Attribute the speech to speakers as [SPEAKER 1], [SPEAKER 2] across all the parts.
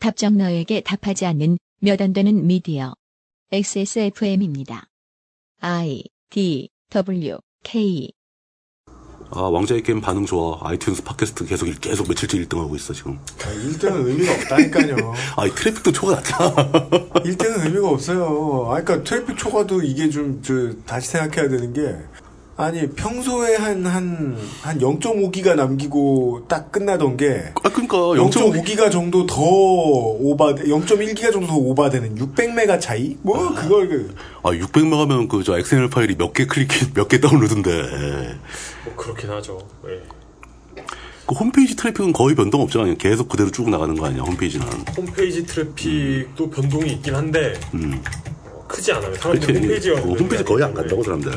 [SPEAKER 1] 답정 너에게 답하지 않는 몇 안 되는 미디어. XSFM입니다. I D W K
[SPEAKER 2] 아 왕자의 게임 반응 좋아 아이튠즈 팟캐스트 계속 일- 계속 며칠째 1등하고 있어 지금
[SPEAKER 3] 아, 1등은 의미가 없다니까요.
[SPEAKER 2] 아이 트래픽도 초과났잖아
[SPEAKER 3] 1등은 의미가 없어요. 아, 그러니까 트래픽 초과도 이게 좀, 저, 다시 생각해야 되는 게, 아니, 평소에 한, 한, 한 0.5기가 남기고 딱 끝나던 게,
[SPEAKER 2] 아 그러니까
[SPEAKER 4] 어,
[SPEAKER 2] 0.5
[SPEAKER 3] 0.5기가 정도 더 오바, 0.1기가 정도 더 오바되는 600메가 차이? 뭐, 그걸, 그,
[SPEAKER 2] 아 600명 하면 그 저 엑셀 파일이 몇 개 클릭 몇 개 다운로드인데
[SPEAKER 4] 뭐 그렇긴 하죠. 예.
[SPEAKER 2] 그 홈페이지 트래픽은 거의 변동 없잖아요 계속 그대로 쭉 나가는 거 아니야 홈페이지는
[SPEAKER 4] 홈페이지 트래픽도 변동이 있긴 한데 어, 크지 않아요.
[SPEAKER 2] 음. 그치?
[SPEAKER 4] 사람들이 홈페이지
[SPEAKER 2] 어, 홈페이지 거의 안 간다고 사람들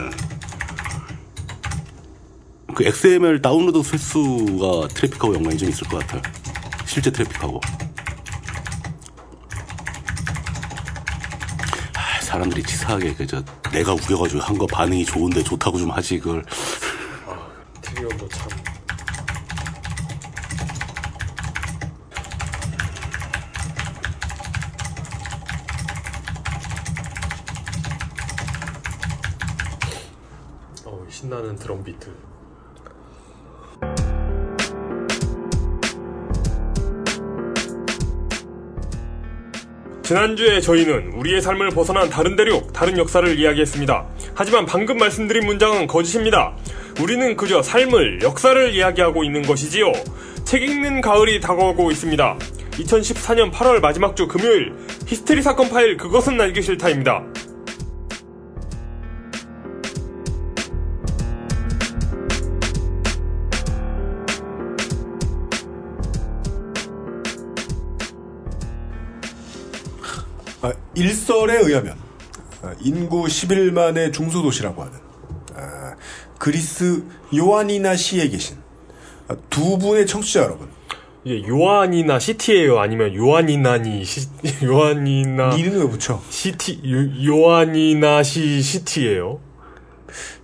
[SPEAKER 2] 그 XML 다운로드 횟수가 트래픽하고 연관이 좀 있을 것 같아요 실제 트래픽하고 아, 사람들이 치사하게 그저 내가 우겨가지고 한 거 반응이 좋은데 좋다고 좀 하지 그걸
[SPEAKER 4] 트리언도 뭐 참. 어우, 신나는 드럼 비트. 지난주에 저희는 우리의 삶을 벗어난 다른 대륙, 다른 역사를 이야기했습니다. 하지만 방금 말씀드린 문장은 거짓입니다. 우리는 그저 삶을, 역사를 이야기하고 있는 것이지요. 책 읽는 가을이 다가오고 있습니다. 2014년 8월 마지막 주 금요일, 히스테리 사건 파일 그것은 알기 싫다입니다.
[SPEAKER 3] 아, 일설에 의하면 아, 인구 11만의 중소도시라고 하는 아, 그리스 요아니나 시에 계신 아, 두 분의 청취자 여러분
[SPEAKER 4] 이게 요한이나 시티예요? 아니면 요한이나니 시, 요한이나
[SPEAKER 3] 니는 네 왜 붙여?
[SPEAKER 4] 시티, 요, 요한이나 시 시티예요?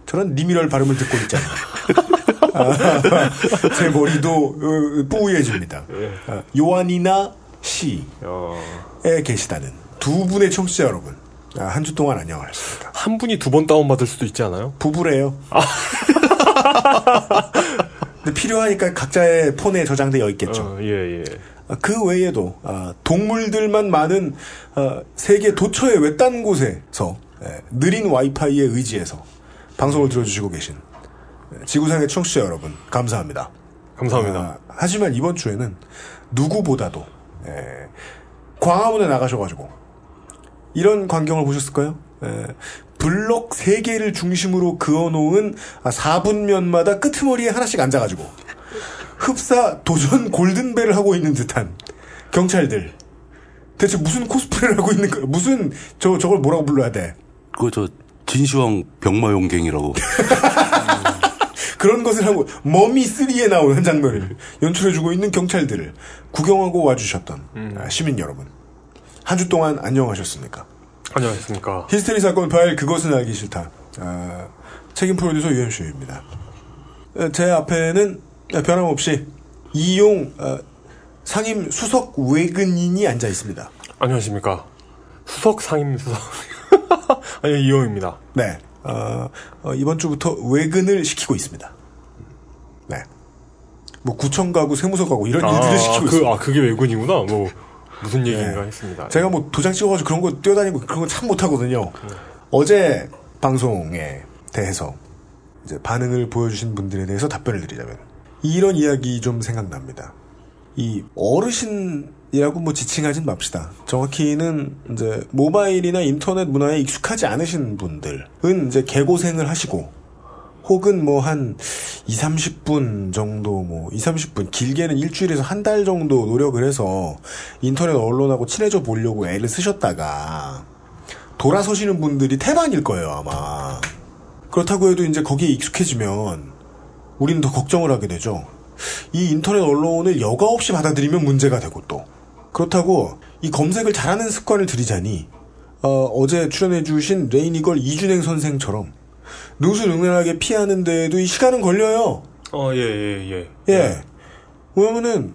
[SPEAKER 3] 저는 니미럴 발음을 듣고 있잖아요. 아, 제 머리도 어, 뿌우해집니다. 아, 요아니나 시에
[SPEAKER 4] 예. 어...
[SPEAKER 3] 계시다는 두 분의 청취자 여러분 아, 한 주 동안 안녕하셨습니까?
[SPEAKER 4] 한 분이 두 번 다운받을 수도 있지 않아요?
[SPEAKER 3] 부부래요. 근데 필요하니까 각자의 폰에 저장되어 있겠죠.
[SPEAKER 4] 어, 예, 예.
[SPEAKER 3] 아, 그 외에도 아, 동물들만 많은 아, 세계 도처의 외딴 곳에서 예, 느린 와이파이에 의지해서 방송을 들어주시고 계신 예, 지구상의 청취자 여러분 감사합니다.
[SPEAKER 4] 감사합니다.
[SPEAKER 3] 아, 하지만 이번 주에는 누구보다도 예, 광화문에 나가셔가지고 이런 광경을 보셨을까요? 예, 블록 3개를 중심으로 그어놓은 아, 4분면마다 끄트머리에 하나씩 앉아가지고 흡사 도전 골든벨을 하고 있는 듯한 경찰들 대체 무슨 코스프레를 하고 있는 거야? 무슨 저 저걸 뭐라고 불러야 돼?
[SPEAKER 2] 그거 저 진시황 병마용갱이라고
[SPEAKER 3] 그런 것을 하고 머미 3에 나오는 장면을 연출해주고 있는 경찰들을 구경하고 와주셨던
[SPEAKER 4] 음.
[SPEAKER 3] 아, 시민 여러분 한 주 동안 안녕하셨습니까?
[SPEAKER 4] 안녕하십니까.
[SPEAKER 3] 히스테리 사건 파일 그것은 알기 싫다 아, 책임 프로듀서 유현수입니다. 어, 제 앞에는 아, 변함없이 이용 어, 상임 수석 외근인이 앉아 있습니다.
[SPEAKER 4] 안녕하십니까. 수석 상임 수석. 아니요, 이용입니다.
[SPEAKER 3] 네 어, 어, 이번 주부터 외근을 시키고 있습니다. 네. 뭐 구청 가고 세무서 가고 이런 일들을 시키고
[SPEAKER 4] 그,
[SPEAKER 3] 있습니다.
[SPEAKER 4] 아, 그게 외군이구나. 뭐, 무슨 얘기인가 했습니다.
[SPEAKER 3] 제가 뭐 도장 찍어가지고 그런 거 뛰어다니고 그런 거 참 못하거든요. 어제 방송에 대해서 이제 반응을 보여주신 분들에 대해서 답변을 드리자면 이런 이야기 좀 생각납니다. 이 어르신이라고 뭐 지칭하진 맙시다. 정확히는 이제 모바일이나 인터넷 문화에 익숙하지 않으신 분들은 이제 개고생을 하시고 혹은 뭐 한 2, 30분 정도 뭐 2, 30분 길게는 일주일에서 한 달 정도 노력을 해서 인터넷 언론하고 친해져 보려고 애를 쓰셨다가 돌아서시는 분들이 태반일 거예요, 아마. 그렇다고 해도 이제 거기에 익숙해지면 우리는 더 걱정을 하게 되죠. 이 인터넷 언론을 여과 없이 받아들이면 문제가 되고 또 그렇다고 이 검색을 잘하는 습관을 들이자니 어, 제 출연해주신 레이니걸 이준행 선생처럼 능수능란하게 피하는 데에도 이 시간은 걸려요.
[SPEAKER 4] 어, 예, 예, 예.
[SPEAKER 3] 예. 왜냐면은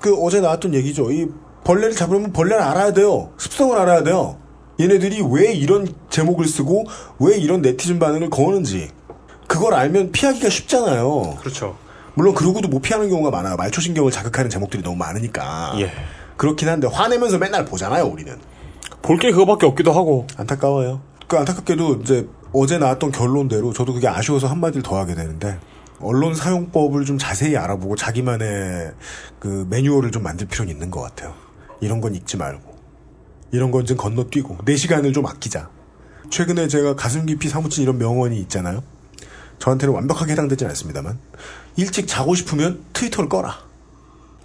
[SPEAKER 3] 그 어제 나왔던 얘기죠. 이 벌레를 잡으려면 벌레를 알아야 돼요. 습성을 알아야 돼요. 얘네들이 왜 이런 제목을 쓰고 왜 이런 네티즌 반응을 거는지 그걸 알면 피하기가 쉽잖아요.
[SPEAKER 4] 그렇죠.
[SPEAKER 3] 물론 그러고도 못 피하는 경우가 많아요. 말초신경을 자극하는 제목들이 너무 많으니까.
[SPEAKER 4] 예.
[SPEAKER 3] 그렇긴 한데 화내면서 맨날 보잖아요, 우리는.
[SPEAKER 4] 볼 게 그거밖에 없기도 하고.
[SPEAKER 3] 안타까워요. 그 안타깝게도 이제 어제 나왔던 결론대로 저도 그게 아쉬워서 한마디를 더 하게 되는데 언론 사용법을 좀 자세히 알아보고 자기만의 그 매뉴얼을 좀 만들 필요는 있는 것 같아요. 이런 건 읽지 말고 이런 건 좀 건너뛰고 내 시간을 좀 아끼자. 최근에 제가 가슴 깊이 사무친 이런 명언이 있잖아요. 저한테는 완벽하게 해당되진 않습니다만 일찍 자고 싶으면 트위터를 꺼라.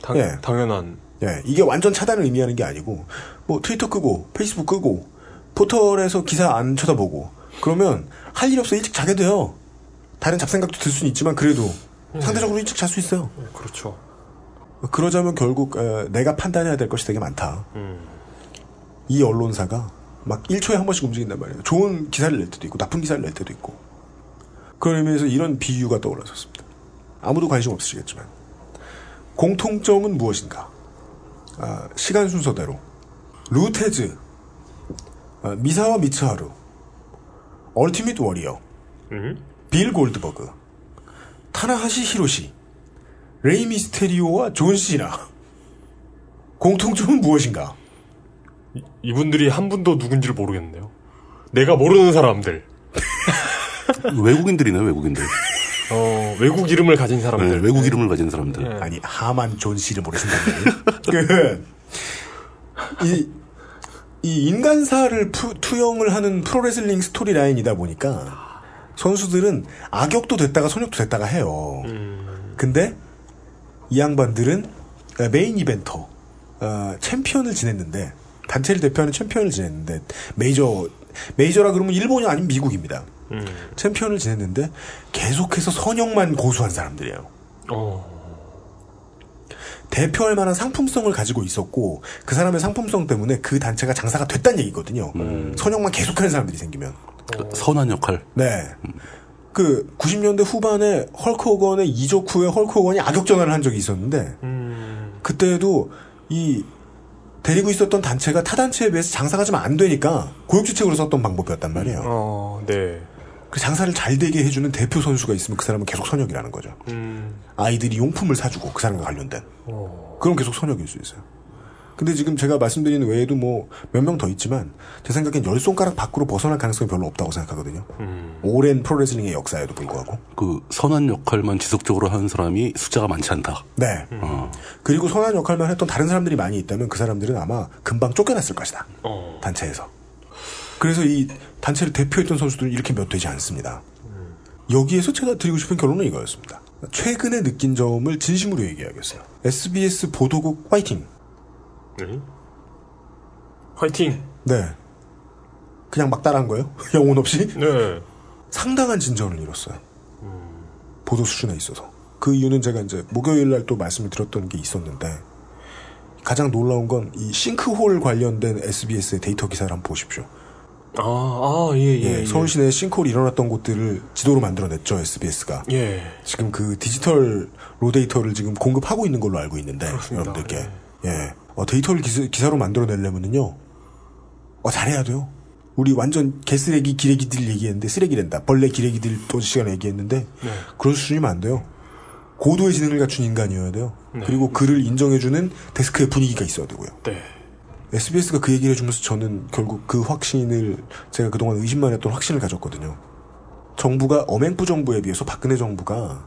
[SPEAKER 4] 당,
[SPEAKER 3] 예.
[SPEAKER 4] 당연한.
[SPEAKER 3] 예, 이게 완전 차단을 의미하는 게 아니고, 뭐, 트위터 끄고, 페이스북 끄고, 포털에서 기사 안 쳐다보고, 그러면 할 일 없어 일찍 자게 돼요. 다른 잡생각도 들 수는 있지만, 그래도 상대적으로 일찍 잘 수 있어요.
[SPEAKER 4] 예, 그렇죠.
[SPEAKER 3] 그러자면 결국, 에, 내가 판단해야 될 것이 되게 많다. 이 언론사가 막 1초에 한 번씩 움직인단 말이에요. 좋은 기사를 낼 때도 있고, 나쁜 기사를 낼 때도 있고. 그런 의미에서 이런 비유가 떠올랐었습니다. 아무도 관심 없으시겠지만. 공통점은 무엇인가? 아, 시간 순서대로 루테즈 아, 미사와 미츠하루 얼티밋 워리어 빌 골드버그 타나하시 히로시 레이 미스테리오와 존 시나 공통점은 무엇인가?
[SPEAKER 4] 이분들이 한 분도 누군지를 모르겠네요. 내가 모르는 사람들.
[SPEAKER 2] 외국인들이네 외국인들.
[SPEAKER 4] 어, 외국 이름을 가진
[SPEAKER 2] 네,
[SPEAKER 4] 사람들.
[SPEAKER 2] 외국 이름을 가진 사람들.
[SPEAKER 3] 아니 하만 존 씨를 모르신다는 그이 이 인간사를 푸- 투영을 하는 프로레슬링 스토리 라인이다 보니까 선수들은 악역도 됐다가 선역도 됐다가 해요. 근데 이 양반들은 메인 이벤터 어, 챔피언을 지냈는데 단체를 대표하는 챔피언을 지냈는데 메이저 메이저라 그러면 일본이 아닌 미국입니다. 챔피언을 지냈는데 계속해서 선역만 고수한 사람들이에요.
[SPEAKER 4] 어, 대표
[SPEAKER 3] 대표할 만한 상품성을 가지고 있었고 그 사람의 상품성 때문에 그 단체가 장사가 됐단 얘기거든요. 선역만 계속하는 사람들이 생기면.
[SPEAKER 2] 그 선한 역할.
[SPEAKER 3] 네. 그 90년대 후반에 헐크 호건의 이적 후에 헐크 호건이 악역 전화를 한 적이 있었는데
[SPEAKER 4] 음.
[SPEAKER 3] 그때도 이 데리고 있었던 단체가 타 단체에 비해서 장사가 좀 안 되니까 고육지책으로 썼던 방법이었단 말이에요.
[SPEAKER 4] 어, 네.
[SPEAKER 3] 그 장사를 잘 되게 해주는 대표 선수가 있으면 그 사람은 계속 선역이라는 거죠.
[SPEAKER 4] 음,
[SPEAKER 3] 아이들이 용품을 사주고 그 사람과 관련된 그럼 계속 선역일 수 있어요. 근데 지금 제가 말씀드린 외에도 뭐 몇 명 더 있지만 제 생각엔 열 손가락 밖으로 벗어날 가능성이 별로 없다고 생각하거든요. 오랜 프로레슬링의 역사에도 불구하고
[SPEAKER 2] 그 선한 역할만 지속적으로 하는 사람이 숫자가 많지 않다.
[SPEAKER 3] 네 그리고 선한 역할만 했던 다른 사람들이 많이 있다면 그 사람들은 아마 금방 쫓겨났을 것이다
[SPEAKER 4] 어.
[SPEAKER 3] 단체에서 그래서 이 단체를 대표했던 선수들은 이렇게 몇 되지 않습니다. 여기에서 제가 드리고 싶은 결론은 이거였습니다. 최근에 느낀 점을 진심으로 얘기하겠어요. SBS 보도국 화이팅.
[SPEAKER 4] 네. 화이팅.
[SPEAKER 3] 네. 그냥 막 따라한 거예요? 영혼 없이?
[SPEAKER 4] 네.
[SPEAKER 3] 상당한 진전을 이뤘어요. 보도 수준에 있어서. 그 이유는 제가 이제 목요일 날 또 말씀을 드렸던 게 있었는데 가장 놀라운 건 이 싱크홀 관련된 SBS의 데이터 기사를 한번 보십시오.
[SPEAKER 4] 아, 아, 예, 예. 예.
[SPEAKER 3] 서울 시내에 싱크홀이 일어났던 곳들을 지도로 만들어냈죠, SBS가.
[SPEAKER 4] 예.
[SPEAKER 3] 지금 그 디지털 로데이터를 지금 공급하고 있는 걸로 알고 있는데 여러분들께 예 어, 데이터를 기사, 로 만들어내려면은요 어, 잘해야 돼요 우리 완전 개쓰레기 기레기들 얘기했는데 쓰레기랜다 벌레 기레기들 또 시간 얘기했는데 그런 수준이면 안 돼요 고도의 지능을 갖춘 인간이어야 돼요 그리고 그를 인정해주는 데스크의 분위기가 있어야 되고요
[SPEAKER 4] 네.
[SPEAKER 3] SBS가 그 얘기를 해주면서 저는 결국 그 확신을 제가 그동안 의심만 했던 확신을 가졌거든요. 정부가 엄행부 정부에 비해서 박근혜 정부가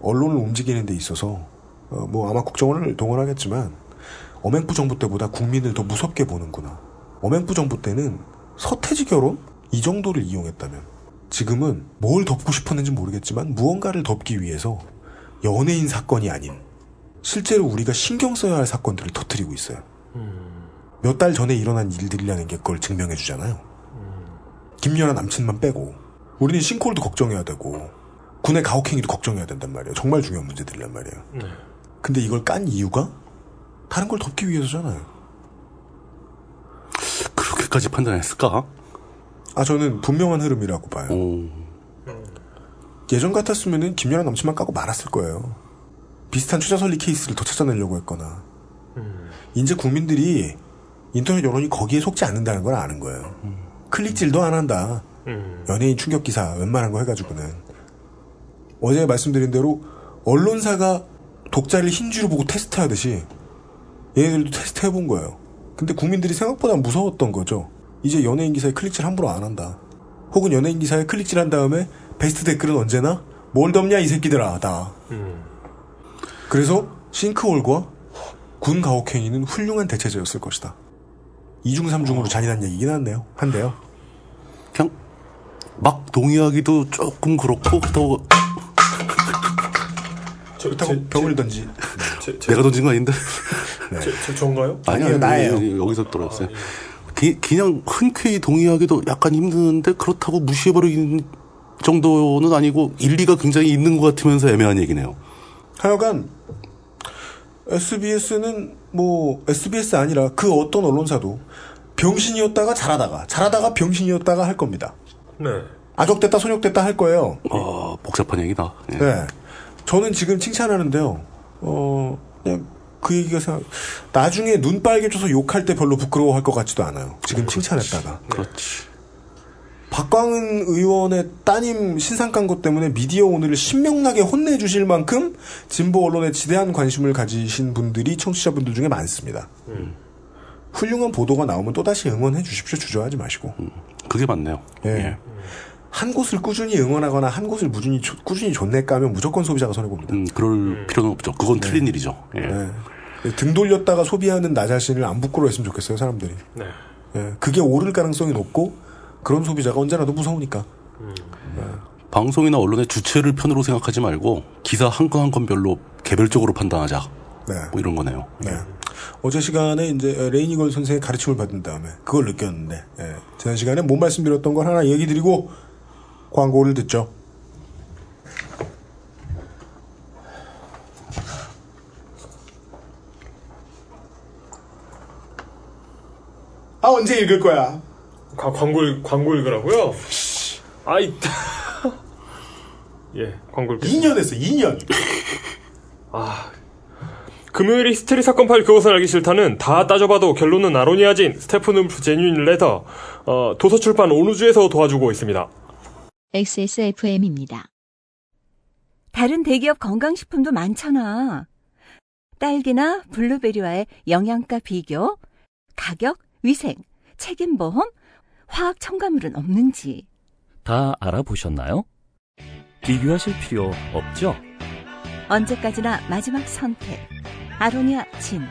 [SPEAKER 3] 언론을 움직이는 데 있어서 어, 뭐 아마 국정원을 동원하겠지만 엄행부 정부 때보다 국민을 더 무섭게 보는구나. 엄행부 정부 때는 서태지 결혼 이 정도를 이용했다면 지금은 뭘 덮고 싶었는지 모르겠지만 무언가를 덮기 위해서 연예인 사건이 아닌 실제로 우리가 신경 써야 할 사건들을 터뜨리고 있어요. 몇 달 전에 일어난 일들이라는 게 그걸 증명해 주잖아요. 김연아 남친만 빼고 우리는 싱크홀도 걱정해야 되고 군의 가혹행위도 걱정해야 된단 말이에요. 정말 중요한 문제들이란 말이에요. 근데 이걸 깐 이유가 다른 걸 덮기 위해서잖아요.
[SPEAKER 2] 그렇게까지 판단했을까?
[SPEAKER 3] 아 저는 분명한 흐름이라고 봐요.
[SPEAKER 2] 오,
[SPEAKER 3] 예전 같았으면은 김연아 남친만 까고 말았을 거예요. 비슷한 추자설리 케이스를 더 찾아내려고 했거나 이제 국민들이 인터넷 여론이 거기에 속지 않는다는 걸 아는 거예요. 클릭질도 안 한다.
[SPEAKER 4] 음.
[SPEAKER 3] 연예인 충격 기사 웬만한 거 해가지고는 어제 말씀드린 대로 언론사가 독자를 흰쥐로 보고 테스트하듯이 얘네들도 테스트 해본 거예요. 근데 국민들이 생각보다 무서웠던 거죠. 이제 연예인 기사에 클릭질 함부로 안 한다. 혹은 연예인 기사에 클릭질 한 다음에 베스트 댓글은 언제나 뭘 덮냐 이 새끼들아 다. 그래서 싱크홀과 군 가혹행위는 훌륭한 대체제였을 것이다. 이중 삼중으로 잔인한 얘기긴 한데요. 한데요.
[SPEAKER 2] 그냥 막 동의하기도 조금 그렇고 그렇다고
[SPEAKER 4] 저,
[SPEAKER 3] 그렇다고 병을 던지.
[SPEAKER 4] 제, 제,
[SPEAKER 2] 내가 던진 거 아닌데
[SPEAKER 4] 제, 제, 저인가요?
[SPEAKER 2] 아니요
[SPEAKER 3] 아니에요, 나예요.
[SPEAKER 2] 여기서 돌아왔어요 기- 그냥 흔쾌히 동의하기도 약간 힘드는데 그렇다고 무시해버리는 정도는 아니고 일리가 굉장히 있는 것 같으면서 애매한 얘기네요
[SPEAKER 3] 하여간 SBS는 뭐 SBS 아니라 그 어떤 언론사도 병신이었다가 잘하다가 잘하다가 병신이었다가 할 겁니다.
[SPEAKER 4] 네.
[SPEAKER 3] 악역됐다 손역됐다 할 거예요.
[SPEAKER 2] 아 복잡한 얘기다 예.
[SPEAKER 3] 네. 저는 지금 칭찬하는데요. 어, 그냥 그 얘기가 생각, 나중에 눈 빨개져서 욕할 때 별로 부끄러워할 것 같지도 않아요. 지금 칭찬했다가.
[SPEAKER 2] 네. 그렇지
[SPEAKER 3] 박광은 의원의 따님 신상 깐것 때문에 미디어 오늘을 신명나게 혼내주실 만큼 진보 언론에 지대한 관심을 가지신 분들이 청취자분들 중에 많습니다.
[SPEAKER 2] 음.
[SPEAKER 3] 훌륭한 보도가 나오면 또다시 응원해 주십시오. 주저하지 마시고.
[SPEAKER 2] 음. 그게 맞네요
[SPEAKER 3] 예.
[SPEAKER 2] 예.
[SPEAKER 3] 한 곳을 꾸준히 응원하거나 한 곳을 무준히, 조- 꾸준히 존내 까면 무조건 소비자가 손해봅니다.
[SPEAKER 2] 음, 그럴 필요는 없죠 그건
[SPEAKER 3] 네.
[SPEAKER 2] 틀린 일이죠 예.
[SPEAKER 3] 등 돌렸다가 소비하는 나 자신을 안 부끄러워했으면 좋겠어요. 사람들이.
[SPEAKER 4] 네.
[SPEAKER 3] 예. 그게 오를 가능성이 높고 그런 소비자가 언제나도 무서우니까.
[SPEAKER 2] 방송이나 언론의 주체를 편으로 생각하지 말고 기사 한 건 한 건별로 개별적으로 판단하자
[SPEAKER 3] 네.
[SPEAKER 2] 뭐 이런 거네요 예.
[SPEAKER 3] 네. 어제 시간에 이제 레이니걸 선생의 가르침을 받은 다음에 그걸 느꼈는데 예. 지난 시간에 못 말씀드렸던 걸 하나 얘기 드리고 광고를 듣죠. 아 언제 읽을 거야?
[SPEAKER 4] 가, 광고, 읽- 광고 읽으라고요? 아이. 예, 광고 읽겠습니다.
[SPEAKER 3] 2년 했어 2년.
[SPEAKER 4] 금요일 히스테리 사건 파일 그것을 알기 싫다는 다 따져봐도 결론은 아로니아진 스테프는 제뉴인 레터 어, 도서출판 온우주에서 도와주고 있습니다.
[SPEAKER 1] XSFM입니다.
[SPEAKER 5] 다른 대기업 건강식품도 많잖아. 딸기나 블루베리와의 영양가 비교, 가격, 위생, 책임보험, 화학 첨가물은 없는지.
[SPEAKER 6] 다 알아보셨나요? 비교하실 필요 없죠?
[SPEAKER 5] 언제까지나 마지막 선택. 아로니아 진.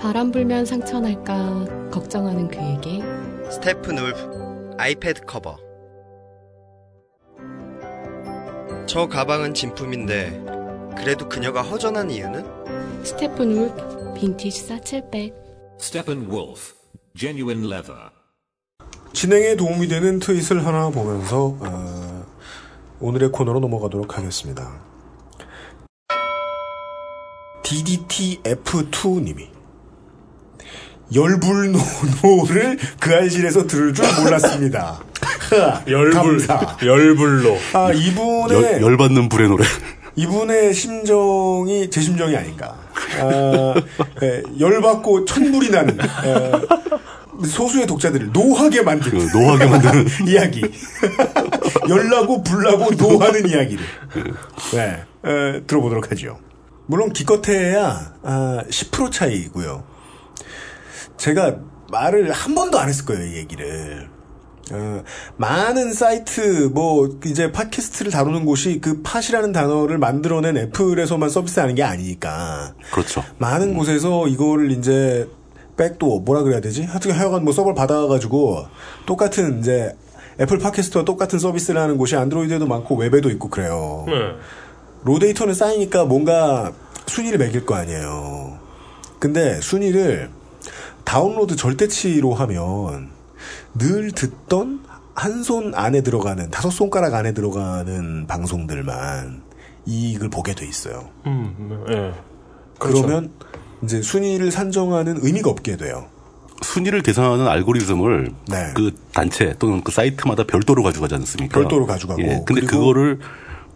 [SPEAKER 7] 바람 불면 상처 날까 걱정하는 그에게
[SPEAKER 8] 스테픈 울프 아이패드 커버 저 가방은 진품인데 그래도 그녀가 허전한 이유는?
[SPEAKER 7] 스테픈 울프 빈티지 사첼백
[SPEAKER 9] Steppenwolf, genuine leather.
[SPEAKER 3] 진행에 도움이 되는 트윗을 하나 보면서 어, 오늘의 코너로 넘어가도록 하겠습니다. DDTF2님이 열불노노를 그 알실에서 들을 줄 몰랐습니다.
[SPEAKER 4] 열불
[SPEAKER 3] 감사.
[SPEAKER 4] 열불로
[SPEAKER 3] 아 이분의
[SPEAKER 2] 열, 열받는 불의 노래
[SPEAKER 3] 이분의 심정이 제 심정이 아닌가. 아, 예, 열받고 천불이 나는 예, 소수의 독자들을 노하게 만든
[SPEAKER 2] 그 노하게 만드는
[SPEAKER 3] 이야기. 열나고 불나고 노하는 이야기를. 네, 에, 들어보도록 하죠. 물론 기껏해야 아, 10% 차이고요. 제가 말을 한 번도 안 했을 거예요, 이 얘기를. 어, 많은 사이트, 뭐, 이제 팟캐스트를 다루는 곳이 그 팟이라는 단어를 만들어낸 애플에서만 서비스하는 게 아니니까.
[SPEAKER 2] 그렇죠
[SPEAKER 3] 많은 곳에서 이거를 이제 백도어 뭐라 그래야 되지? 하여튼 하여간 뭐 서버를 받아가지고 똑같은 이제 애플 팟캐스트와 똑같은 서비스를 하는 곳이 안드로이드에도 많고 웹에도 있고 그래요.
[SPEAKER 4] 네.
[SPEAKER 3] 로데이터는 쌓이니까 뭔가 순위를 매길 거 아니에요. 근데 순위를 다운로드 절대치로 하면 늘 듣던 한 손 안에 들어가는 다섯 손가락 안에 들어가는 방송들만 이익을 보게 돼 있어요.
[SPEAKER 4] 음, 예.
[SPEAKER 3] 그러면 이제 순위를 산정하는 의미가 없게 돼요.
[SPEAKER 2] 순위를 계산하는 알고리즘을
[SPEAKER 3] 네.
[SPEAKER 2] 그 단체 또는 그 사이트마다 별도로 가져가지 않습니까?
[SPEAKER 3] 별도로 가져가고,
[SPEAKER 2] 예, 근데
[SPEAKER 3] 그리고-
[SPEAKER 2] 그거를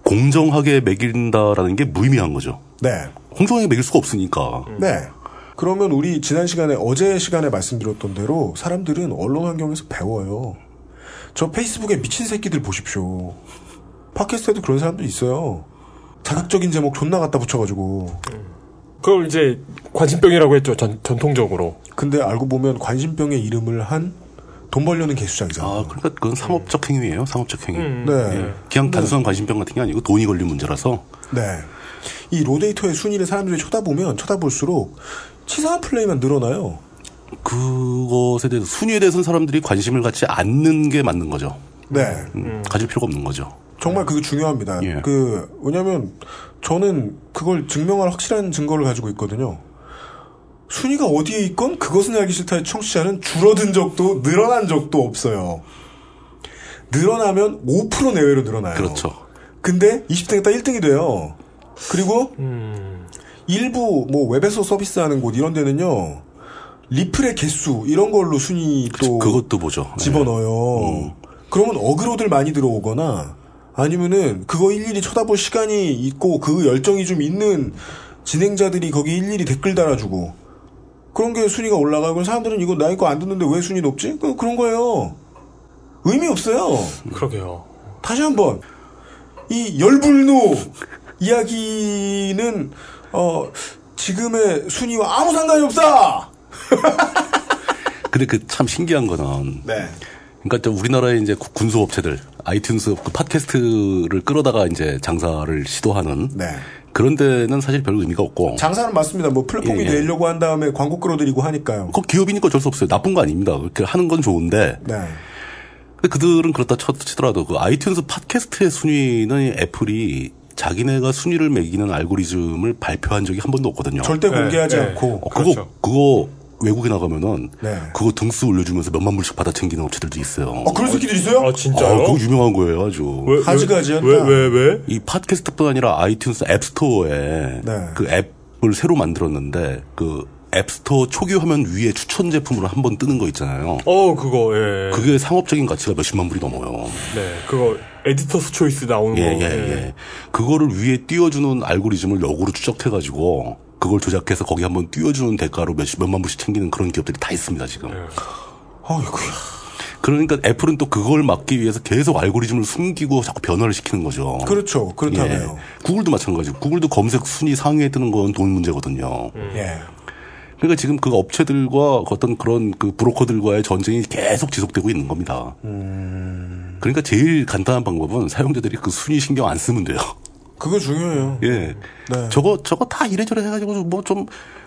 [SPEAKER 2] 공정하게 매긴다라는 게 무의미한 거죠.
[SPEAKER 3] 네.
[SPEAKER 2] 공정하게 매길 수가 없으니까.
[SPEAKER 3] 네. 그러면 우리 지난 시간에 어제 시간에 말씀드렸던 대로 사람들은 언론 환경에서 배워요. 저 페이스북에 미친 새끼들 보십시오. 팟캐스트에도 그런 사람도 있어요. 자극적인 제목 존나 갖다 붙여가지고.
[SPEAKER 4] 그걸 이제 관심병이라고 했죠. 전, 전통적으로.
[SPEAKER 3] 근데 알고 보면 관심병의 이름을 한 돈 벌려는 개수장이잖아.
[SPEAKER 2] 아, 음,
[SPEAKER 3] 요
[SPEAKER 2] 그러니까 그건 상업적 행위예요. 상업적 행위. 예.
[SPEAKER 3] 네.
[SPEAKER 2] 그냥 단순한 관심병 같은 게 아니고 돈이 걸린 문제라서
[SPEAKER 3] 네. 이 로데이터의 순위를 사람들이 쳐다보면 쳐다볼수록 치사한 플레이만 늘어나요.
[SPEAKER 2] 그것에 대해서 순위에 대해서는 사람들이 관심을 갖지 않는 게 맞는 거죠.
[SPEAKER 3] 네.
[SPEAKER 2] 음, 가질 필요가 없는 거죠.
[SPEAKER 3] 정말 그게 중요합니다.
[SPEAKER 2] 예.
[SPEAKER 3] 그 왜냐하면 저는 그걸 증명할 확실한 증거를 가지고 있거든요. 순위가 어디에 있건 그것은 알기 싫다의 청취자는 줄어든 적도 늘어난 적도 없어요. 늘어나면 5% 내외로 늘어나요.
[SPEAKER 2] 그렇죠.
[SPEAKER 3] 근데 20등에 딱 1등이 돼요. 그리고
[SPEAKER 2] 음.
[SPEAKER 3] 일부 뭐 웹에서 서비스하는 곳 이런 데는요. 리플의 개수 이런 걸로 순위
[SPEAKER 2] 그렇죠.
[SPEAKER 3] 또
[SPEAKER 2] 그것도 보죠. 예.
[SPEAKER 3] 네. 집어넣어요. 그러면 어그로들 많이 들어오거나 아니면은 그거 일일이 쳐다볼 시간이 있고 그 열정이 좀 있는 진행자들이 거기 일일이 댓글 달아주고 그런 게 순위가 올라가고 그럼 사람들은 이거 나 이거 안 듣는데 왜 순위 높지? 그- 그런 거예요. 의미 없어요.
[SPEAKER 4] 그러게요.
[SPEAKER 3] 다시 한번 이 열불노 이야기는 어 지금의 순위와 아무 상관이 없다.
[SPEAKER 2] 근데 그 참 신기한 거는
[SPEAKER 3] 네.
[SPEAKER 2] 그러니까 저 우리나라의 이제 구- 군수업체들 아이튠스 그 팟캐스트를 끌어다가 이제 장사를 시도하는
[SPEAKER 3] 네.
[SPEAKER 2] 그런 데는 사실 별 의미가 없고
[SPEAKER 3] 장사는 맞습니다. 뭐 플랫폼이
[SPEAKER 2] 예, 예.
[SPEAKER 3] 되려고 한 다음에 광고 끌어들이고 하니까요.
[SPEAKER 2] 그 기업이니까 어쩔 수 없어요. 나쁜 거 아닙니다. 그렇게 하는 건 좋은데
[SPEAKER 3] 네.
[SPEAKER 2] 근데 그들은 그렇다 쳐- 치더라도 그 아이튠스 팟캐스트의 순위는 애플이 자기네가 순위를 매기는 알고리즘을 발표한 적이 한 번도 없거든요.
[SPEAKER 3] 절대
[SPEAKER 4] 네,
[SPEAKER 3] 공개하지
[SPEAKER 4] 네.
[SPEAKER 3] 않고.
[SPEAKER 2] 어, 그거
[SPEAKER 4] 그렇죠.
[SPEAKER 2] 그거 외국에 나가면은
[SPEAKER 3] 네.
[SPEAKER 2] 그거 등수 올려주면서 몇만 불씩 받아 챙기는 업체들도 있어요.
[SPEAKER 3] 어, 그런 새끼들 있어요?
[SPEAKER 4] 아, 진짜요?
[SPEAKER 2] 그거 유명한 거예요, 아주.
[SPEAKER 4] 왜, 왜-
[SPEAKER 3] 가지가지 한다.
[SPEAKER 4] 왜, 왜, 왜?
[SPEAKER 2] 이 팟캐스트뿐 아니라 아이튠스 앱스토어에
[SPEAKER 3] 네.
[SPEAKER 2] 그 앱을 새로 만들었는데 그 앱스토어 초기 화면 위에 추천 제품으로 한 번 뜨는 거 있잖아요.
[SPEAKER 3] 네.
[SPEAKER 4] 어, 그거, 예.
[SPEAKER 2] 그게 상업적인 가치가 몇십만 불이 넘어요.
[SPEAKER 4] 네, 그거, 에디터스 초이스 나오는
[SPEAKER 2] 예,
[SPEAKER 3] 어,
[SPEAKER 4] 거.
[SPEAKER 3] 네.
[SPEAKER 2] 예, 예. 그거를 위에 띄워주는 알고리즘을 역으로 추적해가지고 그걸 조작해서 거기 한번 띄워주는 대가로 몇, 몇만 불씩 챙기는 그런 기업들이 다 있습니다, 지금.
[SPEAKER 3] 네. 어, 아이고야.
[SPEAKER 2] 그러니까 애플은 또 그걸 막기 위해서 계속 알고리즘을 숨기고 자꾸 변화를 시키는 거죠.
[SPEAKER 3] 그렇죠. 그렇다네요.
[SPEAKER 2] 예. 구글도 마찬가지고 구글도 검색 순위 상위에 뜨는 건 돈 문제거든요.
[SPEAKER 3] 예.
[SPEAKER 2] 그러니까 지금 그 업체들과 어떤 그런 그 브로커들과의 전쟁이 계속 지속되고 있는 겁니다.
[SPEAKER 4] 음.
[SPEAKER 2] 그러니까 제일 간단한 방법은 사용자들이 그 순위 신경 안 쓰면 돼요.
[SPEAKER 3] 그거 중요해요.
[SPEAKER 4] 음.
[SPEAKER 2] 예.
[SPEAKER 3] 네.
[SPEAKER 2] 저거, 저거 다 이래저래 해가지고 뭐 좀,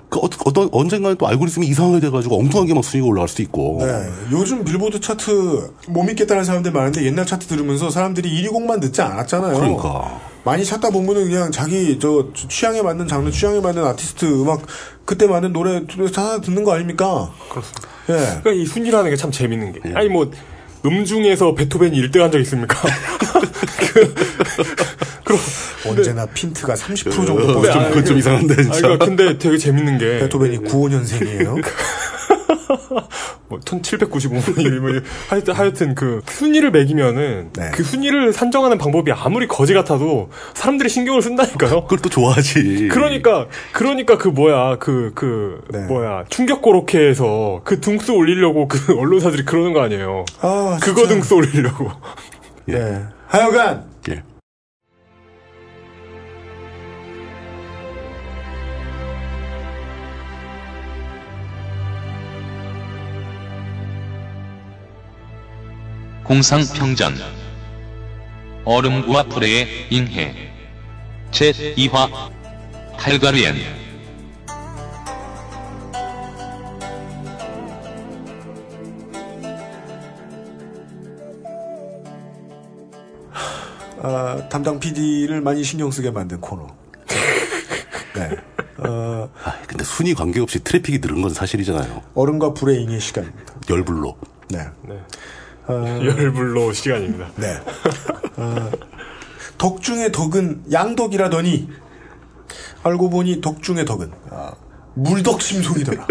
[SPEAKER 2] 그 어떤, 어떤, 언젠가는 또 알고리즘이 이상하게 돼가지고 엉뚱하게 막 순위가 올라갈 수도 있고.
[SPEAKER 3] 네. 요즘 빌보드 차트 못 믿겠다는 사람들 많은데 옛날 차트 들으면서 사람들이 1위 곡만 듣지 않았잖아요.
[SPEAKER 2] 그러니까.
[SPEAKER 3] 많이 찾다 보면은 그냥 자기 저 취향에 맞는 장르, 취향에 맞는 아티스트 음악 그때 맞는 노래 찾아 듣는 거 아닙니까?
[SPEAKER 4] 그렇습니다.
[SPEAKER 3] 예.
[SPEAKER 4] 그러니까 이 순위라는 게 참 재밌는
[SPEAKER 2] 예.
[SPEAKER 4] 게. 아니, 뭐, 음중에서 베토벤이 1등 한 적 있습니까? 그, 그럼.
[SPEAKER 3] 언제나 핀트가 30% 정도
[SPEAKER 2] 어,
[SPEAKER 3] 보여.
[SPEAKER 2] 좀, 그건 좀 이상한데,
[SPEAKER 4] 네. 아,
[SPEAKER 2] 진짜.
[SPEAKER 4] 그러니까 근데 되게 재밌는 게.
[SPEAKER 3] 베토벤이 95년생이에요.
[SPEAKER 4] 뭐 1795년 뭐 하여튼 하여튼 그 순위를 매기면은
[SPEAKER 3] 네.
[SPEAKER 4] 그 순위를 산정하는 방법이 아무리 거지 같아도 사람들이 신경을 쓴다니까요.
[SPEAKER 2] 그걸 또 좋아하지.
[SPEAKER 4] 그러니까 그러니까 그 뭐야 그 그
[SPEAKER 3] 네.
[SPEAKER 4] 뭐야 충격 고로케에서 그 등수 올리려고 그 언론사들이 그러는 거 아니에요.
[SPEAKER 3] 아,
[SPEAKER 4] 그거
[SPEAKER 3] 진짜.
[SPEAKER 4] 등수 올리려고. 그
[SPEAKER 3] 예. 하여간
[SPEAKER 2] 예.
[SPEAKER 10] 공상평전 얼음과 불의 잉해 제2화 탈가리엔
[SPEAKER 3] 아, 담당 PD를 많이 신경 쓰게 만든 코너. 네. 어,
[SPEAKER 2] 아, 근데 순위 관계없이 트래픽이 늘은 건 사실이잖아요.
[SPEAKER 3] 얼음과 불의 잉의 시간입니다.
[SPEAKER 2] 열불로.
[SPEAKER 3] 네.
[SPEAKER 4] 네. 열불로 시간입니다.
[SPEAKER 3] 네. 어, 덕 중의 덕은 양덕이라더니 알고 보니 덕 중의 덕은 아, 물덕심송이더라.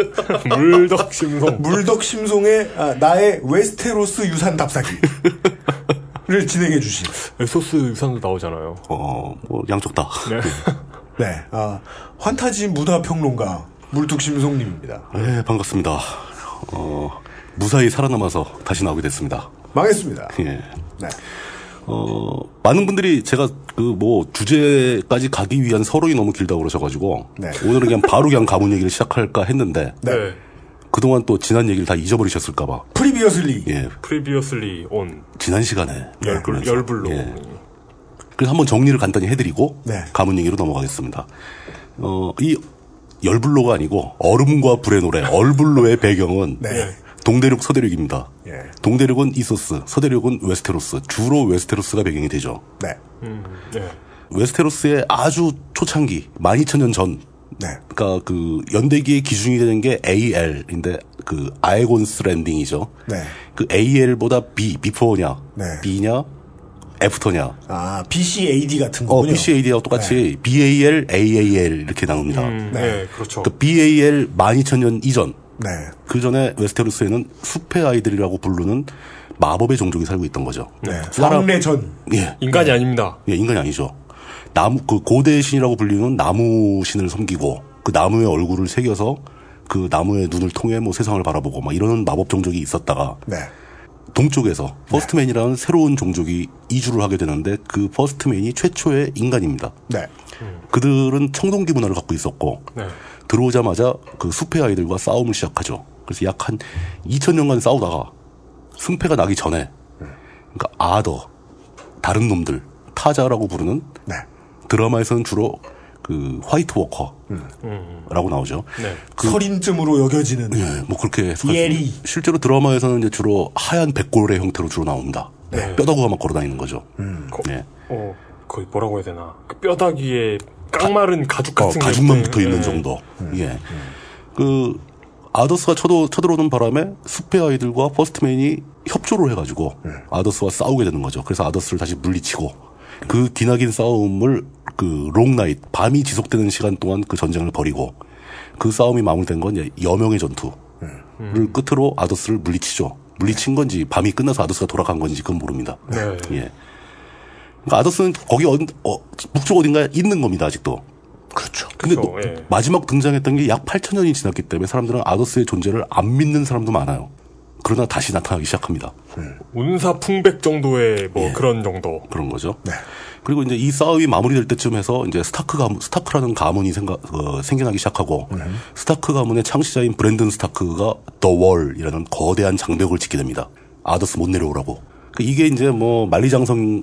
[SPEAKER 4] 물덕심성.
[SPEAKER 3] 물덕심송의 아, 나의 웨스테로스 유산 답사기. 를 진행해 주신.
[SPEAKER 4] 네, 소스 유산도 나오잖아요.
[SPEAKER 2] 어, 뭐 양쪽 다.
[SPEAKER 4] 네.
[SPEAKER 3] 네, 아, 환타지 문화평론가 물뚝심송님입니다.
[SPEAKER 2] 네, 반갑습니다. 어, 무사히 살아남아서 다시 나오게 됐습니다.
[SPEAKER 3] 망했습니다.
[SPEAKER 4] 그
[SPEAKER 2] 예.
[SPEAKER 3] 네.
[SPEAKER 2] 어, 많은 분들이 제가 그 뭐 주제까지 가기 위한 서론이 너무 길다고 그러셔가지고
[SPEAKER 3] 네.
[SPEAKER 2] 오늘은 그냥 바로 그냥 가문 얘기를 시작할까 했는데
[SPEAKER 4] 네.
[SPEAKER 2] 그동안 또 지난 얘기를 다 잊어버리셨을까봐
[SPEAKER 3] 프리비어슬리. 네.
[SPEAKER 2] 예,
[SPEAKER 4] 프리비어슬리 온
[SPEAKER 2] 지난 시간에
[SPEAKER 4] 네, 열불, 열불로.
[SPEAKER 2] 예. 그래서 한번 정리를 간단히 해드리고
[SPEAKER 3] 네.
[SPEAKER 2] 가문 얘기로 넘어가겠습니다. 어, 이 열불로가 아니고 얼음과 불의 노래 얼불로의 배경은
[SPEAKER 3] 네.
[SPEAKER 2] 동대륙 서대륙입니다.
[SPEAKER 3] 예.
[SPEAKER 2] 동대륙은 이소스, 서대륙은 웨스테로스, 주로 웨스테로스가 배경이 되죠.
[SPEAKER 3] 네.
[SPEAKER 4] 음, 네.
[SPEAKER 2] 웨스테로스의 아주 초창기 12,000년 전
[SPEAKER 3] 네.
[SPEAKER 2] 그러니까 그 연대기의 기준이 되는 게 AL인데 그 아에곤스 랜딩이죠.
[SPEAKER 3] 네.
[SPEAKER 2] 그 AL보다 B, before냐,
[SPEAKER 3] 네.
[SPEAKER 2] B냐, after냐.
[SPEAKER 3] 아, BCAD 같은
[SPEAKER 2] 어,
[SPEAKER 3] 거군요.
[SPEAKER 2] PCAD하고 똑같이 BAL, AAL 이렇게 나옵니다.
[SPEAKER 4] 네. 음,
[SPEAKER 3] 네.
[SPEAKER 4] 네. 그렇죠.
[SPEAKER 2] 그 BAL 12,000년 이전
[SPEAKER 3] 네.
[SPEAKER 2] 그 전에 웨스테로스에는 숲의 아이들이라고 부르는 마법의 종족이 살고 있던 거죠.
[SPEAKER 3] 네.
[SPEAKER 2] 사람-
[SPEAKER 3] 왕래전.
[SPEAKER 2] 예,
[SPEAKER 4] 인간이 아닙니다.
[SPEAKER 2] 예, 인간이 아니죠. 나무, 그 고대 신이라고 불리는 나무 신을 섬기고, 그 나무의 얼굴을 새겨서, 그 나무의 눈을 통해 뭐 세상을 바라보고, 막 이러는 마법 종족이 있었다가,
[SPEAKER 3] 네.
[SPEAKER 4] 네.
[SPEAKER 2] 동쪽에서 퍼스트맨이라는 새로운 종족이 이주를 하게 되는데, 그 퍼스트맨이 최초의 인간입니다.
[SPEAKER 3] 네.
[SPEAKER 2] 그들은 청동기 문화를 갖고 있었고,
[SPEAKER 4] 네.
[SPEAKER 2] 들어오자마자 그 숲의 아이들과 싸움을 시작하죠. 그래서 약 한 2000년간 싸우다가 승패가 나기 전에 그러니까 아더 다른 놈들 타자라고 부르는
[SPEAKER 3] 네.
[SPEAKER 2] 드라마에서는 주로 그 화이트 워커라고 나오죠.
[SPEAKER 4] 네.
[SPEAKER 3] 서린쯤으로 여겨지는.
[SPEAKER 2] 예, 뭐 그렇게 해석할
[SPEAKER 3] 예리.
[SPEAKER 2] 수 있- 실제로 드라마에서는 이제 주로 하얀 백골의 형태로 주로 나옵니다.
[SPEAKER 4] 네.
[SPEAKER 2] 뼈다구가 막 걸어다니는 거죠.
[SPEAKER 4] 거,
[SPEAKER 2] 예.
[SPEAKER 4] 어, 거의 뭐라고 해야 되나. 그 뼈다귀에 깡마른 가죽 같은 게
[SPEAKER 2] 가죽만
[SPEAKER 4] 없네.
[SPEAKER 2] 붙어 있는
[SPEAKER 4] 예.
[SPEAKER 2] 정도. 예. 그 아더스가 쳐도 쳐들어오는 바람에 숲의 아이들과 퍼스트맨이 협조를 해가지고
[SPEAKER 4] 예.
[SPEAKER 2] 아더스와 싸우게 되는 거죠. 그래서 아더스를 다시 물리치고 그 기나긴 싸움을 그 롱나잇 밤이 지속되는 시간 동안 그 전쟁을 벌이고 그 싸움이 마무리된 건 이제 여명의 전투를
[SPEAKER 4] 예. 음.
[SPEAKER 2] 끝으로 아더스를 물리치죠. 물리친 건지 밤이 끝나서 아더스가 돌아간 건지 그건 모릅니다.
[SPEAKER 4] 네.
[SPEAKER 2] 예. 그러니까 아더스는 거기 어디- 어, 북쪽 어딘가에 있는 겁니다 아직도. 그렇죠. 근데
[SPEAKER 4] 그렇죠,
[SPEAKER 2] 뭐-
[SPEAKER 4] 예.
[SPEAKER 2] 마지막 등장했던 게 약 8천년이 지났기 때문에 사람들은 아더스의 존재를 안 믿는 사람도 많아요. 그러나 다시 나타나기 시작합니다.
[SPEAKER 4] 네. 운사 풍백 정도의 뭐 그런 정도.
[SPEAKER 2] 그런 거죠. 그리고 이제 이 싸움이 마무리될 때쯤 해서 이제 스타크 가문, 스타크라는 가문이 생각, 어, 생겨나기 시작하고 스타크 가문의 창시자인 브랜든 스타크가 더 월이라는 거대한 장벽을 짓게 됩니다. 아더스 못 내려오라고. 그 이게 이제 뭐 만리장성을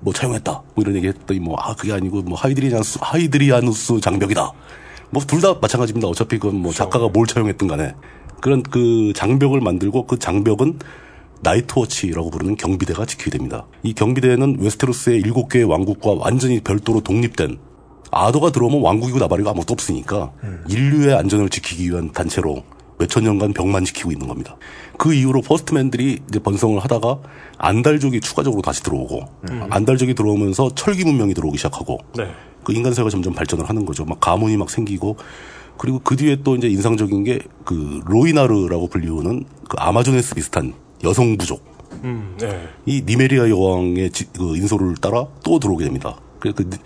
[SPEAKER 2] 뭐 차용했다 뭐 이런 얘기했더니 뭐 아 그게 아니고 뭐 하이드리아누스 하이드리아누스 장벽이다. 뭐 둘 다 마찬가지입니다. 어차피 그건 뭐 작가가 뭘 차용했든 간에 그런 그 장벽을 만들고 그 장벽은 나이트워치라고 부르는 경비대가 지키게 됩니다. 이 경비대는 웨스테로스의 일곱 개의 왕국과 완전히 별도로 독립된 아더가 들어오면 왕국이고 나발이고 아무것도 없으니까 인류의 안전을 지키기 위한 단체로 몇천 년간 벽만 지키고 있는 겁니다. 그 이후로 퍼스트맨들이 이제 번성을 하다가 안달족이 추가적으로 다시 들어오고 안달족이 들어오면서 철기 문명이 들어오기 시작하고
[SPEAKER 4] 네.
[SPEAKER 2] 그 인간 사회가 점점 발전을 하는 거죠. 막 가문이 막 생기고 그리고 그 뒤에 또 이제 인상적인 게 그 로이나르라고 불리우는 그 아마존에스 비슷한 여성 부족
[SPEAKER 4] 음, 네.
[SPEAKER 2] 이 니메리아 여왕의 지- 그 인솔을 따라 또 들어오게 됩니다. 그래서 그 니-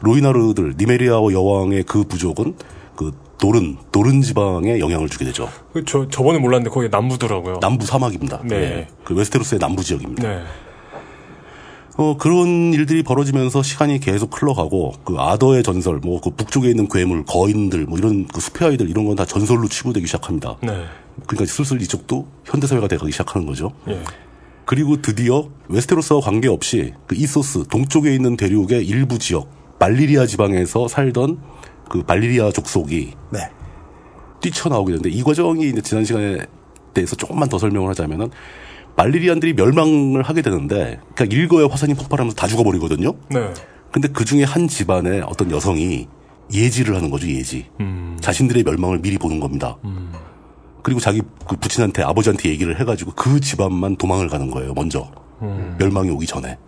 [SPEAKER 2] 로이나르들 니메리아 여왕의 그 부족은 그 도른 도른 지방에 영향을 주게 되죠.
[SPEAKER 4] 그 저, 저번에 몰랐는데 거기 남부더라고요.
[SPEAKER 2] 남부 사막입니다.
[SPEAKER 4] 네.
[SPEAKER 2] 예. 그 웨스테로스의 남부 지역입니다.
[SPEAKER 4] 네.
[SPEAKER 2] 어, 그런 일들이 벌어지면서 시간이 계속 흘러가고, 그 아더의 전설, 뭐, 그 북쪽에 있는 괴물, 거인들, 뭐, 이런, 그 숲의 아이들, 이런 건 다 전설로 치부되기 시작합니다.
[SPEAKER 4] 네.
[SPEAKER 2] 그러니까 슬슬 이쪽도 현대사회가 돼가기 시작하는 거죠.
[SPEAKER 4] 예.
[SPEAKER 2] 그리고 드디어 웨스테로스와 관계없이 그 이소스, 동쪽에 있는 대륙의 일부 지역, 발리리아 지방에서 살던 그 발리리아 족속이
[SPEAKER 3] 네.
[SPEAKER 2] 뛰쳐나오게 되는데 이 과정이 이제 지난 시간에 대해서 조금만 더 설명을 하자면은 말리리안들이 멸망을 하게 되는데 그러니까 일거에 화산이 폭발하면서 다 죽어버리거든요.
[SPEAKER 4] 네.
[SPEAKER 2] 근데 그 중에 한 집안의 어떤 여성이 예지를 하는 거죠 예지. 자신들의 멸망을 미리 보는 겁니다. 그리고 자기 그 부친한테 아버지한테 얘기를 해가지고 그 집안만 도망을 가는 거예요 먼저 멸망이 오기 전에.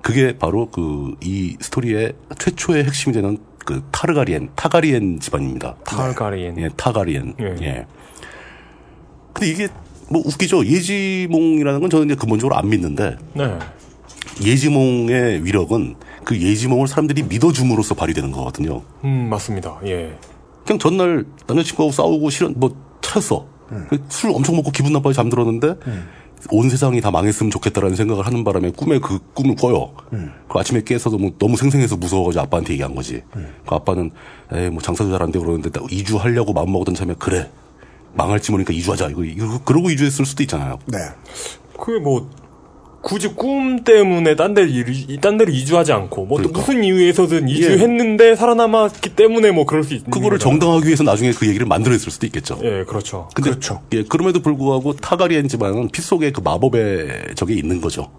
[SPEAKER 2] 그게 바로 그 이 스토리의 최초의 핵심이 되는 그 타르가리엔 타가리엔 집안입니다.
[SPEAKER 4] 탈가리엔.
[SPEAKER 2] 예, 타가리엔.
[SPEAKER 4] 예.
[SPEAKER 2] 예. 근데 이게 뭐 웃기죠. 예지몽이라는 건 저는 이제 근본적으로 안 믿는데
[SPEAKER 4] 네.
[SPEAKER 2] 예지몽의 위력은 그 예지몽을 사람들이 믿어줌으로써 발휘되는 거거든요.
[SPEAKER 4] 음, 맞습니다. 예.
[SPEAKER 2] 그냥 전날 남자친구하고 싸우고 실은 뭐 차였어. 술 엄청 먹고 기분 나빠서 잠들었는데 온 세상이 다 망했으면 좋겠다라는 생각을 하는 바람에 꿈에 그 꿈을 꿔요. 그 아침에 깨서 너무, 너무 생생해서 무서워가지고 아빠한테 얘기한 거지. 그 아빠는 에이 뭐 장사도 잘 안 되고 그러는데 나 이주하려고 마음먹었던 참에 그래 망할지 모르니까 이주하자 이거, 이거 그러고 이주했을 수도 있잖아요.
[SPEAKER 3] 네.
[SPEAKER 4] 그게 뭐 굳이 꿈 때문에 딴 데로 이- 딴 데로 이주하지 않고 뭐또
[SPEAKER 2] 그러니까.
[SPEAKER 4] 무슨 이유에서든 이주했는데 살아남았기 때문에 뭐 그럴 수 있는
[SPEAKER 2] 그거를
[SPEAKER 4] 거잖아요.
[SPEAKER 2] 정당하기 위해서 나중에 그 얘기를 만들어냈을 수도 있겠죠.
[SPEAKER 4] 예, 그렇죠.
[SPEAKER 2] 근데 예, 그럼에도 불구하고 타가리엔 집안은 피 속에 그 마법의 적이 있는 거죠.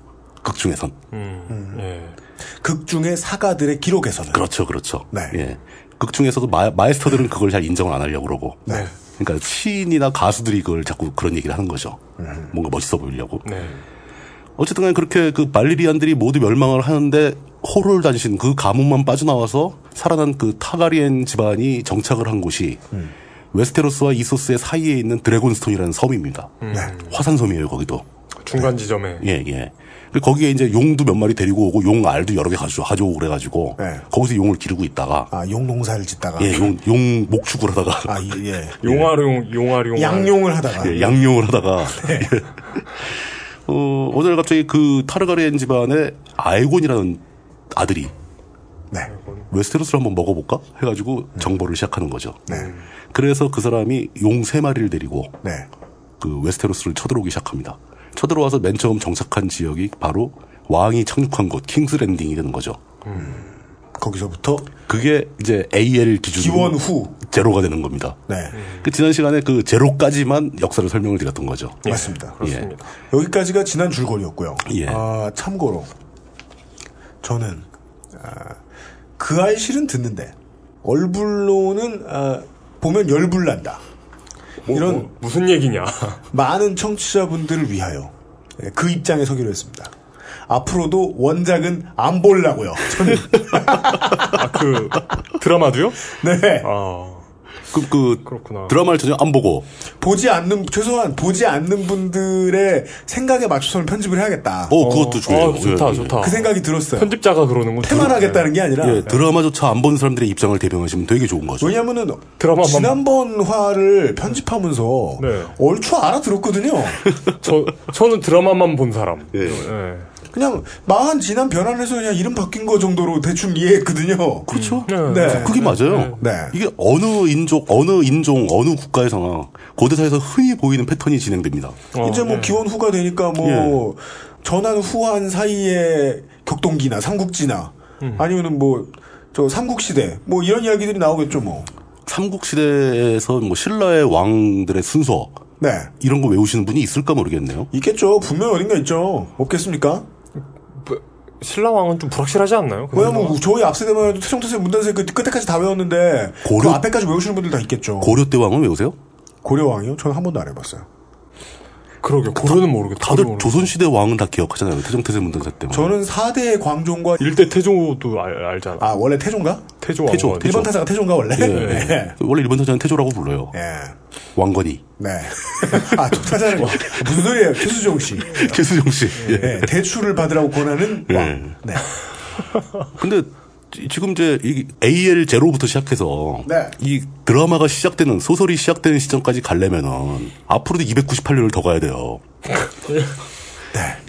[SPEAKER 2] 극 중에선.
[SPEAKER 3] 극 중에 사가들의 기록에서는
[SPEAKER 2] 그렇죠, 그렇죠. 예. 극 중에서도 마, 마이스터들은 그걸 잘 인정을 안 하려고 그러고.
[SPEAKER 3] 네.
[SPEAKER 2] 그러니까 시인이나 가수들이 그걸 자꾸 그런 얘기를 하는 거죠. 뭔가 멋있어 보이려고. 어쨌든 간에 그렇게 그 말리리안들이 모두 멸망을 하는데 호롤 단신 그 가문만 빠져나와서 살아난 그 타가리엔 집안이 정착을 한 곳이 웨스테로스와 이소스의 사이에 있는 드래곤스톤이라는 섬입니다. 화산섬이에요, 거기도.
[SPEAKER 4] 그 중간 지점에
[SPEAKER 2] 예, 예. 근데 거기에 이제 용도 몇 마리 데리고 오고 용 알도 여러 개 가져 가져오고 그래가지고 거기서 용을 기르고 있다가
[SPEAKER 3] 아, 용 농사를 짓다가
[SPEAKER 2] 예, 용, 용 목축을 하다가
[SPEAKER 3] 아, 예.
[SPEAKER 4] 용화룡 용화룡
[SPEAKER 3] 양용을 하다가.
[SPEAKER 2] 예, 양용을 하다가 예. 어, 어느 날 갑자기 그 타르가리엔 집안의 아이곤이라는 아들이
[SPEAKER 3] 네.
[SPEAKER 4] 음.
[SPEAKER 2] 웨스테로스를 한번 먹어볼까 해가지고 정보를 시작하는 거죠. 그래서 그 사람이 용 세 마리를 데리고
[SPEAKER 3] 네.
[SPEAKER 2] 그 웨스테로스를 쳐들어오기 시작합니다. 쳐들어와서 맨 처음 정착한 지역이 바로 왕이 착륙한 곳 킹스랜딩이 되는 거죠.
[SPEAKER 3] 거기서부터
[SPEAKER 2] 음. 그게 이제 AL 기준
[SPEAKER 3] 기원 후.
[SPEAKER 2] 제로가 되는 겁니다.
[SPEAKER 3] 네.
[SPEAKER 4] 음.
[SPEAKER 2] 그 지난 시간에 그 제로까지만 역사를 설명을 드렸던 거죠.
[SPEAKER 3] 맞습니다.
[SPEAKER 4] 예,
[SPEAKER 2] 그렇습니다.
[SPEAKER 3] 여기까지가 지난 줄거리였고요.
[SPEAKER 2] 예.
[SPEAKER 3] 아, 참고로 저는 아, 그 아이 실은 듣는데 얼불로는 아, 보면 열불 난다. 이런
[SPEAKER 4] 무슨 얘기냐?
[SPEAKER 3] 많은 청취자분들을 위하여 예, 그 입장에 서기로 했습니다. 앞으로도 원작은 안 보려고요. 저는
[SPEAKER 4] 그 드라마도요?
[SPEAKER 3] 네.
[SPEAKER 4] 아.
[SPEAKER 2] 그, 그
[SPEAKER 4] 그렇구나.
[SPEAKER 2] 드라마를 전혀 안 보고
[SPEAKER 3] 보지 않는 최소한 보지 않는 분들의 생각에 맞춰서 편집을 해야겠다.
[SPEAKER 2] 어, 그것도 좋아요.
[SPEAKER 4] 아, 좋다,
[SPEAKER 2] 예, 예.
[SPEAKER 4] 좋다.
[SPEAKER 3] 그 생각이 들었어요.
[SPEAKER 4] 편집자가 그러는군.
[SPEAKER 3] 태만 하겠다는 게 아니라
[SPEAKER 2] 예, 드라마조차 안 본 사람들의 입장을 대변하시면 되게 좋은 거죠.
[SPEAKER 3] 그렇죠. 왜냐면은
[SPEAKER 4] 드라마만- 네.
[SPEAKER 3] 지난번 화를 편집하면서 얼추 알아들었거든요.
[SPEAKER 4] 저 저는 드라마만 본 사람. 예.
[SPEAKER 3] 그냥 망한 지난 변환을 해서 그냥 이름 바뀐 거 정도로 대충 이해했거든요.
[SPEAKER 2] 그렇죠.
[SPEAKER 3] 네.
[SPEAKER 2] 그게 맞아요. 이게 어느 인종, 어느 인종, 어느 국가의 상황, 고대사에서 흔히 보이는 패턴이 진행됩니다.
[SPEAKER 4] 어.
[SPEAKER 3] 이제
[SPEAKER 4] 네.
[SPEAKER 3] 뭐 기원 후가 되니까 뭐
[SPEAKER 4] 예.
[SPEAKER 3] 전환 후한 사이에 격동기나 삼국지나
[SPEAKER 4] 음.
[SPEAKER 3] 아니면은 뭐 저 삼국시대 뭐 이런 이야기들이 나오겠죠 뭐.
[SPEAKER 2] 삼국 시대에서 뭐 신라의 왕들의 순서
[SPEAKER 3] 네.
[SPEAKER 2] 이런 거 외우시는 분이 있을까 모르겠네요.
[SPEAKER 3] 있겠죠. 분명 히 어딘가 있죠. 없겠습니까?
[SPEAKER 4] 신라왕은 좀 불확실하지 않나요? 그
[SPEAKER 3] 뭐야 뭐 저희 앞세대만 해도 태종태세 문단세 그 끝에까지 다 외웠는데
[SPEAKER 2] 고려-
[SPEAKER 3] 그 앞에까지 외우시는 분들 다 있겠죠.
[SPEAKER 2] 고려 때 왕은 외우세요?
[SPEAKER 3] 고려왕이요? 저는 한 번도 안 해봤어요.
[SPEAKER 4] 그러게 고려는 모르겠다.
[SPEAKER 2] 다들 조선 시대 왕은 다 기억하잖아요. 태종태세 문단세 때.
[SPEAKER 3] 저는 4대 광종과
[SPEAKER 4] 일대 태조도 알, 알잖아.
[SPEAKER 3] 아 원래 태종가?
[SPEAKER 4] 태조
[SPEAKER 2] 태조,
[SPEAKER 4] 왕건.
[SPEAKER 2] 태조.
[SPEAKER 3] 일본 타자가 태종가 원래?
[SPEAKER 2] 예.
[SPEAKER 3] 네.
[SPEAKER 2] 원래 일본 타자는 태조라고 불러요.
[SPEAKER 3] 예.
[SPEAKER 2] 왕건이.
[SPEAKER 3] 네. 아 도타자는 무슨 소리예요? 최수종 씨.
[SPEAKER 2] 최수종 씨. 예.
[SPEAKER 3] 네, 대출을 받으라고 권하는
[SPEAKER 4] 예.
[SPEAKER 3] 왕. 네.
[SPEAKER 2] 근데 지- 지금 이제 이 AL 제로부터 시작해서
[SPEAKER 3] 네.
[SPEAKER 2] 이 드라마가 시작되는 소설이 시작되는 시점까지 가려면은 앞으로도 298년을 더 가야 돼요.
[SPEAKER 3] 네.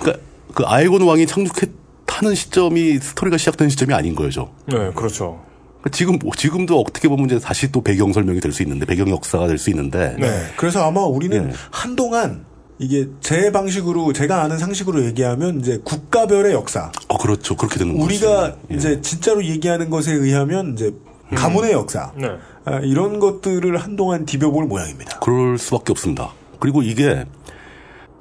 [SPEAKER 2] 그러니까 그 아이곤 왕이 착륙했다는 시점이 스토리가 시작된 시점이 아닌 거죠.
[SPEAKER 4] 네, 그렇죠.
[SPEAKER 2] 그러니까 지금 지금도 어떻게 보면 이제 다시 또 배경 설명이 될 수 있는데 배경 역사가 될 수 있는데
[SPEAKER 3] 네. 그래서 아마 우리는
[SPEAKER 2] 예.
[SPEAKER 3] 한동안 이게 제 방식으로 제가 아는 상식으로 얘기하면 이제 국가별의 역사.
[SPEAKER 2] 어 그렇죠 그렇게 되는 거죠. 예.
[SPEAKER 3] 우리가
[SPEAKER 4] 예.
[SPEAKER 3] 이제 진짜로 얘기하는 것에 의하면 이제 가문의 역사.
[SPEAKER 4] 음. 네.
[SPEAKER 3] 아, 이런 것들을 한동안 디벼볼 모양입니다.
[SPEAKER 2] 그럴 수밖에 없습니다. 그리고 이게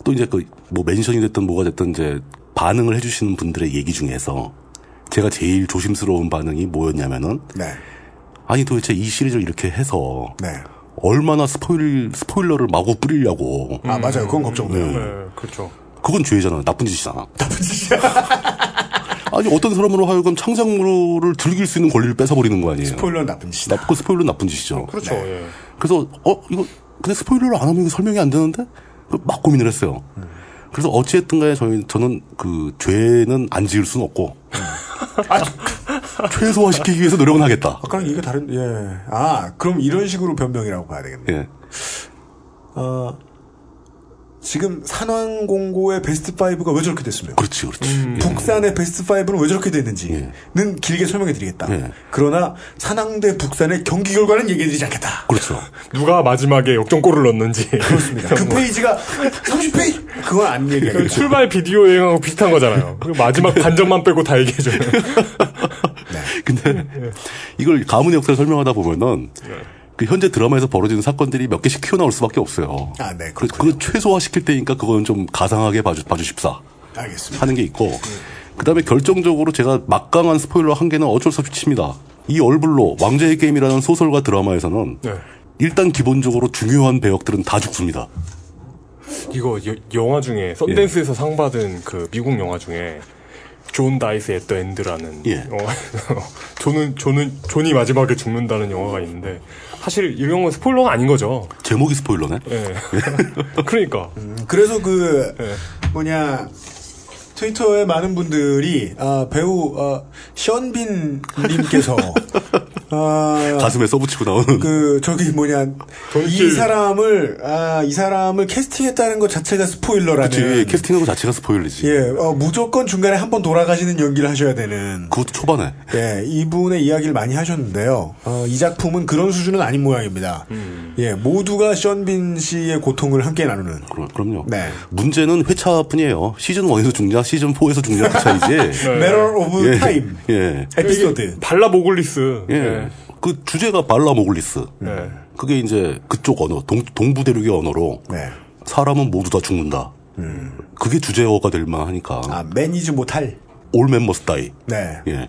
[SPEAKER 2] 또 이제 그 뭐 멘션이 됐든 뭐가 됐든 이제 반응을 해주시는 분들의 얘기 중에서 제가 제일 조심스러운 반응이 뭐였냐면은
[SPEAKER 3] 네.
[SPEAKER 2] 아니 도대체 이 시리즈를 이렇게 해서
[SPEAKER 3] 네.
[SPEAKER 2] 얼마나 스포일 스포일러를 마구 뿌리려고
[SPEAKER 3] 아 맞아요. 그건 걱정돼요.
[SPEAKER 4] 네, 그렇죠.
[SPEAKER 2] 그건 죄잖아 나쁜 짓이잖아 나쁜 짓이야 아니 어떤 사람으로 하여금 창작물을 즐길 수 있는 권리를 뺏어버리는 거 아니에요
[SPEAKER 3] 스포일러는 나쁜 짓이다. 네.
[SPEAKER 2] 나쁘고 스포일러 는 나쁜 짓이죠
[SPEAKER 4] 그렇죠. 예.
[SPEAKER 2] 그래서 어 이거 근데 스포일러를 안 하면 이거 설명이 안 되는데 그막 고민을 했어요. 그래서 어찌했든 간에 저희, 저는 그 죄는 안 지을 수는 없고 아, 최소화시키기 위해서 노력은 하겠다.
[SPEAKER 3] 아까랑 이게 다른 예. 아 그럼 이런 식으로 변명이라고 봐야 되겠네.
[SPEAKER 2] 예.
[SPEAKER 3] 어, 지금 산왕 공고의 베스트 5가 왜 저렇게 됐으며
[SPEAKER 2] 그렇지 그렇지.
[SPEAKER 3] 음. 북산의 베스트 5는 왜 저렇게 됐는지는 길게 설명해 드리겠다. 그러나 산왕대 북산의 경기 결과는 얘기해 드리지 않겠다.
[SPEAKER 2] 그렇죠.
[SPEAKER 4] 누가 마지막에 역전골을 넣었는지.
[SPEAKER 3] 그렇습니다. 그 페이지가 30페이지 그건 안
[SPEAKER 4] 그
[SPEAKER 3] 얘기하겠죠.
[SPEAKER 4] 출발 비디오 여행하고 비슷한 거잖아요. 그 마지막 반전만 빼고 다 얘기해줘요.
[SPEAKER 2] 근데 이걸 가문의 역사를 설명하다 보면은 그 현재 드라마에서 벌어지는 사건들이 몇 개씩 튀어나올 수밖에 없어요.
[SPEAKER 3] 아, 네.
[SPEAKER 2] 그, 그걸 최소화 시킬 때니까 그건 좀 가상하게 봐주, 봐주십사
[SPEAKER 3] 알겠습니다.
[SPEAKER 2] 하는 게 있고 그다음에 결정적으로 제가 막강한 스포일러 한 개는 어쩔 수 없이 칩니다. 이 얼굴로 왕자의 게임이라는 소설과 드라마에서는
[SPEAKER 3] 네.
[SPEAKER 2] 일단 기본적으로 중요한 배역들은 다 죽습니다.
[SPEAKER 4] 이거 여- 영화 중에 썬댄스에서 상 받은 그 미국 영화 중에 존 다이스 앳더 엔드라는 어, 존은 존은 존이 마지막에 죽는다는 영화가 있는데 사실 이런 건 스포일러가 아닌 거죠.
[SPEAKER 2] 제목이 스포일러네.
[SPEAKER 4] 예. 그러니까
[SPEAKER 3] 그래서 그
[SPEAKER 2] 네.
[SPEAKER 3] 뭐냐 트위터에 많은 분들이 아, 배우 어, 션빈 님께서 아,
[SPEAKER 2] 가슴에 써붙이고 나오는
[SPEAKER 3] 그 저기 뭐냐 이 사람을 아, 이 사람을 캐스팅했다는 것 자체가 스포일러라는
[SPEAKER 2] 그치, 예, 캐스팅한 것 자체가 스포일러지.
[SPEAKER 3] 네. 예, 어, 무조건 중간에 한 번 돌아가시는 연기를 하셔야 되는.
[SPEAKER 2] 그것도 초반에.
[SPEAKER 3] 예, 이분의 이야기를 많이 하셨는데요. 어, 이 작품은 그런 수준은 아닌 모양입니다.
[SPEAKER 2] 음.
[SPEAKER 3] 예, 모두가 션빈 씨의 고통을 함께 나누는.
[SPEAKER 2] 그럼, 그럼요.
[SPEAKER 3] 네.
[SPEAKER 2] 문제는 회차뿐이에요. 시즌 1에서 죽냐, 시즌 4에서 죽냐 그 차이지.
[SPEAKER 3] Matter of
[SPEAKER 2] 예,
[SPEAKER 3] Time.
[SPEAKER 2] 예.
[SPEAKER 3] 에피소드.
[SPEAKER 4] 발라 모글리스.
[SPEAKER 2] 예.
[SPEAKER 3] 네.
[SPEAKER 2] 그 주제가 발라 모글리스.
[SPEAKER 4] 예.
[SPEAKER 2] 그게 이제 그쪽 언어, 동, 동부 대륙의 언어로
[SPEAKER 3] 네.
[SPEAKER 2] 사람은 모두 다 죽는다. 그게 주제어가 될 만하니까.
[SPEAKER 3] 아, 매니지 못할.
[SPEAKER 2] 올맨 머스 다이.
[SPEAKER 3] 네.
[SPEAKER 2] 예.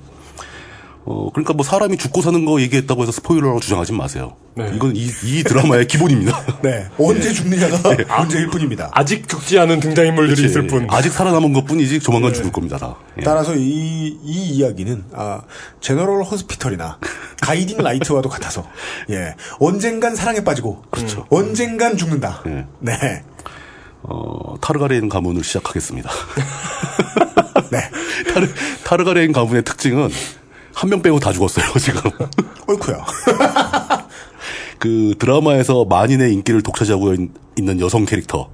[SPEAKER 2] 어, 그러니까 뭐 사람이 죽고 사는 거 얘기했다고 해서 스포일러라고 주장하지 마세요.
[SPEAKER 4] 네.
[SPEAKER 2] 이건 이, 이 드라마의 기본입니다.
[SPEAKER 3] 네. 언제 죽느냐가 문제일 뿐입니다.
[SPEAKER 4] 아직 죽지 않은 등장인물들이
[SPEAKER 2] 그치.
[SPEAKER 4] 있을
[SPEAKER 2] 예.
[SPEAKER 4] 뿐. 네.
[SPEAKER 2] 아직 살아남은 것 뿐이지 조만간 죽을 겁니다, 다. 예.
[SPEAKER 3] 따라서 이, 이 이야기는, 아, 제너럴 호스피털이나 가이딩 라이트와도 같아서, 예. 언젠간 사랑에 빠지고, 그렇죠. 언젠간 죽는다.
[SPEAKER 2] 예.
[SPEAKER 3] 네.
[SPEAKER 2] 어, 타르가레인 가문을 시작하겠습니다. 네. 타르, 타르가레인 가문의 특징은 한 명 빼고 다 죽었어요, 지금.
[SPEAKER 3] 옳구요.
[SPEAKER 2] 그 드라마에서 만인의 인기를 독차지하고 있- 있는 여성 캐릭터,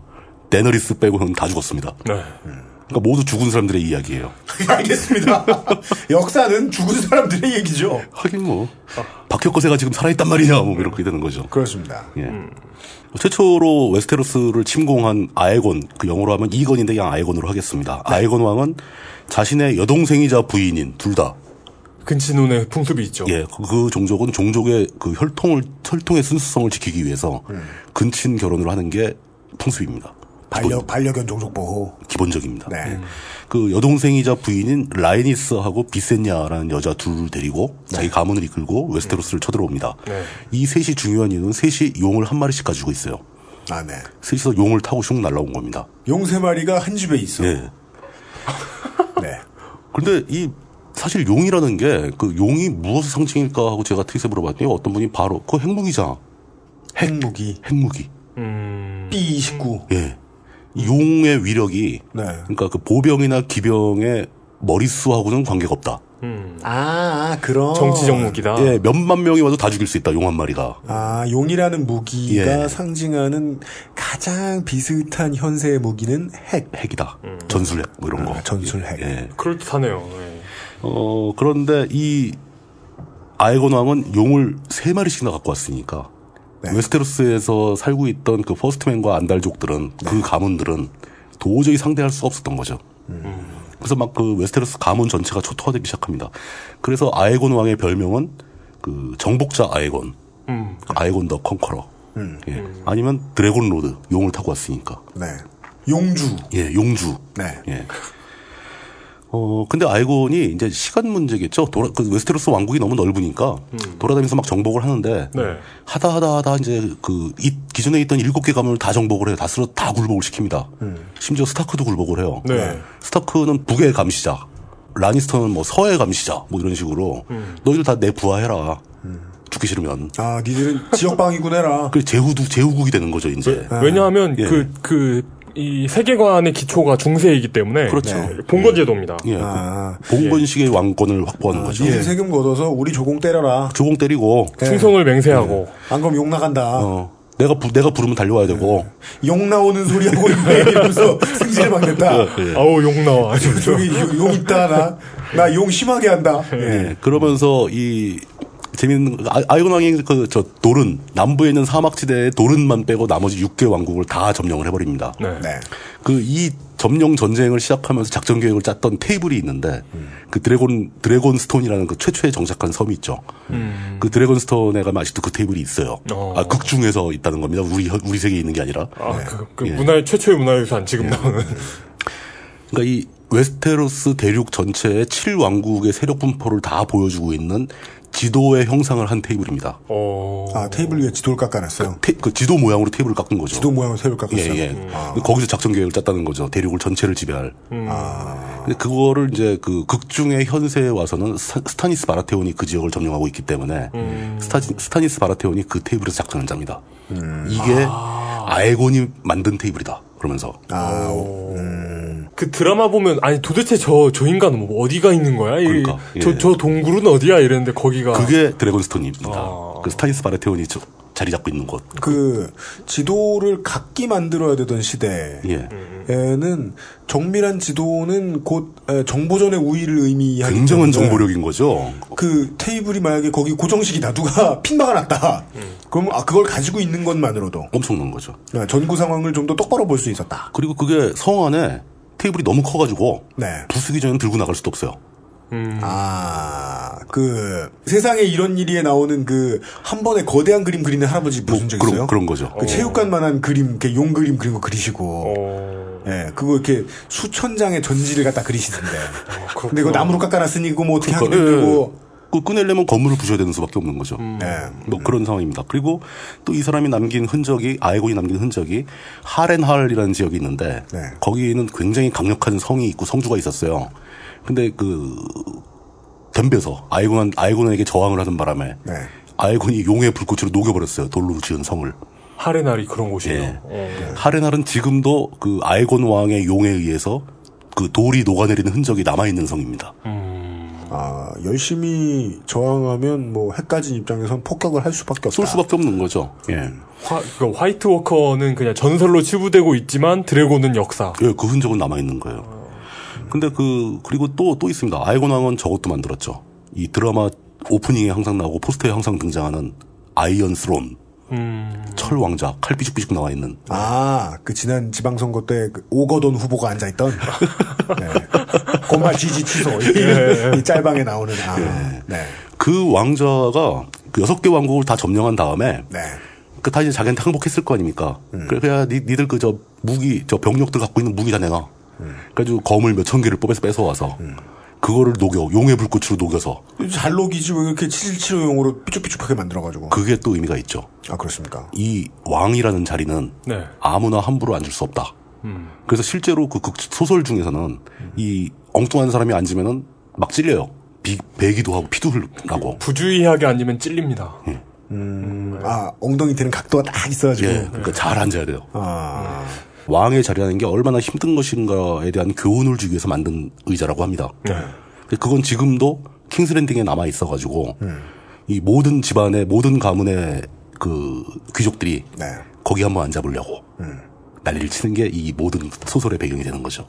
[SPEAKER 2] 데너리스 빼고는 다 죽었습니다.
[SPEAKER 4] 네.
[SPEAKER 2] 그러니까 모두 죽은 사람들의 이야기예요.
[SPEAKER 3] 알겠습니다. 역사는 죽은 사람들의 얘기죠.
[SPEAKER 2] 하긴 뭐, 박혁거세가 지금 살아있단 말이냐, 뭐, 이렇게 되는 거죠.
[SPEAKER 3] 그렇습니다.
[SPEAKER 2] 예. 최초로 웨스테로스를 침공한 아에곤, 그 영어로 하면 이건인데 그냥 아에곤으로 하겠습니다. 아에곤 왕은 자신의 여동생이자 부인인 둘 다,
[SPEAKER 4] 근친혼의 풍습이 있죠.
[SPEAKER 2] 예, 그- 그 종족은 종족의 그 혈통을 혈통의 순수성을 지키기 위해서 근친 결혼을 하는 게 풍습입니다.
[SPEAKER 3] 반려, 반려견 종족 보호.
[SPEAKER 2] 기본적입니다.
[SPEAKER 3] 네.
[SPEAKER 2] 그 여동생이자 부인인 라이니스하고 비센냐라는 여자 둘을 데리고 자기 가문을 이끌고 웨스테로스를 쳐들어옵니다.
[SPEAKER 4] 네.
[SPEAKER 2] 이 셋이 중요한 이유는 셋이 용을 한 마리씩 가지고 있어요.
[SPEAKER 3] 아, 네.
[SPEAKER 2] 셋이서 용을 타고 슝 날라온 겁니다.
[SPEAKER 3] 용 세 마리가 한 집에 있어.
[SPEAKER 2] 예.
[SPEAKER 3] 네.
[SPEAKER 2] 근데 이 사실 용이라는 게 그 용이 무엇을 상징일까 하고 제가 트윗에 물어봤더니 어떤 분이 바로 그 핵무기잖아.
[SPEAKER 3] 핵무기.
[SPEAKER 2] 핵무기.
[SPEAKER 3] B29.
[SPEAKER 2] 예. 용의 위력이
[SPEAKER 3] 네.
[SPEAKER 2] 그러니까 그 보병이나 기병의 머릿수하고는 관계가 없다.
[SPEAKER 3] 아, 아, 그런.
[SPEAKER 4] 정치적 무기다.
[SPEAKER 2] 예, 몇만 명이 와도 다 죽일 수 있다. 용 한 마리가.
[SPEAKER 3] 아, 용이라는 무기가
[SPEAKER 2] 예.
[SPEAKER 3] 상징하는 가장 비슷한 현세의 무기는 핵.
[SPEAKER 2] 핵이다.
[SPEAKER 4] 음.
[SPEAKER 2] 전술핵 뭐 이런 거.
[SPEAKER 3] 아, 전술핵.
[SPEAKER 2] 예.
[SPEAKER 4] 그럴듯하네요. 예.
[SPEAKER 2] 어, 그런데 이 아에곤 왕은 용을 세 마리씩이나 갖고 왔으니까
[SPEAKER 3] 네.
[SPEAKER 2] 웨스테로스에서 살고 있던 그 퍼스트맨과 안달족들은 그 가문들은 도저히 상대할 수 없었던 거죠. 그래서 막 그 웨스테로스 가문 전체가 초토화되기 시작합니다. 그래서 아에곤 왕의 별명은 그 정복자 아에곤,
[SPEAKER 4] 음.
[SPEAKER 2] 그 아에곤 더 컨커러, 예. 아니면 드래곤 로드 용을 타고 왔으니까
[SPEAKER 3] 네. 용주.
[SPEAKER 2] 예 용주
[SPEAKER 3] 네.
[SPEAKER 2] 예. 어, 근데 아이곤이 이제 시간 문제겠죠. 돌아, 그 웨스테로스 왕국이 너무 넓으니까 돌아다니면서 막 정복을 하는데
[SPEAKER 4] 음. 네.
[SPEAKER 2] 하다 하다 하다 이제 그 이, 기존에 있던 일곱 개 가문을 다 정복을 해요. 다 쓸어 다 굴복을 시킵니다. 심지어 스타크도 굴복을 해요.
[SPEAKER 4] 음. 네.
[SPEAKER 2] 스타크는 북의 감시자, 라니스터는 뭐 서의 감시자 뭐 이런 식으로
[SPEAKER 4] 음.
[SPEAKER 2] 너희들 다 내 부하해라. 죽기 싫으면.
[SPEAKER 3] 아,
[SPEAKER 2] 그렇죠.
[SPEAKER 3] 니들은 지역방위군 해라.
[SPEAKER 4] 네.
[SPEAKER 2] 그 제후도 제후국이 되는 거죠 이제.
[SPEAKER 4] 왜냐하면
[SPEAKER 2] 예.
[SPEAKER 4] 그 그 이 세계관의 기초가 중세이기 때문에
[SPEAKER 2] 그렇죠.
[SPEAKER 4] 봉건 제도입니다.
[SPEAKER 2] 예, 그
[SPEAKER 4] 예.
[SPEAKER 2] 봉건식의 왕권을
[SPEAKER 4] 아,
[SPEAKER 2] 확보하는 거죠.
[SPEAKER 3] 니들 아, 세금 걷어서 우리 조공 때려라.
[SPEAKER 2] 조공 때리고
[SPEAKER 4] 충성을 맹세하고
[SPEAKER 3] 안 그럼 욕 나간다.
[SPEAKER 2] 어, 내가 부, 내가 부르면 달려와야 되고
[SPEAKER 4] 예.
[SPEAKER 3] 욕 나오는 소리 하고 있네 이러면서 승질 막 냈다.
[SPEAKER 2] 어. 예.
[SPEAKER 4] 아우 욕 나와.
[SPEAKER 3] 저기 욕- 욕 있다 나나 욕 심하게 한다. 예.
[SPEAKER 2] 예, 그러면서 이 재밌는 거, 아- 아이오나왕이 그 저 도른 남부에 있는 사막지대의 도른만 빼고 나머지 6개 왕국을 다 점령을 해버립니다.
[SPEAKER 4] 네.
[SPEAKER 3] 네.
[SPEAKER 2] 그 이 점령 전쟁을 시작하면서 작전 계획을 짰던 테이블이 있는데 그 드래곤 드래곤 스톤이라는 그 최초에 정착한 섬이 있죠. 그 드래곤 스톤에 가면 아직도 그 테이블이 있어요.
[SPEAKER 4] 음. 어.
[SPEAKER 2] 아, 극 중에서 있다는 겁니다. 우리 현- 우리 세계에 있는 게 아니라.
[SPEAKER 4] 아, 그,
[SPEAKER 2] 예.
[SPEAKER 4] 그 문화의 최초의 문화유산 지금 나오는.
[SPEAKER 2] 그러니까 이 웨스테로스 대륙 전체의 7왕국의 세력 분포를 다 보여주고 있는 지도의 형상을 한 테이블입니다.
[SPEAKER 4] 어.
[SPEAKER 3] 아 테이블 위에 지도를 깎아놨어요.
[SPEAKER 2] 테- 그 지도 모양으로 테이블을 깎은 거죠.
[SPEAKER 3] 지도 모양으로 아. 테이블
[SPEAKER 2] 예,
[SPEAKER 3] 깎았어요.
[SPEAKER 2] 예. 거기서 작전 계획을 짰다는 거죠. 대륙을 전체를 지배할.
[SPEAKER 3] 음.
[SPEAKER 2] 아. 근데 그거를 이제 그 극중의 현세에 와서는 스타- 스타니스 바라테온이 그 지역을 점령하고 있기 때문에
[SPEAKER 3] 음.
[SPEAKER 2] 스타, 스타니스 바라테온이 그 테이블에서 작전을 짭니다.
[SPEAKER 3] 음.
[SPEAKER 2] 이게 아... 에곤이 만든 테이블이다. 그러면서.
[SPEAKER 3] 아,
[SPEAKER 4] 그 드라마 보면 아니 도대체 저 저 인간은 뭐 어디가 있는 거야?
[SPEAKER 2] 그러니까, 예.
[SPEAKER 4] 저저 동굴은 어디야? 이랬는데 거기가
[SPEAKER 2] 그게 드래곤스톤입니다.
[SPEAKER 4] 아.
[SPEAKER 2] 그 스타니스 바라테온이 저- 자리 잡고 있는 곳.
[SPEAKER 3] 그 지도를 각기 만들어야 되던 시대에는
[SPEAKER 2] 예.
[SPEAKER 3] 정밀한 지도는 곧 에, 정보전의 우위를 의미하기
[SPEAKER 2] 굉장한
[SPEAKER 3] 때문에
[SPEAKER 2] 정보력인 거죠.
[SPEAKER 3] 그 테이블이 만약에 거기 고정식이다 누가 핀 박아놨다 그러면 아 그걸 가지고 있는 것만으로도
[SPEAKER 2] 엄청난 거죠.
[SPEAKER 3] 네, 전구 상황을 좀 더 똑바로 볼 수 있었다.
[SPEAKER 2] 그리고 그게 성 안에 테이블이 너무 커가지고
[SPEAKER 3] 네.
[SPEAKER 2] 부수기 전에 들고 나갈 수도 없어요. 음.
[SPEAKER 3] 아, 그 세상에 이런 일이 나오는 그 한 번에 거대한 그림 그리는 할아버지
[SPEAKER 2] 뭐
[SPEAKER 3] 무슨 적 있어요?
[SPEAKER 2] 그런 그런 거죠.
[SPEAKER 3] 그 체육관만한 그림, 이렇게 용 그림 그린 거 그리시고,
[SPEAKER 4] 어.
[SPEAKER 3] 예, 그거 이렇게 수천 장의 전지를 갖다 아, 그리시던데.
[SPEAKER 4] 그렇구나.
[SPEAKER 3] 근데 이거 나무로 깎아놨으니 이거 뭐 어떻게 하긴
[SPEAKER 2] 그러니까, 예,
[SPEAKER 3] 힘들고,
[SPEAKER 2] 그 꺼내려면 건물을 부셔야 되는 수밖에 없는 거죠.
[SPEAKER 3] 예.
[SPEAKER 2] 뭐 그런 상황입니다. 그리고 또 이 사람이 남긴 흔적이 아이곤이 남긴 흔적이 하렌할이라는 지역이 있는데
[SPEAKER 3] 네.
[SPEAKER 2] 거기에는 굉장히 강력한 성이 있고 성주가 있었어요. 근데 그 덤벼서 아이곤 아이곤에게 저항을 하던 바람에
[SPEAKER 3] 네.
[SPEAKER 2] 아이곤이 용의 불꽃으로 녹여버렸어요. 돌로 지은 성을.
[SPEAKER 4] 하레날이 그런 곳이에요.
[SPEAKER 2] 예.
[SPEAKER 4] 어.
[SPEAKER 3] 네.
[SPEAKER 2] 하렌할은 지금도 그 아이곤 왕의 용에 의해서 그 돌이 녹아내리는 흔적이 남아있는 성입니다.
[SPEAKER 3] 아, 열심히 저항하면 뭐 핵가진 입장에선 폭격을 할 수밖에 없다.
[SPEAKER 2] 쏠 수밖에 없는 거죠. 예.
[SPEAKER 4] 화, 그 화이트 워커는 그냥 전설로 치부되고 있지만 드래곤은 역사.
[SPEAKER 2] 예, 그 흔적은 남아 있는 거예요. 근데 그 그리고 또 또 있습니다. 아이곤 왕은 저것도 만들었죠. 이 드라마 오프닝에 항상 나오고 포스터에 항상 등장하는 아이언 스론.
[SPEAKER 3] 음.
[SPEAKER 2] 철 왕자 칼 삐죽삐죽 나와 있는
[SPEAKER 3] 아, 그 지난 지방선거 때그 오거돈 후보가 앉아있던, 네. 곰발 지지 취소. 이, 이 짤방에 나오는, 아, 네.
[SPEAKER 2] 그 왕자가 그 여섯 개 왕국을 다 점령한 다음에
[SPEAKER 3] 네.
[SPEAKER 2] 그 다 이제 자기한테 항복했을 거 아닙니까?
[SPEAKER 3] 음.
[SPEAKER 2] 그래 그래야 니, 니들 그 저 무기 저 병력들 갖고 있는 무기 다 내놔.
[SPEAKER 3] 음.
[SPEAKER 2] 그래가지고 검을 몇 천 개를 뽑아서 뺏어 와서 그거를 녹여 용의 불꽃으로 녹여서
[SPEAKER 3] 잘 녹이지 왜 이렇게 717용으로 삐죽삐죽하게 만들어가지고.
[SPEAKER 2] 그게 또 의미가 있죠.
[SPEAKER 3] 아, 그렇습니까.
[SPEAKER 2] 이 왕이라는 자리는
[SPEAKER 4] 네.
[SPEAKER 2] 아무나 함부로 앉을 수 없다. 그래서 실제로 그 극- 소설 중에서는 이 엉뚱한 사람이 앉으면은 막 찔려요. 비, 배기도 하고 피도 흘리고.
[SPEAKER 4] 음. 부주의하게 앉으면 찔립니다.
[SPEAKER 3] 아, 엉덩이 되는 각도가 딱 있어가지고.
[SPEAKER 2] 예, 그러니까 잘 앉아야 돼요.
[SPEAKER 3] 아,
[SPEAKER 2] 왕의 자리라는 게 얼마나 힘든 것인가에 대한 교훈을 주기 위해서 만든 의자라고 합니다.
[SPEAKER 3] 네.
[SPEAKER 2] 근데 그건 지금도 킹스랜딩에 남아 있어가지고 이 모든 집안의 모든 가문의 그 귀족들이
[SPEAKER 3] 네.
[SPEAKER 2] 거기 한번 앉아보려고 난리를 치는 게 이 모든 소설의 배경이 되는 거죠.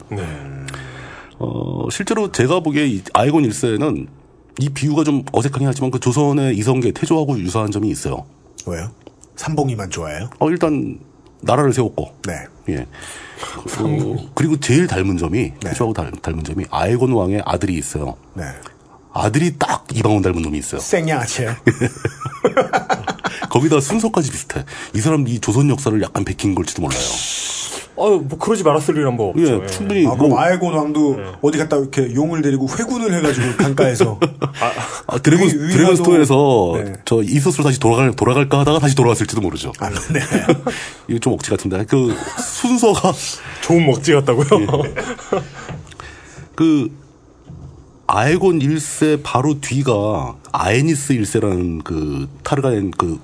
[SPEAKER 2] 어, 실제로 제가 보기에 이 아이곤 일세는 이 비유가 좀 어색하긴 하지만 그 조선의 이성계 태조하고 유사한 점이 있어요.
[SPEAKER 3] 왜요? 삼봉이만 좋아해요?
[SPEAKER 2] 어, 일단 나라를 세웠고
[SPEAKER 3] 네.
[SPEAKER 2] 예. 어, 그리고 제일 닮은 점이 태조하고 닮- 닮은 점이 아이곤 왕의 아들이 있어요.
[SPEAKER 3] 네.
[SPEAKER 2] 아들이 딱 이방원 닮은 놈이 있어요.
[SPEAKER 3] 생야채. 아,
[SPEAKER 2] 거기다 순서까지 비슷해. 이 사람 이 조선 역사를 약간 베낀 걸지도 몰라요.
[SPEAKER 4] 아유 뭐 그러지 말았을 일은 뭐 없죠.
[SPEAKER 2] 예, 충분히
[SPEAKER 3] 아, 그럼
[SPEAKER 2] 뭐
[SPEAKER 3] 아에곤 왕도 어디 갔다 이렇게 용을 데리고 회군을 해가지고 강가에서.
[SPEAKER 2] 아, 드래곤,
[SPEAKER 3] 위- 위라도-
[SPEAKER 2] 드래곤 스톤에서
[SPEAKER 3] 네.
[SPEAKER 2] 저 이소스로 다시 돌아갈, 돌아갈까 하다가 다시 돌아왔을지도 모르죠.
[SPEAKER 3] 아, 네.
[SPEAKER 2] 이거 좀 억지 같은데. 그, 순서가,
[SPEAKER 4] 좋은 먹지 같다고요.
[SPEAKER 2] 예. 그, 아에곤 1세 바로 뒤가 아에니스 1세라는 그, 타르가렌 그,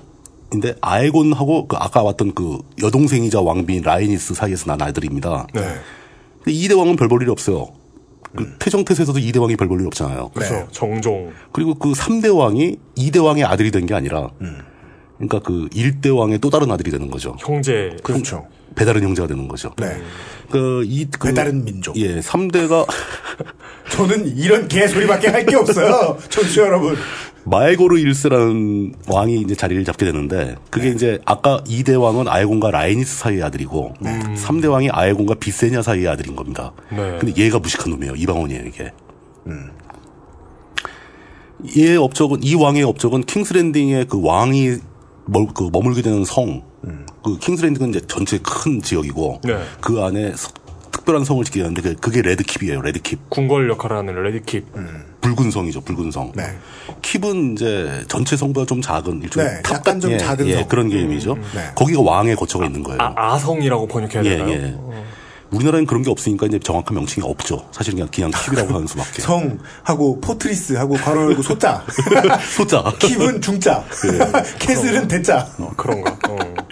[SPEAKER 2] 근데 아에곤하고 그 아까 왔던 그 여동생이자 왕비인 라이니스 사이에서 난 아들입니다.
[SPEAKER 3] 네.
[SPEAKER 2] 근데 이대왕은 별 볼 일이 없어요. 그 태정태세에서도 이대왕이 별 볼 일
[SPEAKER 3] 네.
[SPEAKER 2] 없잖아요.
[SPEAKER 4] 그렇죠. 정종.
[SPEAKER 2] 그리고 그 3대왕이 이대왕의 아들이 된 게 아니라
[SPEAKER 3] 음.
[SPEAKER 2] 그러니까 그 1대왕의 또 다른 아들이 되는 거죠.
[SPEAKER 4] 형제.
[SPEAKER 2] 그렇죠. 배다른 형제가 되는 거죠.
[SPEAKER 3] 네.
[SPEAKER 2] 그, 이, 그,
[SPEAKER 3] 배다른 민족.
[SPEAKER 2] 예, 3대가
[SPEAKER 3] 저는 이런 개소리밖에 할 게 없어요. 청취자 여러분.
[SPEAKER 2] 마에고르 일세라는 왕이 이제 자리를 잡게 되는데 그게
[SPEAKER 4] 네.
[SPEAKER 2] 이제 아까 이대 왕은 아에곤과 라이니스 사이의 아들이고 삼 3대 왕이 아에곤과 비세냐 사이의 아들인 겁니다.
[SPEAKER 4] 네. 음.
[SPEAKER 2] 근데 얘가 무식한 놈이에요. 이방원이에요, 이게. 얘의 업적은 이 왕의 업적은 킹스랜딩의 그 왕이 멀, 그 머물게 되는 성. 그 킹스랜딩은 이제 전체 큰 지역이고
[SPEAKER 4] 음. 네.
[SPEAKER 2] 그 안에 서- 특별한 성을 짓게 되는데 그게- 그게 레드킵이에요. 레드킵.
[SPEAKER 4] 궁궐 역할을 하는 레드킵.
[SPEAKER 2] 음. 붉은 성이죠. 붉은 성.
[SPEAKER 3] 네.
[SPEAKER 2] 킵은 이제 전체 성보다 좀 작은 일종의
[SPEAKER 3] 네,
[SPEAKER 2] 탑
[SPEAKER 3] 약간
[SPEAKER 2] 같은
[SPEAKER 3] 좀
[SPEAKER 2] 예,
[SPEAKER 3] 작은
[SPEAKER 2] 예,
[SPEAKER 3] 성.
[SPEAKER 2] 그런 개념이죠.
[SPEAKER 3] 네.
[SPEAKER 2] 거기가 왕의 거처가 있는 거예요.
[SPEAKER 4] 아, 아성이라고 번역해야
[SPEAKER 2] 예,
[SPEAKER 4] 되나요?
[SPEAKER 2] 예. 우리나라는 그런 게 없으니까 이제 정확한 명칭이 없죠. 사실은 그냥 그냥 킵이라고 하는 수밖에.
[SPEAKER 3] 성하고 포트리스하고 괄호 열고 소자.
[SPEAKER 2] 소자.
[SPEAKER 3] 킵은 중자.
[SPEAKER 2] 예.
[SPEAKER 3] 캐슬은 대자.
[SPEAKER 4] 어, 그런가. 어.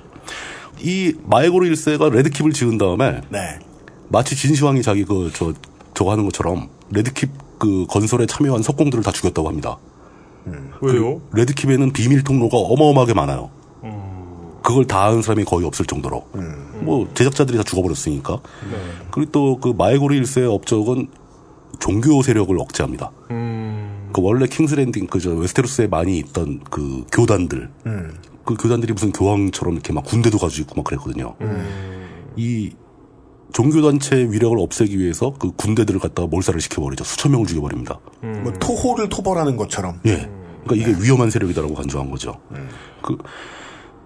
[SPEAKER 2] 이 마에고르 일세가 레드킵을 지은 다음에
[SPEAKER 3] 네.
[SPEAKER 2] 마치 진시황이 자기 그 저 저거 하는 것처럼 레드킵 그 건설에 참여한 석공들을 다 죽였다고 합니다. 그
[SPEAKER 4] 왜요?
[SPEAKER 2] 레드킵에는 비밀 통로가 어마어마하게 많아요. 그걸 다 아는 사람이 거의 없을 정도로. 뭐 제작자들이 다 죽어버렸으니까. 그리고 또 그 마에고르 일세의 업적은 종교 세력을 억제합니다. 그 원래 킹스랜딩 그저 웨스테로스에 많이 있던 그 교단들. 그 교단들이 무슨 교황처럼 이렇게 막 군대도 가지고 있고 막 그랬거든요. 이 종교단체의 위력을 없애기 위해서 그 군대들을 갖다가 몰살을 시켜버리죠. 수천 명을 죽여버립니다.
[SPEAKER 3] 뭐 토호를 토벌하는 것처럼.
[SPEAKER 2] 예. 그러니까 이게
[SPEAKER 4] 네.
[SPEAKER 2] 위험한 세력이다라고 간주한 거죠. 그, 그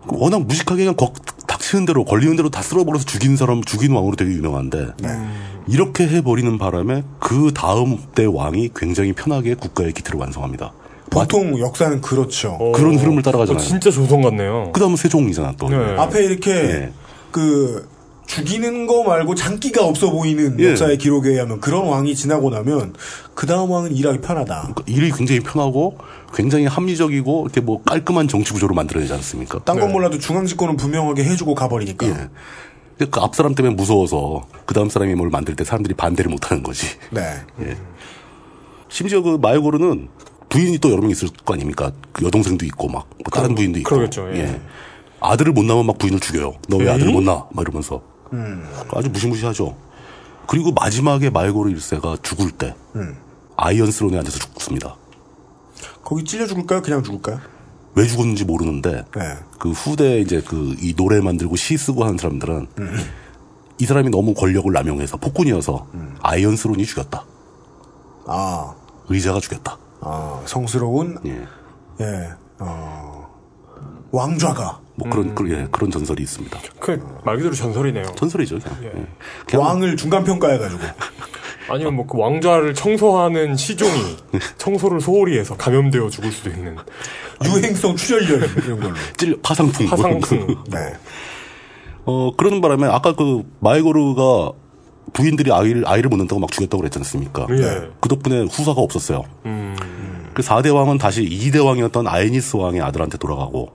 [SPEAKER 2] 워낙 무식하게 그냥 거- 닥치는 대로 걸리는 대로 다 쓸어버려서 죽인 사람 죽인 왕으로 되게 유명한데
[SPEAKER 4] 네.
[SPEAKER 2] 이렇게 해버리는 바람에 그 다음 때 왕이 굉장히 편하게 국가의 기틀을 완성합니다.
[SPEAKER 3] 보통 역사는 그렇죠.
[SPEAKER 4] 어.
[SPEAKER 2] 그런 흐름을 따라가잖아요.
[SPEAKER 4] 어, 진짜 조선 같네요.
[SPEAKER 2] 그다음 은 세종이잖아 또.
[SPEAKER 4] 네.
[SPEAKER 3] 앞에 이렇게
[SPEAKER 2] 예.
[SPEAKER 3] 그 죽이는 거 말고 장기가 없어 보이는
[SPEAKER 2] 예.
[SPEAKER 3] 역사의 기록에 의하면 그런 왕이 지나고 나면 그 다음 왕은 일하기 편하다.
[SPEAKER 2] 그러니까 일이 굉장히 편하고 굉장히 합리적이고 이렇게 뭐 깔끔한 정치 구조를 만들어내지 않습니까?
[SPEAKER 3] 딴
[SPEAKER 4] 네.
[SPEAKER 3] 건 몰라도 중앙집권은 분명하게 해주고 가버리니까.
[SPEAKER 2] 예. 그 앞 사람 때문에 무서워서 그 다음 사람이 뭘 만들 때 사람들이 반대를 못하는 거지.
[SPEAKER 3] 네.
[SPEAKER 4] 예.
[SPEAKER 2] 심지어 그 마요고르는 부인이 또 여러 명 있을 거 아닙니까? 그 여동생도 있고 막뭐 다른 부인도 있고.
[SPEAKER 4] 그러겠죠, 예.
[SPEAKER 2] 아들을 못 낳으면 막 부인을 죽여요. 너 왜
[SPEAKER 4] 에이? 음.
[SPEAKER 2] 아들을 못 낳아? 막 이러면서. 아주 무시무시하죠. 그리고 마지막에 마요고르 일세가 죽을 때
[SPEAKER 4] 음.
[SPEAKER 2] 아이언스론에 앉아서 죽습니다.
[SPEAKER 3] 거기 찔려 죽을까요? 그냥 죽을까요?
[SPEAKER 2] 왜 죽었는지 모르는데
[SPEAKER 3] 네.
[SPEAKER 2] 그 후대에 이제 그 이 노래 만들고 시 쓰고 하는 사람들은
[SPEAKER 4] 음.
[SPEAKER 2] 이 사람이 너무 권력을 남용해서 폭군이어서
[SPEAKER 4] 음.
[SPEAKER 2] 아이언스론이 죽였다.
[SPEAKER 3] 아,
[SPEAKER 2] 의자가 죽였다.
[SPEAKER 3] 아 성스러운
[SPEAKER 2] 예.
[SPEAKER 3] 예, 어, 왕좌가 어.
[SPEAKER 2] 뭐 그런
[SPEAKER 4] 음.
[SPEAKER 2] 그, 예, 그런 전설이 있습니다.
[SPEAKER 4] 그 말 그대로 전설이네요.
[SPEAKER 2] 전설이죠. 그냥. 예. 그냥
[SPEAKER 3] 왕을 중간 평가해가지고
[SPEAKER 4] 아니면 뭐 그 왕좌를 청소하는 시종이
[SPEAKER 2] 네.
[SPEAKER 4] 청소를 소홀히 해서 감염되어 죽을 수도 있는
[SPEAKER 3] 유행성 출혈열 이런 걸로.
[SPEAKER 2] 찔려 파상풍. 그
[SPEAKER 4] 파상풍.
[SPEAKER 3] 네.
[SPEAKER 2] 어 그러는 바람에 아까 그 마이고르가 부인들이 아이를 아이를 못 낳는다고 막 죽였다고 그랬지 않습니까?
[SPEAKER 4] 예.
[SPEAKER 2] 그 덕분에 후사가 없었어요. 그 4대 왕은 다시 2대 왕이었던 아이니스 왕의 아들한테 돌아가고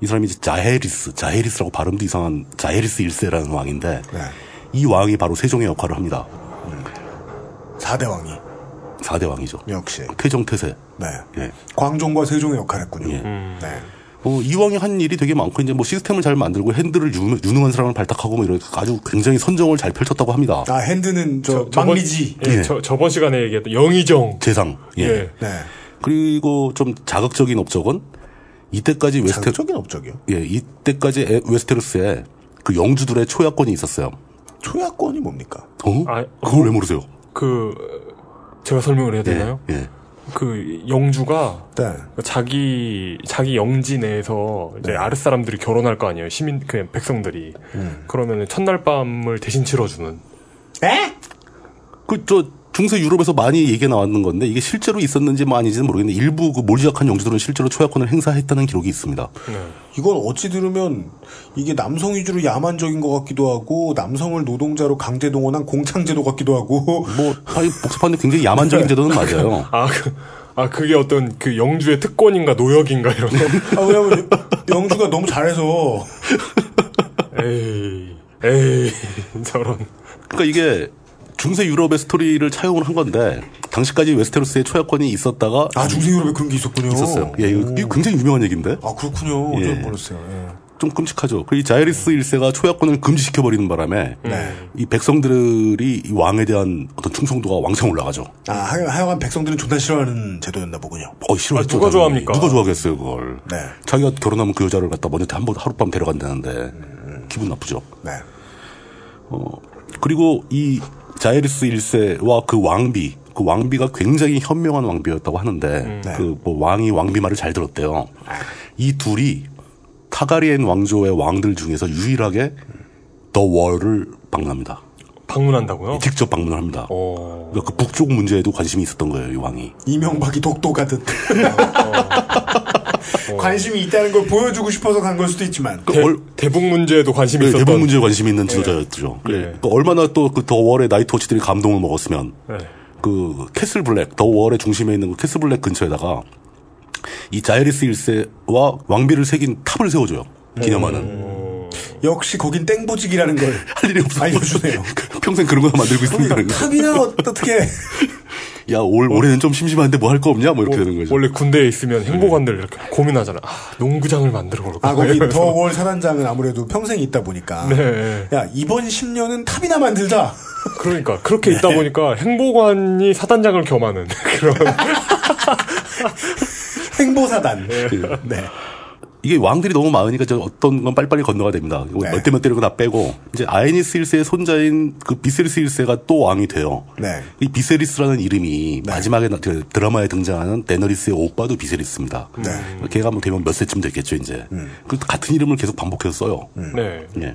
[SPEAKER 2] 이 사람이 이제 자헤리스, 자헤리스라고 발음도 이상한 자헤리스 1세라는 왕인데
[SPEAKER 3] 네.
[SPEAKER 2] 이 왕이 바로 세종의 역할을 합니다.
[SPEAKER 3] 4대 왕이
[SPEAKER 2] 4대 왕이죠.
[SPEAKER 3] 역시.
[SPEAKER 2] 태정태세.
[SPEAKER 3] 네.
[SPEAKER 2] 예.
[SPEAKER 3] 광종과 세종의 역할을 했군요.
[SPEAKER 2] 예.
[SPEAKER 3] 네.
[SPEAKER 2] 어, 이왕이 한 일이 되게 많고 이제 뭐 시스템을 잘 만들고 핸들을 유, 능한 사람을 발탁하고 뭐 이런 아주 굉장히 선정을 잘 펼쳤다고 합니다.
[SPEAKER 3] 아 핸드는 저,
[SPEAKER 4] 저번-
[SPEAKER 3] 망리지.
[SPEAKER 4] 예,
[SPEAKER 2] 예.
[SPEAKER 4] 저, 저번 시간에 얘기했던 영의정.
[SPEAKER 2] 재상. 예.
[SPEAKER 4] 예.
[SPEAKER 3] 네.
[SPEAKER 2] 그리고 좀 자극적인 업적은 이때까지 웨스테
[SPEAKER 3] 예. 자극적인 업적이요.
[SPEAKER 2] 예, 이때까지 에- 웨스테로스에 그 영주들의 초야권이 있었어요.
[SPEAKER 3] 초야권이 뭡니까?
[SPEAKER 2] 어?
[SPEAKER 4] 아,
[SPEAKER 2] 그걸 왜 모르세요?
[SPEAKER 4] 그 제가 설명을 해야 되나요?
[SPEAKER 2] 예.
[SPEAKER 4] 그 영주가
[SPEAKER 3] 네.
[SPEAKER 4] 자기 자기 영지 내에서
[SPEAKER 2] 네.
[SPEAKER 4] 이제 아랫 사람들이 결혼할 거 아니에요. 시민 그 백성들이.
[SPEAKER 2] 음.
[SPEAKER 4] 그러면 첫날 밤을 대신 치러 주는
[SPEAKER 3] 에?
[SPEAKER 2] 그 저 중세 유럽에서 많이 얘기 나왔는 건데 이게 실제로 있었는지 뭐 아닌지는 모르겠는데 일부 그 몰지각한 영주들은 실제로 초야권을 행사했다는 기록이 있습니다.
[SPEAKER 3] 음. 이건 어찌 들으면 이게 남성 위주로 야만적인 것 같기도 하고 남성을 노동자로 강제 동원한 공창제도 같기도 하고
[SPEAKER 2] 뭐 사실 복습하는데 굉장히 야만적인 제도는 맞아요.
[SPEAKER 4] 아, 그, 아 그게 어떤 그 영주의 특권인가 노역인가 이런 거.
[SPEAKER 3] 아, 왜냐면 영주가 너무 잘해서.
[SPEAKER 4] 에이, 에이, 저런.
[SPEAKER 2] 그러니까 이게 중세 유럽의 스토리를 차용을 한 건데 당시까지 웨스테로스의 초야권이 있었다가
[SPEAKER 3] 아 중세 유럽에 그런 게 있었군요.
[SPEAKER 2] 있었어요. 예, 이거 이거 굉장히 유명한 얘기인데.
[SPEAKER 3] 아 그렇군요.
[SPEAKER 2] 예.
[SPEAKER 3] 어쩔 몰랐어요. 예.
[SPEAKER 2] 좀 끔찍하죠. 그이 자이리스 일세가 초야권을 금지시켜 버리는 바람에
[SPEAKER 4] 네.
[SPEAKER 2] 이 백성들이 이 왕에 대한 어떤 충성도가 왕창 올라가죠.
[SPEAKER 3] 아 하여- 하여간 백성들은 존나 싫어하는 제도였나 보군요.
[SPEAKER 2] 어, 싫어했죠.
[SPEAKER 4] 아, 누가
[SPEAKER 2] 당연히.
[SPEAKER 4] 좋아합니까?
[SPEAKER 2] 누가 좋아하겠어요, 그걸.
[SPEAKER 3] 네.
[SPEAKER 2] 자기가 결혼하면 그 여자를 갖다 먼저 한번 하룻밤 데려간다는데
[SPEAKER 4] 음.
[SPEAKER 2] 기분 나쁘죠.
[SPEAKER 3] 네.
[SPEAKER 2] 그리고 이 자이리스 1세와 그 왕비, 그 왕비가 굉장히 현명한 왕비였다고 하는데
[SPEAKER 4] 음. 네.
[SPEAKER 2] 그 뭐 왕이 왕비 말을 잘 들었대요.
[SPEAKER 4] 아.
[SPEAKER 2] 이 둘이 타가리엔 왕조의 왕들 중에서 유일하게 더 월을 방문합니다.
[SPEAKER 4] 방문한다고요?
[SPEAKER 2] 직접 방문을 합니다.
[SPEAKER 4] 어.
[SPEAKER 2] 그러니까 그 북쪽 문제에도 관심이 있었던 거예요, 이 왕이.
[SPEAKER 3] 이명박이 독도 가듯 관심이 있다는 걸 보여주고 싶어서 간 걸 수도 있지만
[SPEAKER 2] 그
[SPEAKER 4] 대,
[SPEAKER 2] 얼-
[SPEAKER 4] 북 문제에도 관심이
[SPEAKER 2] 네,
[SPEAKER 4] 있었던.
[SPEAKER 2] 대북 문제에 관심 있는 지도자였죠.
[SPEAKER 4] 예.
[SPEAKER 2] 그 얼마나 또 그 더월의 나이트워치들이 감동을 먹었으면
[SPEAKER 4] 네.
[SPEAKER 2] 그 캐슬 블랙 더월의 중심에 있는 그 캐슬 블랙 근처에다가 이 자이리스 1세와 왕비를 새긴 탑을 세워줘요. 기념하는
[SPEAKER 3] 역시 거긴 땡보직이라는 걸
[SPEAKER 2] 할 일이 없어
[SPEAKER 3] 알려주네요.
[SPEAKER 2] 평생 그런 거 만들고 있으니까
[SPEAKER 3] 탑이나 어떻게
[SPEAKER 2] 야올 올해는 좀 심심한데 뭐 할 거 없냐 뭐 이렇게 되는 거죠. 네.
[SPEAKER 4] 원래 군대에 있으면 행복한들 이렇게 고민하잖아. 아, 농구장을 만들어 볼까.
[SPEAKER 3] 아 거기 더월 사단장은 아무래도 평생 있다 보니까
[SPEAKER 4] 네.
[SPEAKER 3] 야 이번 10년은 탑이나 만들자
[SPEAKER 4] 그러니까
[SPEAKER 2] 네.
[SPEAKER 4] 그렇게 있다 보니까 행복관이 사단장을 겸하는 그런
[SPEAKER 3] 행보사단 네.
[SPEAKER 2] 이게 왕들이 너무 많으니까 저 어떤 건 빨리빨리 건너가 됩니다. 이거
[SPEAKER 3] 네.
[SPEAKER 2] 몇 대 몇 대를 다 빼고 이제 아이니스 1세의 손자인 그 비세리스 1세가 또 왕이 돼요.
[SPEAKER 3] 네.
[SPEAKER 2] 이 비세리스라는 이름이 마지막에 나- 그 드라마에 등장하는 데너리스의 오빠도 비세리스입니다.
[SPEAKER 3] 네.
[SPEAKER 2] 걔가 뭐 되면 몇 세쯤 됐겠죠 이제.
[SPEAKER 4] 음.
[SPEAKER 2] 그 같은 이름을 계속 반복해서 써요.
[SPEAKER 4] 네.
[SPEAKER 2] 예.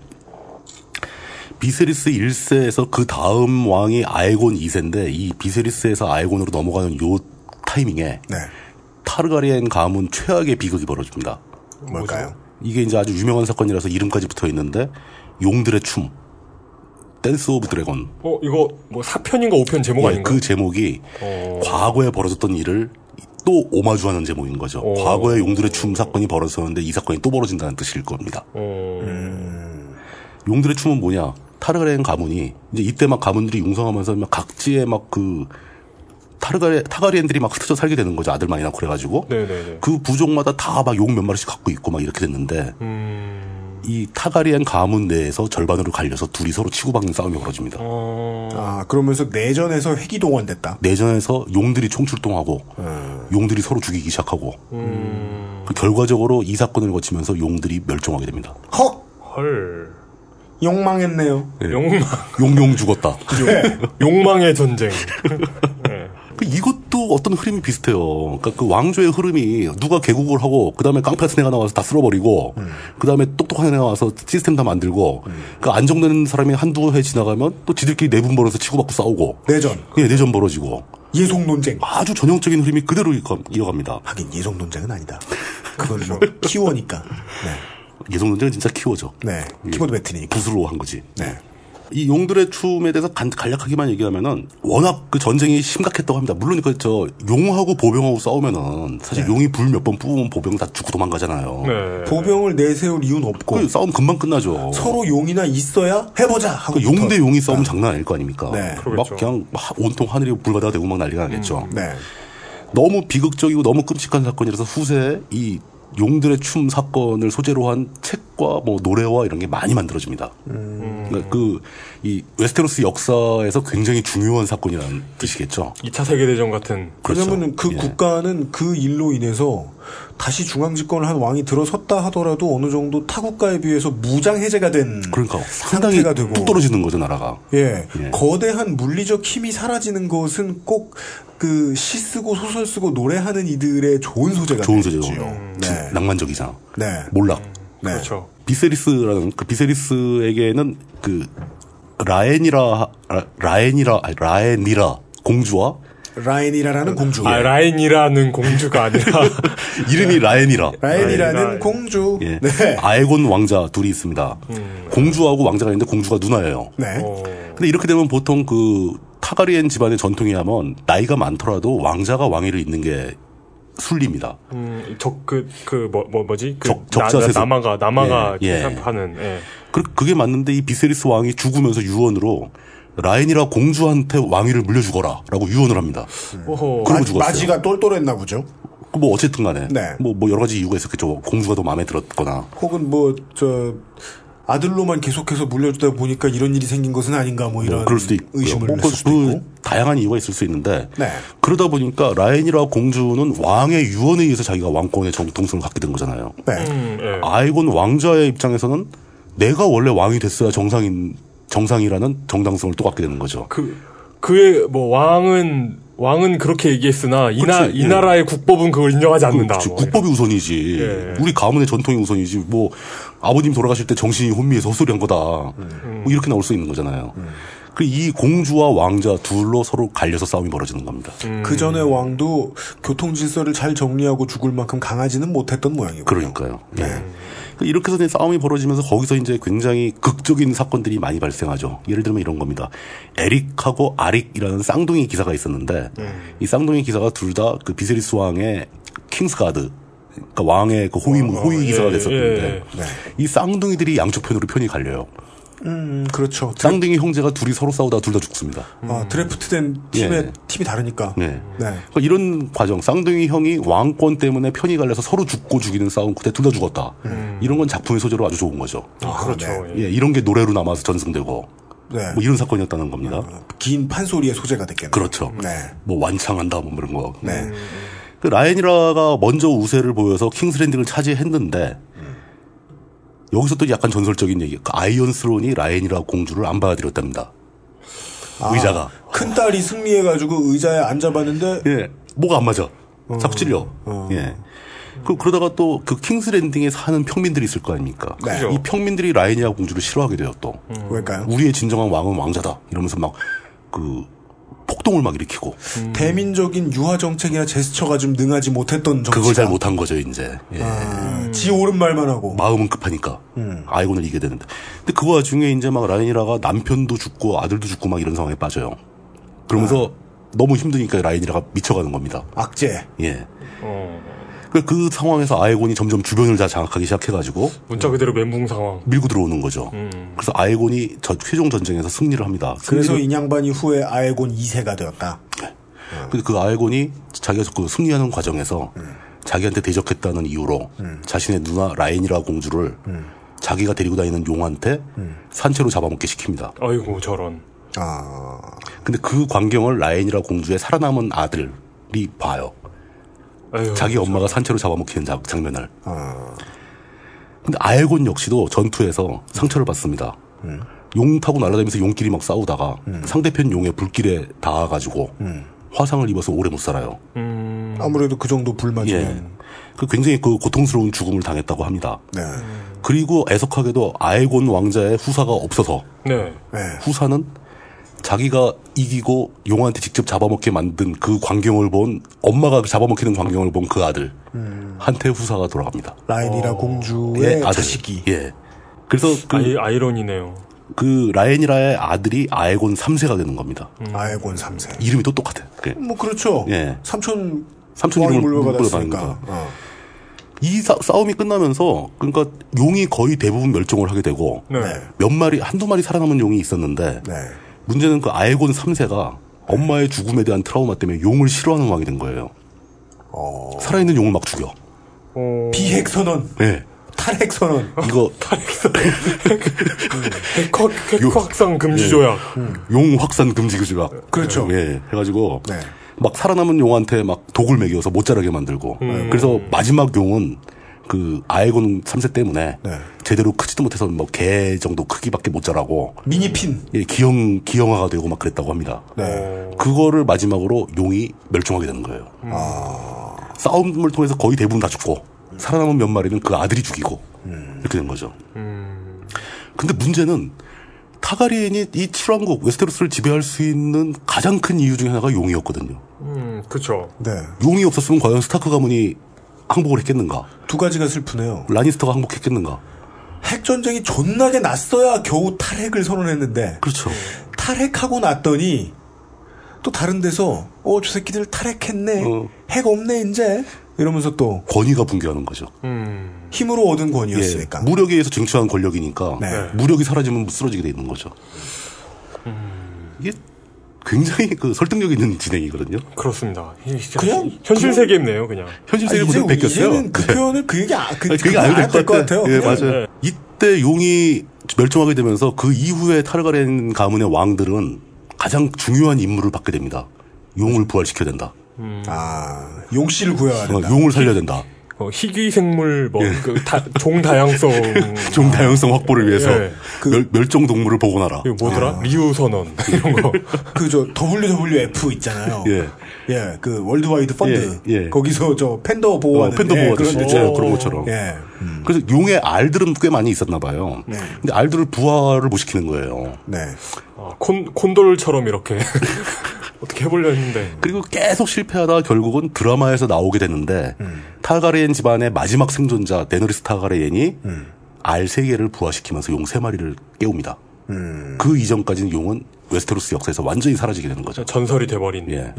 [SPEAKER 2] 비세리스 1세에서 그 다음 왕이 아에곤 2세인데 이 비세리스에서 아에곤으로 넘어가는 요 타이밍에
[SPEAKER 3] 네.
[SPEAKER 2] 타르가리엔 가문 최악의 비극이 벌어집니다.
[SPEAKER 3] 뭘까요?
[SPEAKER 2] 이게 이제 아주 유명한 사건이라서 이름까지 붙어 있는데 용들의 춤 댄스 오브 드래곤
[SPEAKER 4] 어 이거 뭐 4편인가 5편 제목
[SPEAKER 2] 예,
[SPEAKER 4] 아닌가?
[SPEAKER 2] 그 제목이
[SPEAKER 4] 어.
[SPEAKER 2] 과거에 벌어졌던 일을 또 오마주하는 제목인 거죠.
[SPEAKER 4] 어.
[SPEAKER 2] 과거에 용들의 춤 사건이 벌어졌는데 이 사건이 또 벌어진다는 뜻일 겁니다.
[SPEAKER 4] 어,
[SPEAKER 2] 용들의 춤은 뭐냐? 타르가렌 가문이 이제 이때 막 가문들이 융성하면서 막 각지에 막 그 타르가렌 타가리엔들이 막 흩어져 살게 되는 거죠. 아들 많이 낳고 그래가지고
[SPEAKER 4] 네네네.
[SPEAKER 2] 그 부족마다 다 막 용 몇 마리씩 갖고 있고 막 이렇게 됐는데
[SPEAKER 4] 음.
[SPEAKER 2] 이 타가리엔 가문 내에서 절반으로 갈려서 둘이 서로 치고받는 싸움이 벌어집니다.
[SPEAKER 4] 어,
[SPEAKER 3] 아 그러면서 내전에서 회기동원됐다
[SPEAKER 2] 내전에서 용들이 총출동하고
[SPEAKER 4] 네.
[SPEAKER 2] 용들이 서로 죽이기 시작하고
[SPEAKER 4] 음.
[SPEAKER 2] 그 결과적으로 이 사건을 거치면서 용들이 멸종하게 됩니다.
[SPEAKER 3] 헉
[SPEAKER 4] 헐.
[SPEAKER 3] 욕망했네요 네.
[SPEAKER 4] 욕망,
[SPEAKER 2] 용용 죽었다.
[SPEAKER 4] 욕망의 전쟁.
[SPEAKER 2] 그 이것도 어떤 흐름이 비슷해요. 그러니까 그 왕조의 흐름이 누가 개국을 하고 그다음에 깡패 같은 애가 나와서 다 쓸어버리고 그다음에 똑똑한 애가 와서 시스템 다 만들고 그 안정되는 사람이 한두 해 지나가면 또 지들끼리 네 내분 벌어서 치고받고 싸우고
[SPEAKER 3] 내전
[SPEAKER 2] 예, 내전 벌어지고
[SPEAKER 3] 예송 논쟁
[SPEAKER 2] 아주 전형적인 흐름이 그대로 이거- 이어갑니다.
[SPEAKER 3] 하긴 예송 논쟁은 아니다 그건 뭐 키워니까 네.
[SPEAKER 2] 예성 논쟁은 진짜 키워져.
[SPEAKER 3] 네
[SPEAKER 2] 음.
[SPEAKER 3] 키보드 배트니까
[SPEAKER 2] 구슬로 한 거지.
[SPEAKER 3] 네.
[SPEAKER 2] 이 용들의 춤에 대해서 간, 간략하게만 얘기하면은 워낙 그 전쟁이 심각했다고 합니다. 물론 그 저 용하고 보병하고 싸우면은 사실 용이 불 몇 번 뿜으면 보병 다 죽고 도망가잖아요.
[SPEAKER 4] 네.
[SPEAKER 3] 보병을 내세울 이유는 없고
[SPEAKER 2] 그 싸움 금방 끝나죠.
[SPEAKER 3] 서로 용이나 있어야 해보자 하고
[SPEAKER 2] 그 용대 용이 싸우면 장난 아닐 거 아닙니까?
[SPEAKER 3] 네.
[SPEAKER 4] 그러겠죠.
[SPEAKER 2] 막 그냥 막 온통 하늘이 불바다가 되고 막 난리가 나겠죠.
[SPEAKER 3] 네.
[SPEAKER 2] 너무 비극적이고 너무 끔찍한 사건이라서 후세에 이 용들의 춤 사건을 소재로 한 책과 뭐 노래와 이런 게 많이 만들어집니다.
[SPEAKER 3] 음.
[SPEAKER 2] 그러니까 그 이 웨스테로스 역사에서 굉장히 중요한 사건이라는 뜻이겠죠.
[SPEAKER 4] 2차 세계대전 같은.
[SPEAKER 3] 왜냐면은 그
[SPEAKER 2] 예.
[SPEAKER 3] 국가는 그 일로 인해서 다시 중앙 집권을 한 왕이 들어섰다 하더라도 어느 정도 타국가에 비해서 무장 해제가 된
[SPEAKER 2] 그러니까 상당히
[SPEAKER 3] 상태가 되고
[SPEAKER 2] 뚝 떨어지는 거죠 나라가.
[SPEAKER 3] 예.
[SPEAKER 2] 예.
[SPEAKER 3] 거대한 물리적 힘이 사라지는 것은 꼭 그 시 쓰고 소설 쓰고 노래하는 이들의 좋은 소재가
[SPEAKER 2] 좋은 소재죠. 뭐
[SPEAKER 3] 되겠지요. 네.
[SPEAKER 2] 낭만적이잖아.
[SPEAKER 3] 네.
[SPEAKER 2] 몰락.
[SPEAKER 3] 네.
[SPEAKER 4] 그렇죠.
[SPEAKER 2] 비세리스라는 그 비세리스에게는 그 라엔이라 아, 라- 라엔이라 아니, 라엔이라 공주와
[SPEAKER 3] 라인이라라는 공주.
[SPEAKER 2] 예.
[SPEAKER 4] 아, 라인이라는 공주가 아니라.
[SPEAKER 2] 이름이 라엔이라.
[SPEAKER 3] 네. 라인이라는
[SPEAKER 4] 라인.
[SPEAKER 3] 공주.
[SPEAKER 2] 예.
[SPEAKER 3] 네. 음,
[SPEAKER 2] 아에곤 왕자 둘이 있습니다. 공주하고 왕자가 있는데 공주가 누나예요.
[SPEAKER 3] 네.
[SPEAKER 4] 어,
[SPEAKER 2] 근데 이렇게 되면 보통 그 타가리엔 집안의 전통에 하면 나이가 많더라도 왕자가 왕위를 잇는 게 순리입니다.
[SPEAKER 4] 음, 적그그 뭐, 뭐 뭐지? 그
[SPEAKER 2] 적- 적자 세습.
[SPEAKER 4] 남아가 남아가
[SPEAKER 2] 예, 예.
[SPEAKER 4] 계산하는 예.
[SPEAKER 2] 그, 그게 맞는데 이 비세리스 왕이 죽으면서 유언으로 라인이라 공주한테 왕위를 물려주거라라고 유언을 합니다.
[SPEAKER 4] 오호.
[SPEAKER 2] 그러고
[SPEAKER 3] 마지-
[SPEAKER 2] 죽었어요.
[SPEAKER 3] 마지가 똘똘했나 보죠.
[SPEAKER 2] 그뭐 어쨌든 간에
[SPEAKER 3] 네.
[SPEAKER 2] 뭐, 뭐 여러 가지 이유가 있었겠죠. 공주가 더 마음에 들었거나
[SPEAKER 3] 혹은 뭐 저 아들로만 계속해서 물려주다 보니까 이런 일이 생긴 것은 아닌가 뭐 이런
[SPEAKER 2] 뭐 그럴 수도 있고요.
[SPEAKER 3] 의심을
[SPEAKER 2] 뭐
[SPEAKER 3] 할
[SPEAKER 2] 그-
[SPEAKER 3] 수도
[SPEAKER 2] 그
[SPEAKER 3] 있고.
[SPEAKER 2] 다양한 이유가 있을 수 있는데
[SPEAKER 3] 네.
[SPEAKER 2] 그러다 보니까 라인이라 공주는 왕의 유언에 의해서 자기가 왕권의 정통성을 갖게 된 거잖아요.
[SPEAKER 3] 네.
[SPEAKER 4] 음, 예.
[SPEAKER 2] 아이곤 왕자의 입장에서는 내가 원래 왕이 됐어야 정상인 정상이라는 정당성을 또 갖게 되는 거죠.
[SPEAKER 4] 그 그의 뭐 왕은 왕은 그렇게 얘기했으나 이나
[SPEAKER 2] 그치,
[SPEAKER 4] 이
[SPEAKER 2] 예.
[SPEAKER 4] 나라의 국법은 그걸 인정하지 않는다.
[SPEAKER 2] 그치,
[SPEAKER 4] 뭐 이런.
[SPEAKER 2] 국법이 우선이지.
[SPEAKER 4] 예.
[SPEAKER 2] 우리 가문의 전통이 우선이지. 뭐 아버님 돌아가실 때 정신이 혼미해서 헛소리한 거다.
[SPEAKER 4] 음.
[SPEAKER 2] 뭐 이렇게 나올 수 있는 거잖아요. 그 이 공주와 왕자 둘로 서로 갈려서 싸움이 벌어지는 겁니다.
[SPEAKER 3] 그 전에 왕도 교통 질서를 잘 정리하고 죽을 만큼 강하지는 못했던 모양이고.
[SPEAKER 2] 그러니까요. 예. 그러니까 이렇게 해서 이제 싸움이 벌어지면서 거기서 이제 굉장히 극적인 사건들이 많이 발생하죠. 예를 들면 이런 겁니다. 에릭하고 아릭이라는 쌍둥이 기사가 있었는데
[SPEAKER 4] 네.
[SPEAKER 2] 이 쌍둥이 기사가 둘 다 그 비세리스 왕의 킹스가드 그러니까 왕의 그 호위 문- 호위 기사가
[SPEAKER 4] 예,
[SPEAKER 2] 됐었는데
[SPEAKER 3] 네.
[SPEAKER 2] 이 쌍둥이들이 양쪽 편으로 편이 갈려요.
[SPEAKER 3] 음, 그렇죠. 드래,
[SPEAKER 2] 쌍둥이 형제가 둘이 서로 싸우다 둘 다 죽습니다.
[SPEAKER 3] 아, 드래프트된 팀의
[SPEAKER 2] 음. 예.
[SPEAKER 3] 팀이 다르니까.
[SPEAKER 2] 예.
[SPEAKER 3] 네.
[SPEAKER 2] 그러니까 이런 과정, 쌍둥이 형이 왕권 때문에 편이 갈려서 서로 죽고 죽이는 싸움, 그때 둘 다 죽었다.
[SPEAKER 4] 음.
[SPEAKER 2] 이런 건 작품의 소재로 아주 좋은 거죠.
[SPEAKER 4] 아, 그렇죠. 예.
[SPEAKER 2] 예, 이런 게 노래로 남아서 전승되고
[SPEAKER 3] 네.
[SPEAKER 2] 뭐 이런 사건이었다는 겁니다.
[SPEAKER 3] 긴 판소리의 소재가 됐겠네요.
[SPEAKER 2] 그렇죠.
[SPEAKER 3] 네.
[SPEAKER 2] 뭐 완창한다 뭐 이런 거.
[SPEAKER 3] 네.
[SPEAKER 2] 그 라이니라가 먼저 우세를 보여서 킹스랜딩을 차지했는데 여기서 또 약간 전설적인 얘기. 그 아이언스론이 라이니라 공주를 안 받아들였답니다.
[SPEAKER 3] 아.
[SPEAKER 2] 의자가
[SPEAKER 3] 큰 딸이 승리해가지고 의자에 앉아봤는데
[SPEAKER 2] 예 뭐가 안 맞아.
[SPEAKER 3] 어.
[SPEAKER 2] 자꾸 찔려. 예. 그 그러다가 또 그 킹스랜딩에 사는 평민들이 있을 거 아닙니까?
[SPEAKER 3] 네.
[SPEAKER 4] 그죠. 음.
[SPEAKER 2] 이 평민들이 라이니라 공주를 싫어하게 돼요 또.
[SPEAKER 3] 왜일까요?
[SPEAKER 2] 우리의 진정한 왕은 왕자다 이러면서 막 그 폭동을 막 일으키고
[SPEAKER 3] 대민적인 유화 정책이나 제스처가 좀 능하지 못했던 정치가
[SPEAKER 2] 그걸 잘 못한 거죠 이제 예.
[SPEAKER 3] 아, 지 옳은 말만 하고
[SPEAKER 2] 마음은 급하니까 아이곤을 이게 되는데 근데 그 와중에 이제 막 라인이라가 남편도 죽고 아들도 죽고 막 이런 상황에 빠져요 그러면서 너무 힘드니까 라인이라가 미쳐가는 겁니다
[SPEAKER 3] 악재.
[SPEAKER 2] 예. 그- 그 상황에서 아이곤이 점점 주변을 다 장악하기 시작해가지고
[SPEAKER 4] 문자 그대로 멘붕 상황.
[SPEAKER 2] 밀고 들어오는 거죠. 그래서 아이곤이 저 최종 전쟁에서 승리를 합니다.
[SPEAKER 3] 그래서
[SPEAKER 2] 승리를-
[SPEAKER 3] 인양반이 후에 아에곤 2세가 되었다.
[SPEAKER 2] 근데 그 아이곤이 자기가 그 승리하는 과정에서 자기한테 대적했다는 이유로 자신의 누나 라인이라 공주를 자기가 데리고 다니는 용한테 산채로 잡아먹게 시킵니다.
[SPEAKER 4] 아이고 저런.
[SPEAKER 3] 아,
[SPEAKER 2] 근데 그 광경을 라인이라 공주의 살아남은 아들이 봐요.
[SPEAKER 4] 아유,
[SPEAKER 2] 자기 엄마가 산채로 잡아먹히는 자- 장면을. 근데 아이곤 역시도 전투에서 상처를 받습니다. 용 타고 날아다니면서 용끼리 막 싸우다가 상대편 용의 불길에 닿아가지고 화상을 입어서 오래 못 살아요. 음.
[SPEAKER 3] 아무래도 그 정도
[SPEAKER 2] 예.
[SPEAKER 3] 불맞으면.
[SPEAKER 2] 그 굉장히 그 고통스러운 죽음을 당했다고 합니다.
[SPEAKER 3] 네.
[SPEAKER 2] 그리고 애석하게도 아에곤 왕자의 후사가 없어서
[SPEAKER 4] 네.
[SPEAKER 3] 네.
[SPEAKER 2] 후사는 자기가 이기고 용한테 직접 잡아먹게 만든 그 광경을 본 엄마가 그 잡아먹히는 광경을 본 그 아들 한테 후사가 돌아갑니다.
[SPEAKER 3] 라인이라 공주의
[SPEAKER 2] 어, 아들.
[SPEAKER 3] 자식이.
[SPEAKER 2] 예. 그래서 그,
[SPEAKER 4] 아이, 아이러니네요.
[SPEAKER 2] 그 라엔이라의 아들이 아에곤 3세가 되는 겁니다.
[SPEAKER 3] 아에곤 3세.
[SPEAKER 2] 이름이 또 똑같아. 그,
[SPEAKER 3] 뭐 그렇죠.
[SPEAKER 2] 예.
[SPEAKER 3] 삼촌
[SPEAKER 2] 삼촌
[SPEAKER 3] 왕이
[SPEAKER 2] 이름을
[SPEAKER 3] 물려받았으니까.
[SPEAKER 2] 물려받은
[SPEAKER 3] 어.
[SPEAKER 2] 이 싸, 싸움이 끝나면서 그러니까 용이 거의 대부분 멸종을 하게 되고
[SPEAKER 4] 네.
[SPEAKER 2] 몇 마리 한두 마리 살아남은 용이 있었는데
[SPEAKER 3] 네.
[SPEAKER 2] 문제는 그 아에곤 3세가 엄마의 죽음에 대한 트라우마 때문에 용을 싫어하는 왕이 된 거예요.
[SPEAKER 3] 어.
[SPEAKER 2] 살아있는 용을 막 죽여.
[SPEAKER 4] 어,
[SPEAKER 3] 비핵 선언,
[SPEAKER 2] 예.
[SPEAKER 3] 탈핵 선언.
[SPEAKER 2] 이거
[SPEAKER 4] 핵확 핵 확상 금지 조약.
[SPEAKER 2] 예. 용 확산 금지 규제가
[SPEAKER 3] 그렇죠.
[SPEAKER 2] 예. 해가지고
[SPEAKER 3] 네.
[SPEAKER 2] 막 살아남은 용한테 막 독을 먹여서 못 자라게 만들고
[SPEAKER 3] 음.
[SPEAKER 2] 음. 그래서 마지막 용은 그 아에곤 3세 때문에
[SPEAKER 3] 네.
[SPEAKER 2] 제대로 크지도 못해서 뭐 개 정도 크기밖에 못 자라고
[SPEAKER 3] 미니핀.
[SPEAKER 2] 예, 기형 기형화가 되고 막 그랬다고 합니다.
[SPEAKER 3] 네.
[SPEAKER 2] 그거를 마지막으로 용이 멸종하게 되는 거예요. 싸움을 통해서 거의 대부분 다 죽고 살아남은 몇 마리는 그 아들이 죽이고 이렇게 된 거죠. 근데 문제는 타가리엔이 이 칠왕국 웨스테로스를 지배할 수 있는 가장 큰 이유 중에 하나가 용이었거든요.
[SPEAKER 4] 음, 그쵸.
[SPEAKER 3] 네.
[SPEAKER 2] 용이 없었으면 과연 스타크 가문이 항복을 했겠는가?
[SPEAKER 3] 두 가지가 슬프네요.
[SPEAKER 2] 라니스터가 항복했겠는가?
[SPEAKER 3] 핵 전쟁이 존나게 났어야 겨우 탈핵을 선언했는데
[SPEAKER 2] 그렇죠.
[SPEAKER 3] 탈핵하고 났더니 또 다른 데서 어 저 새끼들 탈핵했네
[SPEAKER 2] 어.
[SPEAKER 3] 핵 없네 이제 이러면서 또
[SPEAKER 2] 권위가 붕괴하는 거죠.
[SPEAKER 3] 힘으로 얻은 권위였으니까.
[SPEAKER 2] 예, 무력에 의해서 쟁취한 권력이니까
[SPEAKER 3] 네.
[SPEAKER 2] 무력이 사라지면 쓰러지게 되는 거죠. 이게 굉장히 그 설득력 있는 진행이거든요.
[SPEAKER 4] 그렇습니다.
[SPEAKER 3] 그냥
[SPEAKER 4] 현실 세계입네요, 그냥.
[SPEAKER 2] 현실
[SPEAKER 3] 아,
[SPEAKER 2] 세계
[SPEAKER 3] 이제
[SPEAKER 2] 무대 뺏겼어요. 네.
[SPEAKER 3] 이제는 그 표현을 그 얘기 아, 그,
[SPEAKER 2] 아니, 그게
[SPEAKER 3] 그거
[SPEAKER 2] 아니고
[SPEAKER 3] 안
[SPEAKER 2] 될것
[SPEAKER 3] 할것 네.
[SPEAKER 2] 같아요. 예,
[SPEAKER 3] 그냥
[SPEAKER 2] 맞아요. 이때 용이 멸종하게 되면서 그 이후에 탈가렌 가문의 왕들은 가장 중요한 임무를 받게 됩니다. 용을 부활시켜야 된다.
[SPEAKER 3] 아, 용씨를 구해야
[SPEAKER 2] 어,
[SPEAKER 3] 된다.
[SPEAKER 2] 용을 살려야 된다.
[SPEAKER 4] 어, 희귀 생물 뭐, 뭐그종 다양성
[SPEAKER 2] 종 다양성 확보를 위해서
[SPEAKER 4] 예.
[SPEAKER 2] 멸, 멸종 동물을 복원하라.
[SPEAKER 4] 이거 그 뭐더라? 리우 선언 아. 이런 거.
[SPEAKER 3] 그 저 WWF 있잖아요.
[SPEAKER 2] 예.
[SPEAKER 3] 예, 그 월드와이드 펀드.
[SPEAKER 2] 예, 예.
[SPEAKER 3] 거기서 저 팬더
[SPEAKER 2] 어,
[SPEAKER 3] 보호하는
[SPEAKER 2] 팬더
[SPEAKER 3] 예,
[SPEAKER 2] 보호하듯이
[SPEAKER 3] 그런
[SPEAKER 2] 예,
[SPEAKER 3] 데죠.
[SPEAKER 2] 그런 것처럼.
[SPEAKER 3] 예.
[SPEAKER 2] 음. 그래서 용의 알들은 꽤 많이 있었나 봐요. 근데 알들을 부활을 못 시키는 거예요.
[SPEAKER 3] 네.
[SPEAKER 4] 아, 콘 콘돌처럼 이렇게 어떻게 해보려 했는데.
[SPEAKER 2] 그리고 계속 실패하다 결국은 드라마에서 나오게 되는데 타가리엔 집안의 마지막 생존자 데너리스 타가리엔이 알 세 개를 부화시키면서 용 세 마리를 깨웁니다.
[SPEAKER 3] 음.
[SPEAKER 2] 그 이전까지는 용은 웨스테로스 역사에서 완전히 사라지게 되는 거죠.
[SPEAKER 4] 전설이 돼버린.
[SPEAKER 2] 예.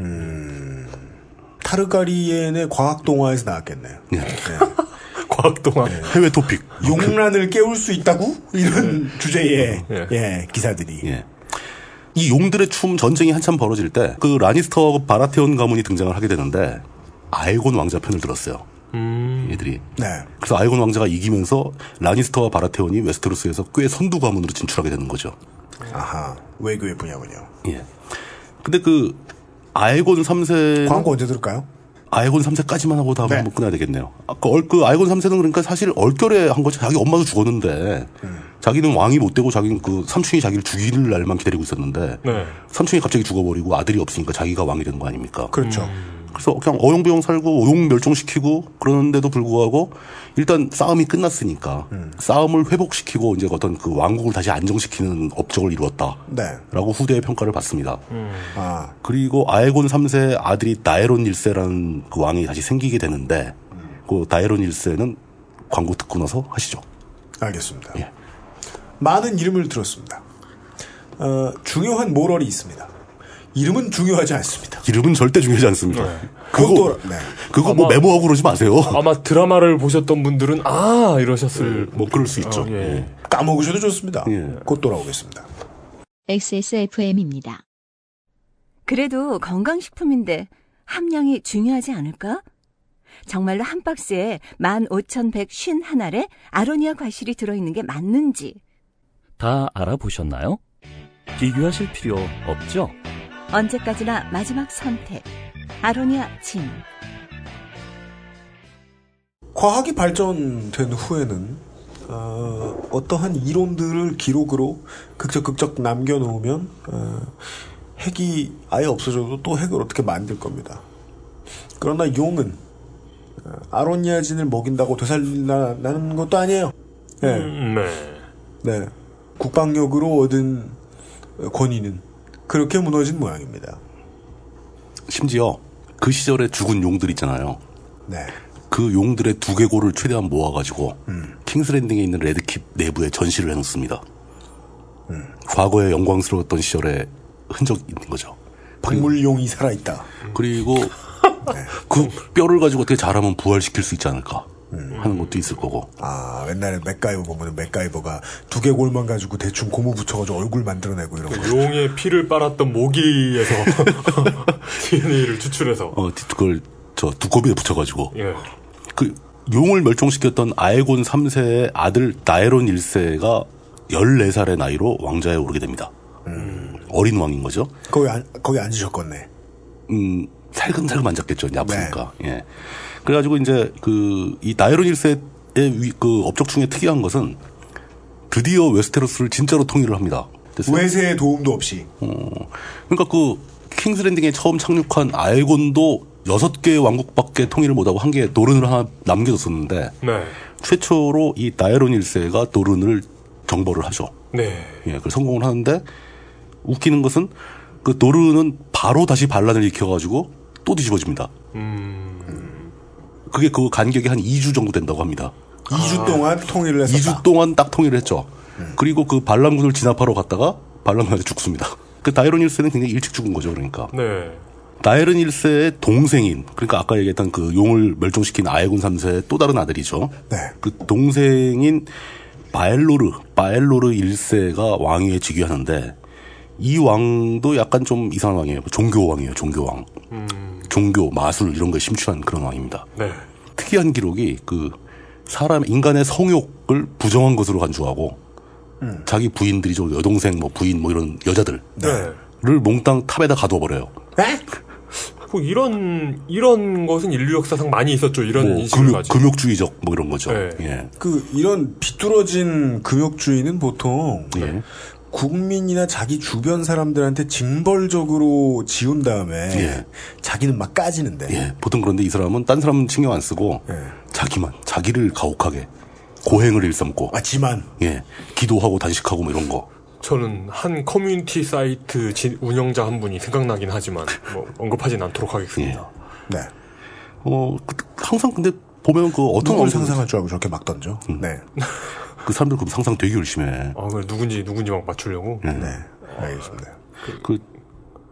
[SPEAKER 3] 타르가리엔의 과학 동화에서 나왔겠네요.
[SPEAKER 2] 예.
[SPEAKER 4] 과학 동안.
[SPEAKER 2] 그 해외 토픽.
[SPEAKER 3] 용란을 깨울 수 있다고? 이런 주제의
[SPEAKER 4] 예.
[SPEAKER 3] 예, 기사들이.
[SPEAKER 2] 예. 이 용들의 춤 전쟁이 한참 벌어질 때 그 라니스터 바라테온 가문이 등장을 하게 되는데 아이곤 왕자 편을 들었어요. 얘들이.
[SPEAKER 3] 네.
[SPEAKER 2] 그래서 아이곤 왕자가 이기면서 라니스터와 바라테온이 웨스테로스에서 꽤 선두 가문으로 진출하게 되는 거죠.
[SPEAKER 3] 아하. 외교의 분야군요.
[SPEAKER 2] 예. 근데 그 아이곤 3세
[SPEAKER 3] 광고 언제 들을까요?
[SPEAKER 2] 아이곤 3세까지만 하고 다음
[SPEAKER 3] 네.
[SPEAKER 2] 한번 끊어야 되겠네요. 아, 그, 얼, 그 아이곤 3세는 그러니까 사실 얼결에 한 거죠. 자기 엄마도 죽었는데
[SPEAKER 3] 네.
[SPEAKER 2] 자기는 왕이 못 되고 자기는 그 삼촌이 자기를 죽일 날만 기다리고 있었는데
[SPEAKER 4] 네.
[SPEAKER 2] 삼촌이 갑자기 죽어버리고 아들이 없으니까 자기가 왕이 된 거 아닙니까?
[SPEAKER 3] 그렇죠.
[SPEAKER 2] 그래서 그냥 어용부용 살고 용 멸종시키고 그러는데도 불구하고 일단 싸움이 끝났으니까 싸움을 회복시키고 이제 어떤 그 왕국을 다시 안정시키는 업적을 이루었다라고
[SPEAKER 3] 네.
[SPEAKER 2] 후대의 평가를 받습니다.
[SPEAKER 3] 아,
[SPEAKER 2] 그리고 아에곤 3세 아들이 다에론 1세라는 그 왕이 다시 생기게 되는데 그 다에론 1세는 광고 듣고 나서 하시죠.
[SPEAKER 3] 알겠습니다.
[SPEAKER 2] 예.
[SPEAKER 3] 많은 이름을 들었습니다. 어, 중요한 모럴이 있습니다. 이름은 중요하지 않습니다.
[SPEAKER 2] 이름은 절대 중요하지 않습니다. 그거
[SPEAKER 3] 그것도 네.
[SPEAKER 2] 그거 뭐
[SPEAKER 4] 아마-
[SPEAKER 2] 메모하고 그러지 마세요.
[SPEAKER 4] 아마 드라마를 보셨던 분들은 아 이러셨을.
[SPEAKER 2] 뭐 그럴 수 있죠.
[SPEAKER 4] 아, 예.
[SPEAKER 2] 예.
[SPEAKER 3] 까먹으셔도 좋습니다.
[SPEAKER 2] 예.
[SPEAKER 3] 곧 돌아오겠습니다.
[SPEAKER 1] XSFM입니다.
[SPEAKER 5] 그래도 건강식품인데 함량이 중요하지 않을까? 정말로 한 박스에 15,151알에 아로니아 과실이 들어있는 게 맞는지
[SPEAKER 6] 다 알아보셨나요? 비교하실 필요 없죠?
[SPEAKER 5] 언제까지나 마지막 선택 아로니아 진
[SPEAKER 3] 과학이 발전된 후에는 어, 어떠한 이론들을 기록으로 극적극적 남겨놓으면 어, 핵이 아예 없어져도 또 핵을 어떻게 만들 겁니다. 그러나 용은 어, 아로니아진을 먹인다고 되살리나는 것도 아니에요. 예.
[SPEAKER 4] 음, 네.
[SPEAKER 3] 네. 국방력으로 얻은 권위는 그렇게 무너진 모양입니다.
[SPEAKER 2] 심지어 그 시절에 죽은 용들 있잖아요.
[SPEAKER 3] 네.
[SPEAKER 2] 그 용들의 두개골을 최대한 모아가지고 킹스랜딩에 있는 레드킵 내부에 전시를 해놓습니다. 과거의 영광스러웠던 시절의 흔적이 있는 거죠.
[SPEAKER 3] 박물용이 살아있다.
[SPEAKER 2] 그리고 그 뼈를 가지고 어떻게 잘하면 부활시킬 수 있지 않을까 하는 것도 있을 거고.
[SPEAKER 3] 아, 옛날에 맥가이버 보면 맥가이버가 두개골만 가지고 대충 고무 붙여가지고 얼굴 만들어내고 이런 거.
[SPEAKER 4] 용의 피를 빨았던 모기에서 DNA를 추출해서.
[SPEAKER 2] 어, 그걸 저 두꺼비에 붙여가지고
[SPEAKER 4] 예.
[SPEAKER 2] 그 용을 멸종시켰던 아에곤 3세의 아들 나에론 1세가 14살의 나이로 왕자에 오르게 됩니다. 어린 왕인 거죠.
[SPEAKER 3] 거기 안, 거기 앉으셨겠네.
[SPEAKER 2] 음, 살금살금 앉았겠죠. 이제 아프니까. 예. 그래가지고 이제 그 이 나이론 1세의 위- 그 업적 중에 특이한 것은 드디어 웨스테로스를 진짜로 통일을 합니다. 됐어요?
[SPEAKER 3] 외세의 도움도 없이.
[SPEAKER 2] 어, 그러니까 그 킹스랜딩에 처음 착륙한 아에곤도 여섯 개의 왕국밖에 통일을 못하고 한 개의 노른을 하나 남겨뒀었는데
[SPEAKER 4] 네.
[SPEAKER 2] 최초로 이 나에론 1세가 노른을 정벌을 하죠.
[SPEAKER 4] 네.
[SPEAKER 2] 예, 그 성공을 하는데 웃기는 것은 그 노르는 바로 다시 반란을 일으켜가지고 또 뒤집어집니다. 그게 그 간격이 한 2주 정도 된다고 합니다.
[SPEAKER 3] 2주 동안 통일을 했었다. 음.
[SPEAKER 2] 2주 동안 딱 통일을 했죠. 그리고 그 반란군을 진압하러 갔다가 반란군한테 죽습니다. 그 다이론 일세는 굉장히 일찍 죽은 거죠, 그러니까.
[SPEAKER 4] 네.
[SPEAKER 2] 다이론 일세의 동생인, 그러니까 아까 얘기했던 그 용을 멸종시킨 아예군 3세의 또 다른 아들이죠.
[SPEAKER 3] 네.
[SPEAKER 2] 그 동생인 바엘로르, 바엘로르 1세가 왕위에 즉위하는데 이 왕도 약간 좀 이상한 왕이에요. 종교 왕이에요, 종교 왕.
[SPEAKER 4] 음.
[SPEAKER 2] 종교, 마술 이런 거에 심취한 그런 왕입니다.
[SPEAKER 4] 네.
[SPEAKER 2] 특이한 기록이 그 사람 인간의 성욕을 부정한 것으로 간주하고 자기 부인들이 좀 여동생 뭐 부인 뭐 이런 여자들을
[SPEAKER 4] 네.
[SPEAKER 2] 몽땅 탑에다 가둬 버려요.
[SPEAKER 4] 뭐 이런 이런 것은 인류 역사상 많이 있었죠. 이런
[SPEAKER 2] 뭐
[SPEAKER 4] 네, 인식을
[SPEAKER 2] 금욕,
[SPEAKER 4] 가지고.
[SPEAKER 2] 금욕주의적 뭐 이런 거죠.
[SPEAKER 4] 네.
[SPEAKER 2] 예.
[SPEAKER 3] 그 이런 비뚤어진 금욕주의는 보통
[SPEAKER 2] 예.
[SPEAKER 3] 국민이나 자기 주변 사람들한테 징벌적으로 지운 다음에
[SPEAKER 2] 예.
[SPEAKER 3] 자기는 막 까지는데
[SPEAKER 2] 예. 보통 그런데 이 사람은 딴 사람은 신경 안 쓰고
[SPEAKER 4] 예.
[SPEAKER 2] 자기만 자기를 가혹하게 고행을 일삼고
[SPEAKER 3] 아 지만
[SPEAKER 2] 예. 기도하고 단식하고 뭐 이런 거.
[SPEAKER 4] 저는 한 커뮤니티 사이트 진- 운영자 한 분이 생각나긴 하지만 뭐 언급하진 않도록 하겠습니다.
[SPEAKER 2] 예.
[SPEAKER 3] 네.
[SPEAKER 2] 어, 그- 항상 근데 보면 그 어떤
[SPEAKER 3] 누굴
[SPEAKER 2] 왕들-
[SPEAKER 3] 상상할 줄 알고 저렇게 막 던져. 네.
[SPEAKER 2] 그 사람들 그럼 상상 되게 열심히 해.
[SPEAKER 4] 아, 그래 누군지 누군지 막 맞추려고.
[SPEAKER 2] 예.
[SPEAKER 3] 네. 알겠습니다.
[SPEAKER 2] 그,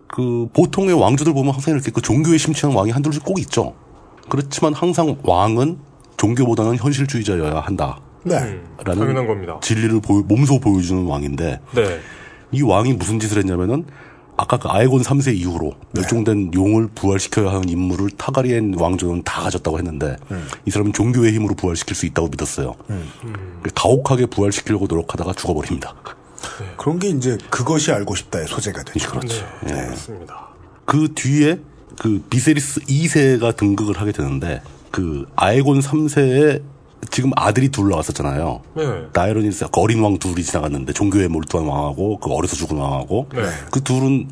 [SPEAKER 2] 그 보통의 왕조들 보면 항상 이렇게 그 종교에 심취한 왕이 한둘씩 꼭 있죠. 그렇지만 항상 왕은 종교보다는 현실주의자여야 한다라는
[SPEAKER 3] 네.
[SPEAKER 4] 음, 당연한 겁니다.
[SPEAKER 2] 진리를 보여- 몸소 보여주는 왕인데
[SPEAKER 4] 네.
[SPEAKER 2] 이 왕이 무슨 짓을 했냐면은 아까 그 아에곤 3세 이후로 멸종된 용을 부활시켜야 하는 임무를 타가리엔 왕조는 다 가졌다고 했는데 이 사람은 종교의 힘으로 부활시킬 수 있다고 믿었어요. 가혹하게 부활시키려고 노력하다가 죽어버립니다.
[SPEAKER 3] 그런 게 이제 그것이 알고 싶다의 소재가 되죠.
[SPEAKER 2] 그렇죠.
[SPEAKER 4] 네,
[SPEAKER 2] 예.
[SPEAKER 4] 맞습니다.
[SPEAKER 2] 그 뒤에 그 비세리스 2세가 등극을 하게 되는데 그 아에곤 3세의 지금 아들이 둘 나왔었잖아요.
[SPEAKER 4] 네.
[SPEAKER 2] 나이로니스 그 어린 왕 둘이 지나갔는데 종교에 몰두한 왕하고 그 어려서 죽은 왕하고
[SPEAKER 4] 네.
[SPEAKER 2] 그 둘은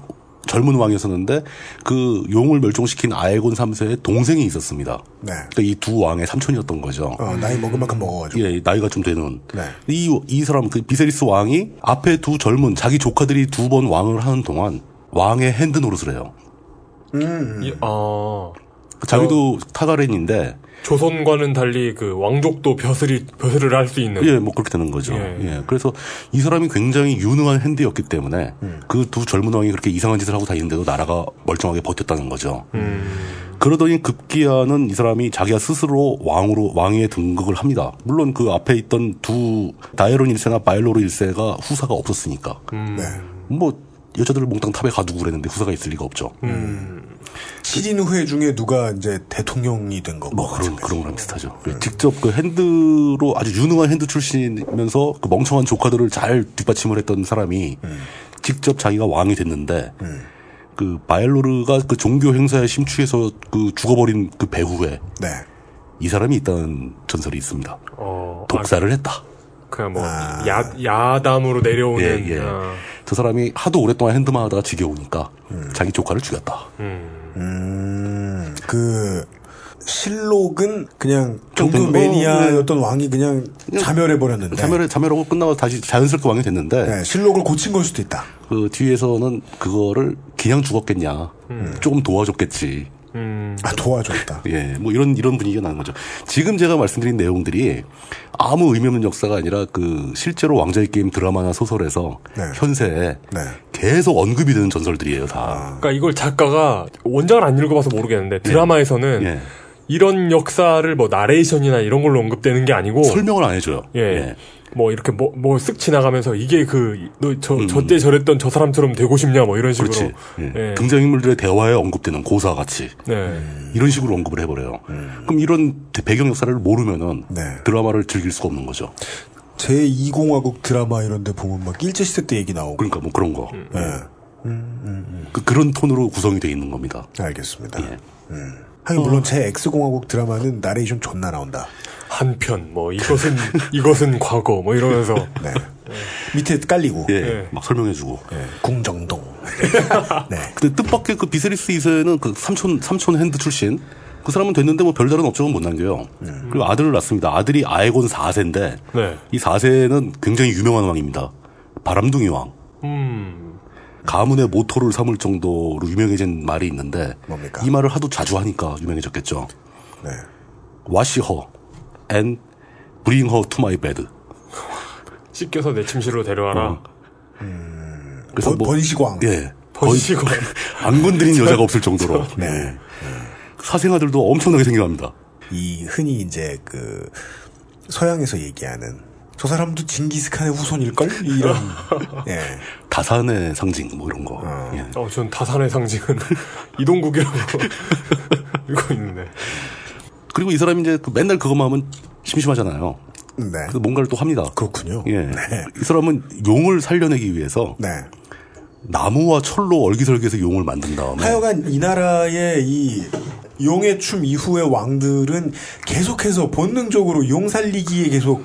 [SPEAKER 2] 젊은 왕이었었는데 그 용을 멸종시킨 아에곤 3세의 동생이 있었습니다.
[SPEAKER 3] 네.
[SPEAKER 2] 그러니까 이 두 왕의 삼촌이었던 거죠.
[SPEAKER 3] 어, 나이 먹은 만큼 먹어가지고.
[SPEAKER 2] 예, 나이가 좀 되는.
[SPEAKER 3] 네.
[SPEAKER 2] 이, 이 사람, 그 비세리스 왕이 앞에 두 젊은 자기 조카들이 두 번 왕을 하는 동안 왕의 핸드 노릇을 해요.
[SPEAKER 4] 이, 아
[SPEAKER 2] 자기도 타가렌인데
[SPEAKER 4] 조선과는 달리 그 왕족도 벼슬이 벼슬을 할 수 있는.
[SPEAKER 2] 예, 뭐 그렇게 되는 거죠.
[SPEAKER 4] 예.
[SPEAKER 2] 예. 그래서 이 사람이 굉장히 유능한 핸드였기 때문에 그 두 젊은 왕이 그렇게 이상한 짓을 하고 다니는데도 나라가 멀쩡하게 버텼다는 거죠. 그러더니 급기야는 이 사람이 자기가 스스로 왕으로 왕위에 등극을 합니다. 물론 그 앞에 있던 두 다이론 일세나 바일로르 일세가 후사가 없었으니까.
[SPEAKER 3] 네.
[SPEAKER 2] 뭐 여자들을 몽땅 탑에 가두고 그랬는데 후사가 있을 리가 없죠.
[SPEAKER 3] 시린 후회 중에 누가 이제 대통령이 된 거고.
[SPEAKER 2] 뭐 그런 그런 거랑 비슷하죠. 직접 그 핸드로 아주 유능한 핸드 출신이면서 그 멍청한 조카들을 잘 뒷받침을 했던 사람이 직접 자기가 왕이 됐는데
[SPEAKER 3] 음.
[SPEAKER 2] 그 바엘로르가 그 종교 행사에 심취해서 그 죽어버린 그 배후에
[SPEAKER 3] 네.
[SPEAKER 2] 이 사람이 있다는 전설이 있습니다.
[SPEAKER 4] 어,
[SPEAKER 2] 독살을 했다.
[SPEAKER 4] 아, 그냥 뭐 야, 야담으로 내려오는.
[SPEAKER 2] 예, 예.
[SPEAKER 4] 아,
[SPEAKER 2] 저 사람이 하도 오랫동안 핸드만 하다가 지겨우니까 자기 조카를 죽였다.
[SPEAKER 3] 음, 그, 실록은
[SPEAKER 2] 된
[SPEAKER 3] 그냥 종교
[SPEAKER 2] 거, 음.
[SPEAKER 3] 매니아였던 왕이 그냥
[SPEAKER 2] 그냥
[SPEAKER 3] 자멸해버렸는데.
[SPEAKER 2] 자멸을 자멸하고 끝나고 다시 자연스럽게 왕이 됐는데
[SPEAKER 3] 네, 실록을 고친 걸 수도 있다.
[SPEAKER 2] 그 뒤에서는 그거를 그냥 죽었겠냐. 조금 도와줬겠지.
[SPEAKER 4] 음.
[SPEAKER 3] 아, 도와줬다.
[SPEAKER 2] 예, 뭐 이런 이런 분위기가 나는 거죠. 지금 제가 말씀드린 내용들이 아무 의미 없는 역사가 아니라 그 실제로 왕자의 게임 드라마나 소설에서
[SPEAKER 3] 네.
[SPEAKER 2] 현세에
[SPEAKER 3] 네.
[SPEAKER 2] 계속 언급이 되는 전설들이에요, 다.
[SPEAKER 4] 그러니까 이걸 작가가 원작을 안 읽어봐서 모르겠는데 드라마에서는
[SPEAKER 2] 예.
[SPEAKER 4] 이런 역사를 뭐 나레이션이나 이런 걸로 언급되는 게 아니고
[SPEAKER 2] 설명을 안 해줘요.
[SPEAKER 4] 예. 뭐 이렇게 뭐 뭐 쓱 지나가면서 이게 그 너 저 저때 저랬던 저 사람처럼 되고 싶냐 뭐 이런 식으로
[SPEAKER 2] 음. 그렇지. 예.
[SPEAKER 4] 예.
[SPEAKER 2] 등장인물들의 대화에 언급되는 고사 같이
[SPEAKER 4] 네.
[SPEAKER 2] 이런 식으로 언급을 해버려요. 그럼 이런 배경 역사를 모르면은
[SPEAKER 3] 네.
[SPEAKER 2] 드라마를 즐길 수가 없는 거죠.
[SPEAKER 3] 제2공화국 드라마 이런 데 보면 막 일제시대 때 얘기 나오고.
[SPEAKER 2] 그러니까 뭐 그런 거.
[SPEAKER 3] 예.
[SPEAKER 2] 그, 그런 톤으로 구성이 돼 있는 겁니다.
[SPEAKER 3] 알겠습니다.
[SPEAKER 2] 예. 어.
[SPEAKER 3] 음. 하긴 물론 제 X공화국 드라마는 나레이션 존나 나온다.
[SPEAKER 4] 한편 뭐 이것은 이것은 과거 뭐 이러면서
[SPEAKER 3] 네. 밑에 깔리고. 네.
[SPEAKER 2] 예,
[SPEAKER 4] 예.
[SPEAKER 2] 막 설명해주고.
[SPEAKER 3] 궁정동. 네.
[SPEAKER 2] 근데 뜻밖의 그 비세리스 2세는 그 삼촌, 삼촌 핸드 출신. 그 사람은 됐는데 뭐 별다른 업적은 못 남겨요.
[SPEAKER 3] 음.
[SPEAKER 2] 그리고 아들을 낳습니다. 아들이 아에곤 4세인데.
[SPEAKER 4] 네.
[SPEAKER 2] 이 4세는 굉장히 유명한 왕입니다. 바람둥이 왕.
[SPEAKER 4] 음.
[SPEAKER 2] 가문의 모토를 삼을 정도로 유명해진 말이 있는데.
[SPEAKER 3] 뭡니까?
[SPEAKER 2] 이 말을 하도 자주 하니까 유명해졌겠죠.
[SPEAKER 3] 네.
[SPEAKER 2] 와시허 and bring her to my bed. 어.
[SPEAKER 4] 씻겨서 내 침실로 데려와라.
[SPEAKER 2] 그래서 뭐
[SPEAKER 3] 번시광.
[SPEAKER 2] 예. 번시광. 안 건드린 여자가 없을 정도로. 네. 사생아들도 엄청나게 생겨납니다.
[SPEAKER 3] 이 흔히 이제 그 서양에서 얘기하는 저 사람도 징기스칸의 후손일걸? 이런 예.
[SPEAKER 2] 다산의 상징 뭐 이런 거. 예.
[SPEAKER 4] 어, 전 다산의 상징은 이동국이라고 읽고 있는데.
[SPEAKER 2] 그리고 이 사람이 이제 그 맨날 그것만 하면 심심하잖아요.
[SPEAKER 3] 네.
[SPEAKER 2] 그래서 뭔가를 또 합니다.
[SPEAKER 3] 그렇군요.
[SPEAKER 2] 예. 이 사람은 용을 살려내기 위해서
[SPEAKER 3] 네.
[SPEAKER 2] 나무와 철로 얼기설기해서 용을 만든 다음에
[SPEAKER 3] 하여간 이 나라의 이 용의 춤 이후의 왕들은 계속해서 본능적으로 용 살리기에 계속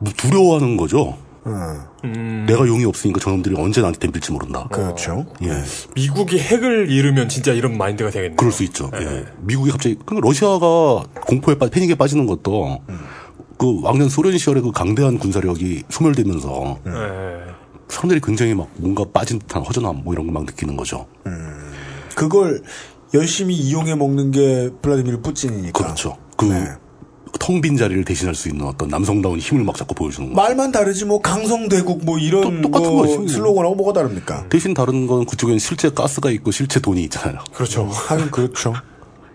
[SPEAKER 2] 뭐 두려워하는 거죠.
[SPEAKER 3] 어,
[SPEAKER 2] 내가 용이 없으니까 저놈들이 언제 나한테 덤빌지 모른다.
[SPEAKER 3] 그렇죠.
[SPEAKER 2] 예.
[SPEAKER 4] 미국이 핵을 잃으면 진짜 이런 마인드가 되겠네요.
[SPEAKER 2] 그럴 수 있죠. 예. 미국이 갑자기 그 러시아가 공포에 빠 패닉에 빠지는 것도 그 왕년 소련 시절의 그 강대한 군사력이 소멸되면서
[SPEAKER 4] 예.
[SPEAKER 2] 사람들이 굉장히 막 뭔가 빠진 듯한 허전함 뭐 이런 걸 막 느끼는 거죠.
[SPEAKER 3] 그걸 열심히 이용해 먹는 게 블라디미르 푸틴이니까.
[SPEAKER 2] 그렇죠. 그 텅 빈 자리를 대신할 수 있는 어떤 남성다운 힘을 막 자꾸 보여주는 거.
[SPEAKER 3] 말만 다르지 뭐 강성대국 뭐 이런
[SPEAKER 2] 똑- 똑같은
[SPEAKER 3] 거
[SPEAKER 2] 거죠, 이거.
[SPEAKER 3] 슬로건하고 뭐가 다릅니까?
[SPEAKER 2] 대신 다른 건 그쪽엔 실제 가스가 있고 실제 돈이 있잖아요.
[SPEAKER 4] 그렇죠.
[SPEAKER 3] 하긴 그렇죠.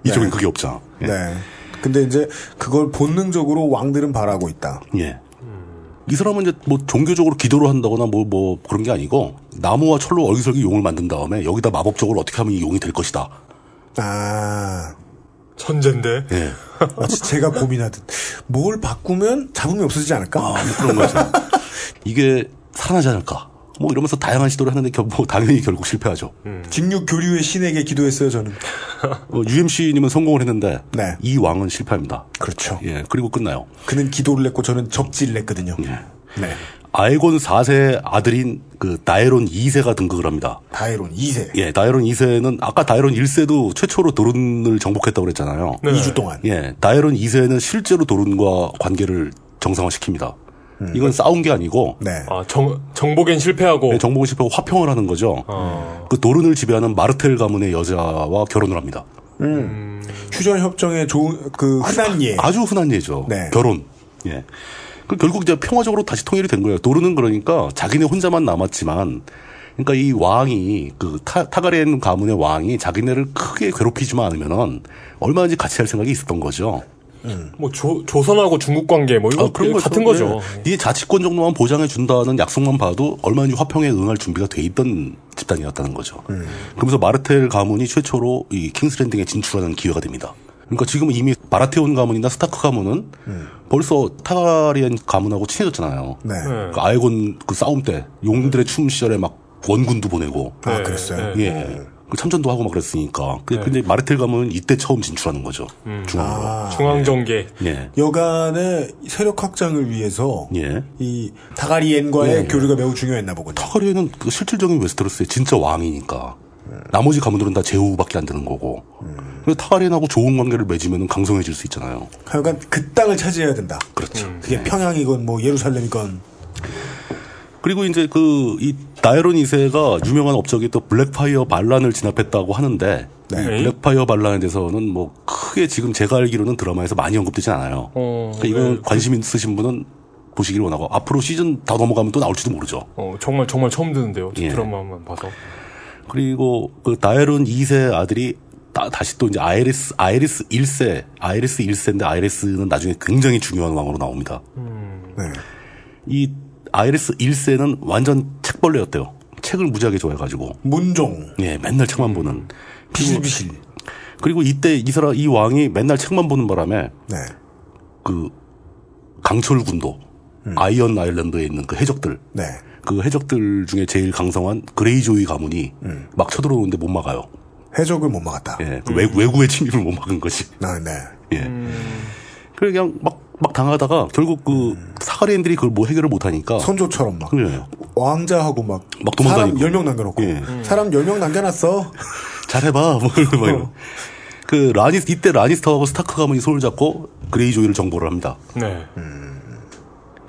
[SPEAKER 2] 이쪽엔 그게 없잖아. 예.
[SPEAKER 3] 네. 근데 이제 그걸 본능적으로 왕들은 바라고 있다.
[SPEAKER 2] 예. 이 사람은 이제 뭐 종교적으로 기도를 한다거나 뭐 뭐 그런 게 아니고 나무와 철로 얼기설기 용을 만든 다음에 여기다 마법적으로 어떻게 하면 이 용이 될 것이다.
[SPEAKER 3] 아,
[SPEAKER 4] 천재인데.
[SPEAKER 2] 예.
[SPEAKER 3] 마치 제가 고민하듯 뭘 바꾸면 잡음이 없어지지 않을까?
[SPEAKER 2] 아, 뭐 그런 거죠. 이게 살아나지 않을까. 뭐 이러면서 다양한 시도를 하는데 겨, 뭐 당연히 결국 실패하죠.
[SPEAKER 3] 음. 직육 교류의 신에게 기도했어요 저는.
[SPEAKER 2] 어, UMC님은 성공을 했는데
[SPEAKER 3] 네.
[SPEAKER 2] 이 왕은 실패합니다.
[SPEAKER 3] 그렇죠.
[SPEAKER 2] 예. 그리고 끝나요.
[SPEAKER 3] 그는 기도를 했고 저는 접지를 했거든요. 네.
[SPEAKER 2] 아에곤 4세의 아들인 그 다에론 2세가 등극을 합니다.
[SPEAKER 3] 다이론 2세.
[SPEAKER 2] 예, 다이론 2세는 아까 다이론 1세도 최초로 도룬을 정복했다고 그랬잖아요.
[SPEAKER 4] 네.
[SPEAKER 3] 2주 동안.
[SPEAKER 2] 예, 다이론 2세는 실제로 도룬과 관계를 정상화시킵니다. 이건 싸운 게 아니고
[SPEAKER 3] 음. 네.
[SPEAKER 4] 아, 정, 정복엔 실패하고.
[SPEAKER 2] 예, 정복을 실패하고 화평을 하는 거죠.
[SPEAKER 3] 어.
[SPEAKER 2] 그 도룬을 지배하는 마르텔 가문의 여자와 결혼을 합니다.
[SPEAKER 3] 휴전 협정의 좋은 그 흔한 예.
[SPEAKER 2] 아주 흔한 예죠.
[SPEAKER 3] 네.
[SPEAKER 2] 결혼. 예. 그 결국 이제 평화적으로 다시 통일이 된 거예요. 도르는 그러니까 자기네 혼자만 남았지만, 그러니까 이 왕이 그 타, 타가렌 가문의 왕이 자기네를 크게 괴롭히지만 않으면은 얼마든지 같이 할 생각이 있었던 거죠.
[SPEAKER 4] 뭐 조, 조선하고 중국 관계 뭐 이거 같은 거죠.
[SPEAKER 2] 아,
[SPEAKER 4] 예.
[SPEAKER 2] 네. 네 자치권 정도만 보장해 준다는 약속만 봐도 얼마든지 화평에 응할 준비가 돼 있던 집단이었다는 거죠.
[SPEAKER 4] 예.
[SPEAKER 2] 그러면서 마르텔 가문이 최초로 이 킹스랜딩에 진출하는 기회가 됩니다. 그러니까 지금 은 이미 바라테온 가문이나 스타크 가문은 벌써 타가리엔 가문하고 친해졌잖아요.
[SPEAKER 3] 네.
[SPEAKER 4] 예. 네.
[SPEAKER 2] 그 아이곤 그 싸움 때 용들의 춤 시절에 막 원군도 보내고
[SPEAKER 3] 아 그랬어요.
[SPEAKER 2] 예. 그 참전도 하고 막 그랬으니까. 그- 근데 마르텔 가문은 이때 처음 진출하는 거죠. 중앙으로.
[SPEAKER 4] 아. 중앙정계.
[SPEAKER 2] 예.
[SPEAKER 3] 여간의 세력 확장을 위해서
[SPEAKER 2] 예.
[SPEAKER 3] 이 다가리엔과의 교류가 매우 중요했나 보군요.
[SPEAKER 2] 타가리에는 그 실질적인 웨스테로스의 진짜 왕이니까 나머지 가문들은 다 제후밖에 안 되는 거고 근데 타가리엔하고 좋은 관계를 맺으면 강성해질 수 있잖아요.
[SPEAKER 3] 하여간 그 땅을 차지해야 된다.
[SPEAKER 2] 그렇죠.
[SPEAKER 3] 그게 평양이건 뭐 예루살렘이건
[SPEAKER 2] 그리고 이제 그 이 나이론 2세가 유명한 업적이 또 블랙파이어 반란을 진압했다고 하는데
[SPEAKER 3] 네.
[SPEAKER 2] 이 블랙파이어 반란에 대해서는 뭐 크게 지금 제가 알기로는 드라마에서 많이 언급되진 않아요.
[SPEAKER 4] 어,
[SPEAKER 2] 그러니까 이거 관심 있으신 분은 보시길 원하고 앞으로 시즌 다 넘어가면 또 나올지도 모르죠.
[SPEAKER 4] 어, 정말 정말 처음 듣는데요. 저
[SPEAKER 2] 예.
[SPEAKER 4] 드라마만 봐서.
[SPEAKER 2] 그리고 그 다이론 2세 아들이 따- 다시 또 이제 아이리스 아이리스 1세 아이리스 1세인데 아이리스는 나중에 굉장히 중요한 왕으로 나옵니다.
[SPEAKER 3] 네.
[SPEAKER 2] 이 아이리스 1세는 완전 책벌레였대요. 책을 무지하게 좋아해가지고
[SPEAKER 3] 문종
[SPEAKER 2] 예 맨날 책만 보는
[SPEAKER 3] 비실비실.
[SPEAKER 2] 그리고 이때 이 사람 이 왕이 맨날 책만 보는 바람에
[SPEAKER 3] 네.
[SPEAKER 2] 그 강철 군도 아이언 아일랜드에 있는 그 해적들
[SPEAKER 3] 네.
[SPEAKER 2] 그 해적들 중에 제일 강성한 그레이조이 가문이 막 쳐들어오는데 못 막아요.
[SPEAKER 3] 해적을 못 막았다.
[SPEAKER 2] 예, 그 외, 외구의 침입을 못 막은 거지.
[SPEAKER 3] 아, 네.
[SPEAKER 2] 예. 그래 그냥 막, 막 당하다가 결국 그 사가리엔들이 그걸 뭐 해결을 못 하니까
[SPEAKER 3] 선조처럼 막
[SPEAKER 2] 예.
[SPEAKER 3] 왕자하고 막,
[SPEAKER 2] 막
[SPEAKER 3] 사람
[SPEAKER 2] 도망다니고.
[SPEAKER 3] 10명 남겨놓고
[SPEAKER 2] 예.
[SPEAKER 3] 사람 10명 남겨놨어.
[SPEAKER 2] 잘해봐 뭐 이러고 막 이러고. 그 라니 이때 라니스터하고 스타크 가문이 손을 잡고 그레이조이를 정보를 합니다.
[SPEAKER 4] 네.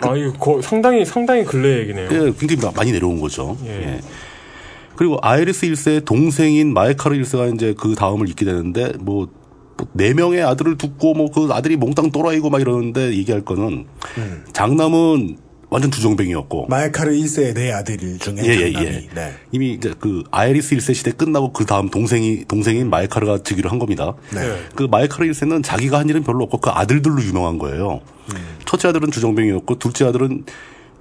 [SPEAKER 4] 아, 이거 거- 상당히 상당히 근래 얘기네요.
[SPEAKER 2] 예, 굉장히 마- 많이 내려온 거죠.
[SPEAKER 4] 예.
[SPEAKER 2] 예. 그리고 아이리스 1세의 동생인 마에카르 1세가 이제 그 다음을 잇게 되는데 뭐. 뭐네 명의 아들을 두고 뭐 그 아들이 몽땅 또라이고 막 이러는데 얘기할 거는 장남은 완전 주정뱅이었고.
[SPEAKER 3] 마에카르 1세의 내 아들 중에
[SPEAKER 2] 예, 예,
[SPEAKER 3] 장남이. 네.
[SPEAKER 2] 예. 이미 이제 그 아에리스 1세 시대 끝나고 그 다음 동생이 동생인 마에카르가 즉위를 한 겁니다.
[SPEAKER 3] 네.
[SPEAKER 2] 그 마에카르 1세는 자기가 한 일은 별로 없고 그 아들들로 유명한 거예요.
[SPEAKER 3] 음.
[SPEAKER 2] 첫째 아들은 주정뱅이였고 둘째 아들은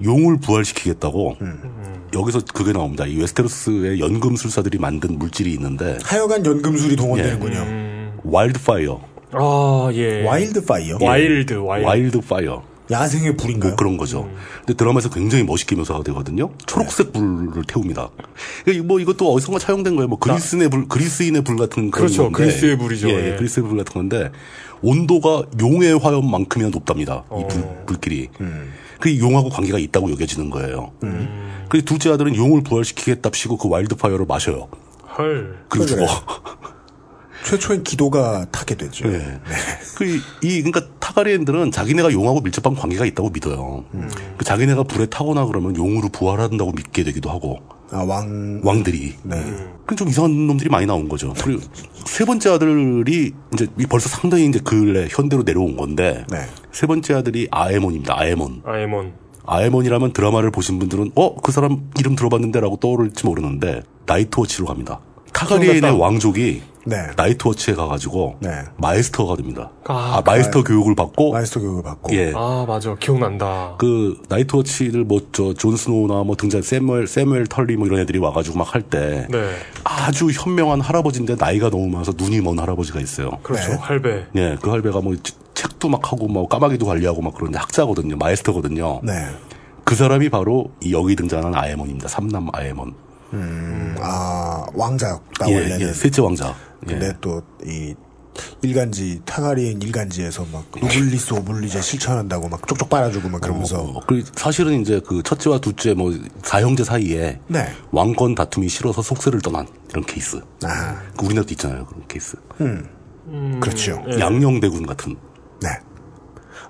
[SPEAKER 2] 용을 부활시키겠다고
[SPEAKER 3] 음.
[SPEAKER 2] 여기서 그게 나옵니다. 이 웨스테로스의 연금술사들이 만든 물질이 있는데
[SPEAKER 3] 하여간 연금술이 동원되는군요.
[SPEAKER 2] 와일드파이어.
[SPEAKER 4] 아, 예.
[SPEAKER 3] 와일드파이어?
[SPEAKER 4] 와일드, 예. 와일드.
[SPEAKER 2] 파이어.
[SPEAKER 3] 야생의 불인가요?
[SPEAKER 2] 뭐 그런 거죠.
[SPEAKER 4] 음.
[SPEAKER 2] 근데 드라마에서 굉장히 멋있게 묘사가 되거든요.
[SPEAKER 4] 네.
[SPEAKER 2] 초록색 불을 태웁니다. 그뭐 이것도 어디선가 차용된 거예요. 뭐 그리스인의 불, 그리스인의 불 같은 그런
[SPEAKER 4] 그렇죠.
[SPEAKER 2] 건데.
[SPEAKER 4] 그리스의 불이죠.
[SPEAKER 2] 예, 예,
[SPEAKER 4] 예.
[SPEAKER 2] 그리스의 불 같은 건데 온도가 용의 화염만큼이나 높답니다.
[SPEAKER 4] 어.
[SPEAKER 2] 이 불, 불길이.
[SPEAKER 4] 음.
[SPEAKER 2] 그 용하고 관계가 있다고 여겨지는 거예요. 그리고 둘째 아들은 용을 부활시키겠답시고 그 와일드파이어를 마셔요.
[SPEAKER 4] 헐.
[SPEAKER 2] 그리고 죽어.
[SPEAKER 3] 최초엔 기도가 타게 되죠.
[SPEAKER 2] 예. 그, 이, 그러니까 타가리엔들은 자기네가 용하고 밀접한 관계가 있다고 믿어요. 그 자기네가 불에 타거나 그러면 용으로 부활한다고 믿게 되기도 하고.
[SPEAKER 3] 아, 왕.
[SPEAKER 2] 왕들이.
[SPEAKER 3] 네.
[SPEAKER 2] 그 좀 이상한 놈들이 많이 나온 거죠. 그리고 세 번째 아들이 이제 이 벌써 상당히 이제 근래 현대로 내려온 건데.
[SPEAKER 3] 네.
[SPEAKER 2] 세 번째 아들이 아에몬입니다. 아에몬.
[SPEAKER 4] 아이몬.
[SPEAKER 2] 아에몬이라면 드라마를 보신 분들은 어, 그 사람 이름 들어봤는데라고 떠오를지 모르는데 나이트워치로 갑니다. 타가리엔의
[SPEAKER 3] 기억났다.
[SPEAKER 2] 왕족이
[SPEAKER 3] 네.
[SPEAKER 2] 나이트워치에 가가지고 마이스터가 됩니다.
[SPEAKER 4] 아,
[SPEAKER 2] 아, 마이스터 교육을 받고
[SPEAKER 3] 마이스터 교육을 받고
[SPEAKER 2] 어.
[SPEAKER 3] 네.
[SPEAKER 2] 예.
[SPEAKER 4] 아, 맞아. 기억난다.
[SPEAKER 2] 그 나이트워치를 뭐 저 존스노우나 뭐 등장 세무엘 세무엘 털리 뭐 이런 애들이 와가지고 막 할 때
[SPEAKER 4] 네.
[SPEAKER 2] 아주 현명한 할아버지인데 나이가 너무 많아서 눈이 먼 할아버지가 있어요.
[SPEAKER 4] 그렇죠. 할배.
[SPEAKER 2] 예, 그 할배가 뭐 치- 책도 막 하고 뭐 까마귀도 관리하고 막 그런데 학자거든요, 마이스터거든요.
[SPEAKER 3] 네.
[SPEAKER 2] 그 사람이 바로 이 여기 등장하는 아에몬입니다. 삼남 아에몬.
[SPEAKER 3] 음, 아, 왕자였다,
[SPEAKER 2] 예,
[SPEAKER 3] 원래는.
[SPEAKER 2] 예, 셋째 왕자. 예.
[SPEAKER 3] 근데 또, 이, 일간지, 타가리엔 일간지에서 막,
[SPEAKER 2] 예.
[SPEAKER 3] 노블리스 오블리제 실천한다고 막 쪽쪽 빨아주고 막 그러면서.
[SPEAKER 2] 어, 그리고 사실은 이제 그 첫째와 둘째 뭐 사형제 사이에
[SPEAKER 3] 네.
[SPEAKER 2] 왕권 다툼이 싫어서 속세를 떠난 이런 케이스.
[SPEAKER 3] 아.
[SPEAKER 2] 그 우리나라도 있잖아요 그런 케이스. 음.
[SPEAKER 3] 그렇죠.
[SPEAKER 2] 예. 양녕대군 같은.
[SPEAKER 3] 네.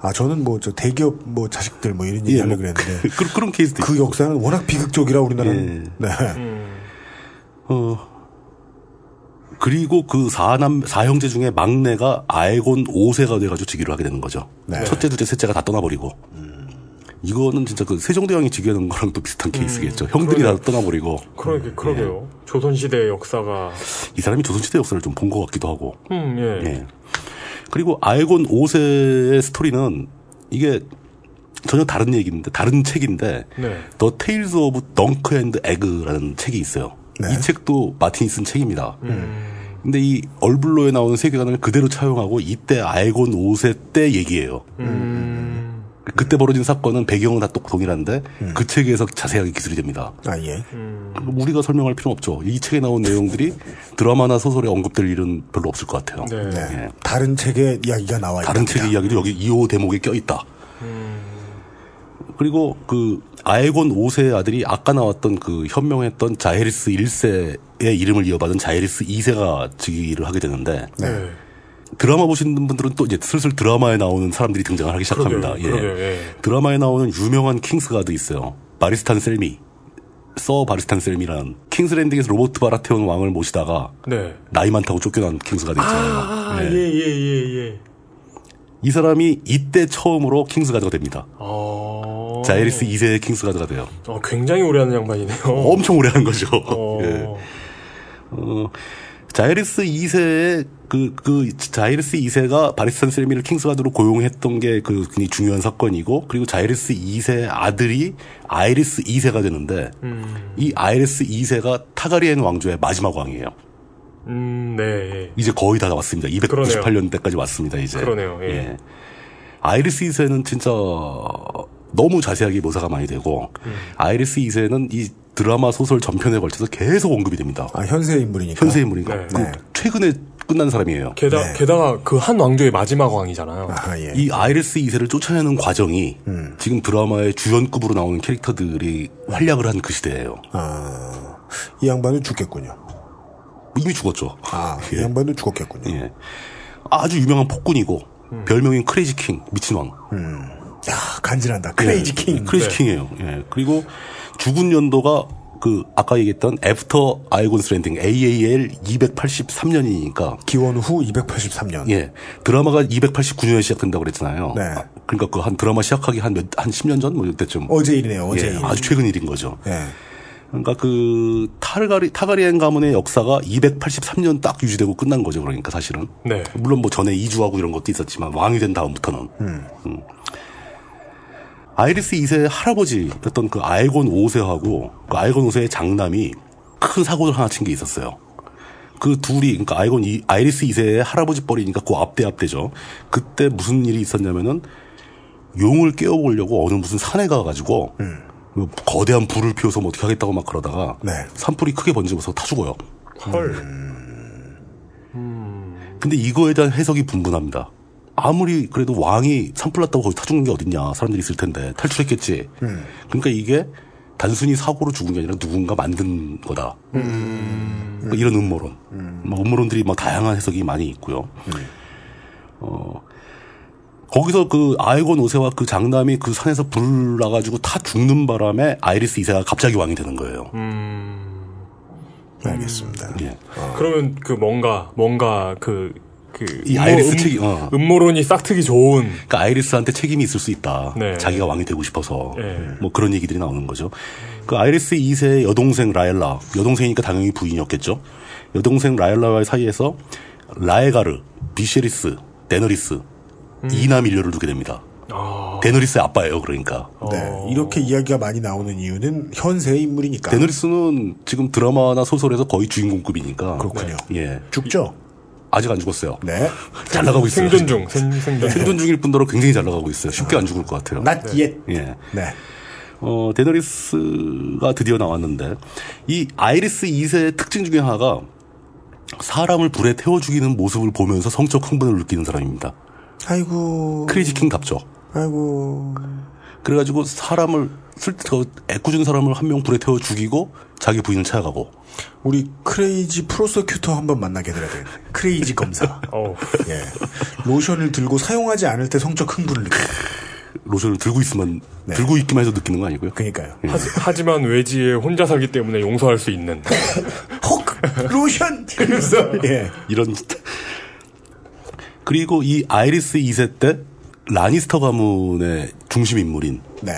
[SPEAKER 3] 아, 저는 뭐, 저 대기업 뭐 자식들 뭐 이런
[SPEAKER 2] 예,
[SPEAKER 3] 얘기 하려고
[SPEAKER 2] 뭐
[SPEAKER 3] 그랬는데.
[SPEAKER 2] 그, 예. 그런 케이스도
[SPEAKER 3] 그 역사는 워낙 비극적이라 우리나라는. 네.
[SPEAKER 2] 음. 어. 그리고 그 사남 사형제 중에 막내가 아에곤 5세가 돼가지고 즉위를 하게 되는 거죠.
[SPEAKER 3] 네. 음.
[SPEAKER 2] 첫째, 둘째, 셋째가 다 떠나버리고. 이거는 진짜 그 세종대왕이 즉위하는 거랑 또 비슷한
[SPEAKER 3] 음,
[SPEAKER 2] 케이스겠죠. 형들이 다 떠나버리고
[SPEAKER 4] 그러게, 그러게요. 조선시대의 역사가.
[SPEAKER 2] 이 사람이 조선시대 역사를 좀 본 것 같기도 하고.
[SPEAKER 4] 음, 예.
[SPEAKER 2] 예. 그리고 아에곤 5세의 스토리는 이게 전혀 다른 얘기인데 다른 책인데
[SPEAKER 4] 네.
[SPEAKER 2] 더 테일즈 오브 덩크 앤드 에그라는 책이 있어요. 이 책도 마틴이 쓴 책입니다.
[SPEAKER 4] 음.
[SPEAKER 2] 근데 이 얼블로에 나오는 세계관을 그대로 차용하고 이때 아에곤 5세 때 얘기예요.
[SPEAKER 4] 음.
[SPEAKER 2] 그때 벌어진 사건은 배경은 다 똑 동일한데 그 책에서 자세하게 기술이 됩니다.
[SPEAKER 3] 아, 예.
[SPEAKER 2] 음. 우리가 설명할 필요는 없죠. 이 책에 나온 내용들이 드라마나 소설에 언급될 일은 별로 없을 것 같아요.
[SPEAKER 4] 네.
[SPEAKER 2] 예.
[SPEAKER 3] 다른 책의 이야기가 나와 있다.
[SPEAKER 2] 다른 책의 이야기도 여기 2호 대목에 껴있다. 그리고 그 아에곤 5세의 아들이 아까 나왔던 그 현명했던 자헤리스 1세의 이름을 이어받은 자헤리스 2세가 즉위를 하게 되는데
[SPEAKER 4] 네.
[SPEAKER 2] 드라마 보시는 분들은 또 이제 슬슬 드라마에 나오는 사람들이 등장을 하기 시작합니다.
[SPEAKER 4] 그러게요. 그러게요. 예.
[SPEAKER 2] 드라마에 나오는 유명한 킹스가드 있어요. 바리스탄 셀미. 서 바리스탄 셀미라는 킹스랜딩에서 로버트 바라테온 왕을 모시다가
[SPEAKER 4] 네.
[SPEAKER 2] 나이 많다고 쫓겨난 킹스가드 있잖아요.
[SPEAKER 4] 아, 예, 예, 예, 예.
[SPEAKER 2] 이 사람이 이때 처음으로 킹스가드가 됩니다.
[SPEAKER 4] 아.
[SPEAKER 2] 자이리스 2세의 킹스가드가 돼요.
[SPEAKER 4] 어, 굉장히 오래하는 양반이네요.
[SPEAKER 2] 엄청 오래 한 거죠.
[SPEAKER 4] 어.
[SPEAKER 2] 예. 어, 자이리스 2세의 그, 그, 자이리스 2세가 바리스탄 셀미를 킹스가드로 고용했던 게 그 굉장히 중요한 사건이고, 그리고 자이리스 2세의 아들이 아이리스 2세가 되는데, 이 아이리스 2세가 타가리엔 왕조의 마지막 왕이에요.
[SPEAKER 4] 음, 네. 예.
[SPEAKER 2] 이제 거의 다 왔습니다. 298년대까지 왔습니다, 이제.
[SPEAKER 4] 그러네요. 예.
[SPEAKER 2] 아이리스 2세는 진짜 너무 자세하게 묘사가 많이 되고,
[SPEAKER 4] 음.
[SPEAKER 2] 아이리스 2세는 이 드라마 소설 전편에 걸쳐서 계속 언급이 됩니다.
[SPEAKER 3] 아, 현세 인물이니까.
[SPEAKER 2] 현세 인물인가?
[SPEAKER 4] 네.
[SPEAKER 2] 그 최근에 끝난 사람이에요.
[SPEAKER 4] 게다, 게다가 그 한 왕조의 마지막 왕이잖아요.
[SPEAKER 3] 아, 예.
[SPEAKER 2] 이 아이리스 2세를 쫓아내는 과정이
[SPEAKER 4] 음.
[SPEAKER 2] 지금 드라마의 주연급으로 나오는 캐릭터들이 활약을 한 그 시대예요.
[SPEAKER 3] 아, 이 양반은 죽겠군요.
[SPEAKER 2] 이미 죽었죠.
[SPEAKER 3] 아, 이
[SPEAKER 2] 예.
[SPEAKER 3] 양반은 죽었겠군요.
[SPEAKER 2] 예. 아주 유명한 폭군이고
[SPEAKER 4] 음.
[SPEAKER 2] 별명인 크레이지 킹, 미친 왕. 예. 네.
[SPEAKER 3] 야, 음. 간지난다. 크레이지 킹.
[SPEAKER 2] 크레이지 킹이에요. 예. 그리고 죽은 예. 연도가 그 아까 얘기했던 애프터 아이곤 스랜딩 AAL 283년이니까
[SPEAKER 3] 기원 후 283년.
[SPEAKER 2] 예. 드라마가 289년에 시작된다고 그랬잖아요.
[SPEAKER 3] 네.
[SPEAKER 2] 아, 그러니까 그 한 드라마 시작하기 한 몇 한 10년 전뭐 이때쯤
[SPEAKER 3] 어제 일이네요, 어제
[SPEAKER 2] 예,
[SPEAKER 3] 일.
[SPEAKER 2] 아주 최근 일인 거죠.
[SPEAKER 3] 예.
[SPEAKER 2] 그러니까 그 타르가리 타가리엔 가문의 역사가 283년 딱 유지되고 끝난 거죠. 그러니까 사실은
[SPEAKER 4] 네.
[SPEAKER 2] 물론 뭐 전에 이주하고 이런 것도 있었지만 왕이 된 다음부터는 음. 아이리스 2세 할아버지였던 그 아이곤 5세하고 그 아이곤 5세의 장남이 큰 사고를 하나 친 게 있었어요. 그 둘이 그러니까 아이곤 이, 아이리스 2세의 할아버지 뻘이니까 그 앞대 앞대죠. 그때 무슨 일이 있었냐면은 용을 깨워보려고 어느 무슨 산에 가가지고 뭐 거대한 불을 피워서 뭐 어떻게 하겠다고 막 그러다가
[SPEAKER 3] 네.
[SPEAKER 2] 산불이 크게 번지면서 타 죽어요.
[SPEAKER 4] 헐.
[SPEAKER 2] 근데 이거에 대한 해석이 분분합니다. 아무리 그래도 왕이 산불 났다고 거기 타 죽는 게 어딨냐 사람들이 있을 텐데 탈출했겠지. 그러니까 이게 단순히 사고로 죽은 게 아니라 누군가 만든 거다. 그러니까 이런 음모론, 막 음모론들이 막 다양한 해석이 많이 있고요. 어, 거기서 그 아이곤 5세와 그 장남이 그 산에서 불 나가지고 타 죽는 바람에 아이리스 2세가 갑자기 왕이 되는 거예요.
[SPEAKER 3] 알겠습니다.
[SPEAKER 2] 예.
[SPEAKER 4] 그러면 그 뭔가 뭔가 그 그
[SPEAKER 2] 이 아이리스 책이- 어.
[SPEAKER 4] 음모론이 싹트기 좋은
[SPEAKER 2] 그러니까 아이리스한테 책임이 있을 수 있다.
[SPEAKER 4] 네.
[SPEAKER 2] 자기가 왕이 되고 싶어서
[SPEAKER 4] 네.
[SPEAKER 2] 뭐 그런 얘기들이 나오는 거죠. 그 아이리스 2세의 여동생 라엘라, 여동생이니까 당연히 부인이었겠죠. 여동생 라엘라와의 사이에서 라에가르, 비쉐리스, 데너리스
[SPEAKER 4] 음.
[SPEAKER 2] 이남 인류를 두게 됩니다.
[SPEAKER 4] 아.
[SPEAKER 2] 데너리스의 아빠예요, 그러니까.
[SPEAKER 3] 네. 이렇게 이야기가 많이 나오는 이유는 현세의 인물이니까.
[SPEAKER 2] 데너리스는 지금 드라마나 소설에서 거의 주인공급이니까.
[SPEAKER 3] 그렇군요.
[SPEAKER 2] 예.
[SPEAKER 3] 죽죠?
[SPEAKER 2] 아직 안 죽었어요.
[SPEAKER 3] 네.
[SPEAKER 2] 잘 나가고 있어요.
[SPEAKER 4] 생존 중 생, 생존 중
[SPEAKER 2] 생존 중일 뿐더러 굉장히 잘 나가고 있어요. 쉽게 안 죽을 것 같아요.
[SPEAKER 3] Not yet.
[SPEAKER 2] 예.
[SPEAKER 3] 네.
[SPEAKER 2] 어, 데너리스가 드디어 나왔는데, 이 아이리스 2세의 특징 중에 하나가 사람을 불에 태워 죽이는 모습을 보면서 성적 흥분을 느끼는 사람입니다.
[SPEAKER 3] 아이고.
[SPEAKER 2] 크레이지킹 답죠.
[SPEAKER 3] 아이고.
[SPEAKER 2] 그래가지고 사람을, 슬, 저, 애꿎은 사람을 한 명 불에 태워 죽이고 자기 부인을 찾아가고.
[SPEAKER 3] 우리 크레이지 프로세큐터 한번 만나게 드려야 되겠네. 크레이지 검사.
[SPEAKER 4] 어우.
[SPEAKER 3] 예. 로션을 들고 사용하지 않을 때 성적 흥분을 느끼고.
[SPEAKER 2] 로션을 들고 있으면,
[SPEAKER 3] 네.
[SPEAKER 2] 들고 있기만 해서 느끼는 거 아니고요.
[SPEAKER 3] 그니까요.
[SPEAKER 2] 하지-
[SPEAKER 4] 하지, 만 외지에 혼자 살기 때문에 용서할 수 있는
[SPEAKER 3] 혹! 로션! 그래서. 예.
[SPEAKER 2] 이런. 그리고 이 아이리스 2세 때 라니스터 가문의 중심 인물인
[SPEAKER 3] 네.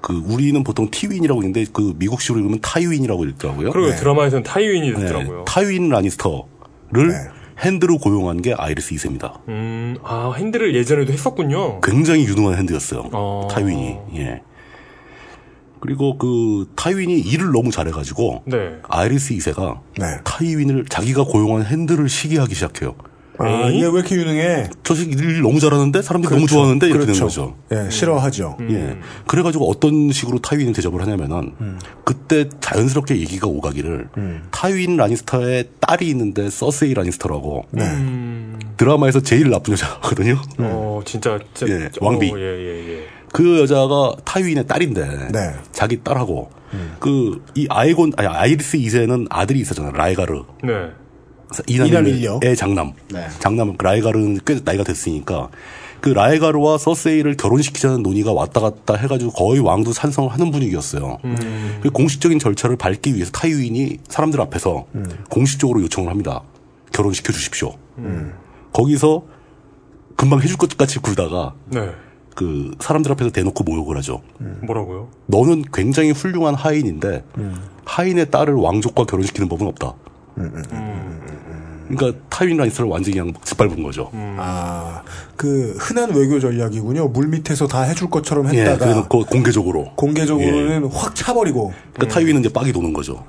[SPEAKER 2] 그 우리는 보통 티윈이라고 있는데 그 미국식으로 읽으면 타유인이라고 읽더라고요.
[SPEAKER 4] 그리고
[SPEAKER 3] 네.
[SPEAKER 4] 드라마에서는 타이윈이
[SPEAKER 2] 네,
[SPEAKER 4] 됐더라고요.
[SPEAKER 2] 타유인 라니스터를
[SPEAKER 3] 네.
[SPEAKER 2] 핸드로 고용한 게 아이리스 2세입니다.
[SPEAKER 4] 음, 아 핸들을 예전에도 했었군요.
[SPEAKER 2] 굉장히 유능한 핸드였어요.
[SPEAKER 4] 어.
[SPEAKER 2] 타유인이. 예. 그리고 그 타유인이 일을 너무 잘해가지고
[SPEAKER 4] 네.
[SPEAKER 2] 아이리스 2세가
[SPEAKER 3] 네.
[SPEAKER 2] 타유인을 자기가 고용한 핸드를 시기하기 시작해요.
[SPEAKER 3] 아,
[SPEAKER 4] 에이?
[SPEAKER 3] 얘 왜 이렇게 유능해? 그렇죠.
[SPEAKER 2] 저 새끼 일 너무 잘하는데 사람들이 너무
[SPEAKER 4] 그렇죠.
[SPEAKER 2] 좋아하는데 이렇게 되는 거죠.
[SPEAKER 3] 예, 싫어하죠.
[SPEAKER 2] 예. 그래가지고 어떤 식으로 타유인을 대접을 하냐면은 그때 자연스럽게 얘기가 오가기를 타유인 라니스터의 딸이 있는데 서세이 라니스터라고
[SPEAKER 3] 네.
[SPEAKER 2] 드라마에서 제일 나쁜 여자거든요.
[SPEAKER 4] 어 진짜, 진짜
[SPEAKER 2] 음. 예, 왕비.
[SPEAKER 4] 어, 예, 예, 예.
[SPEAKER 2] 그 여자가 타유인의 딸인데
[SPEAKER 3] 네.
[SPEAKER 2] 자기 딸하고 그 이 아이곤 아니 아이리스 2세는 아들이 있었잖아요. 라이가르.
[SPEAKER 4] 네.
[SPEAKER 3] 이남 일녀.
[SPEAKER 2] 이남일녀의 예, 장남.
[SPEAKER 3] 네.
[SPEAKER 2] 장남 라이가르는 꽤 나이가 됐으니까 그 라이가르와 서세이를 결혼시키자는 논의가 왔다 갔다 해가지고 거의 왕도 찬성을 하는 분위기였어요.
[SPEAKER 3] 음.
[SPEAKER 2] 그 공식적인 절차를 밟기 위해서 타유인이 사람들 앞에서
[SPEAKER 3] 음.
[SPEAKER 2] 공식적으로 요청을 합니다. 결혼시켜 주십시오.
[SPEAKER 3] 음.
[SPEAKER 2] 거기서 금방 해줄 것 같이 굴다가
[SPEAKER 4] 네.
[SPEAKER 2] 그 사람들 앞에서 대놓고 모욕을 하죠.
[SPEAKER 4] 뭐라고요?
[SPEAKER 2] 너는 굉장히 훌륭한 하인인데
[SPEAKER 3] 음.
[SPEAKER 2] 하인의 딸을 왕족과 결혼시키는 법은 없다.
[SPEAKER 3] 음,
[SPEAKER 2] 그러니까 타윈 라니스터를 완전히 그냥 짓밟은 거죠.
[SPEAKER 3] 아, 그, 흔한 외교 전략이군요. 물 밑에서 다 해줄 것처럼
[SPEAKER 2] 예,
[SPEAKER 3] 했다가.
[SPEAKER 2] 그래놓고 예. 공개적으로.
[SPEAKER 3] 공개적으로는 확 차버리고.
[SPEAKER 2] 그러니까 타윈은 이제 빡이 도는 거죠.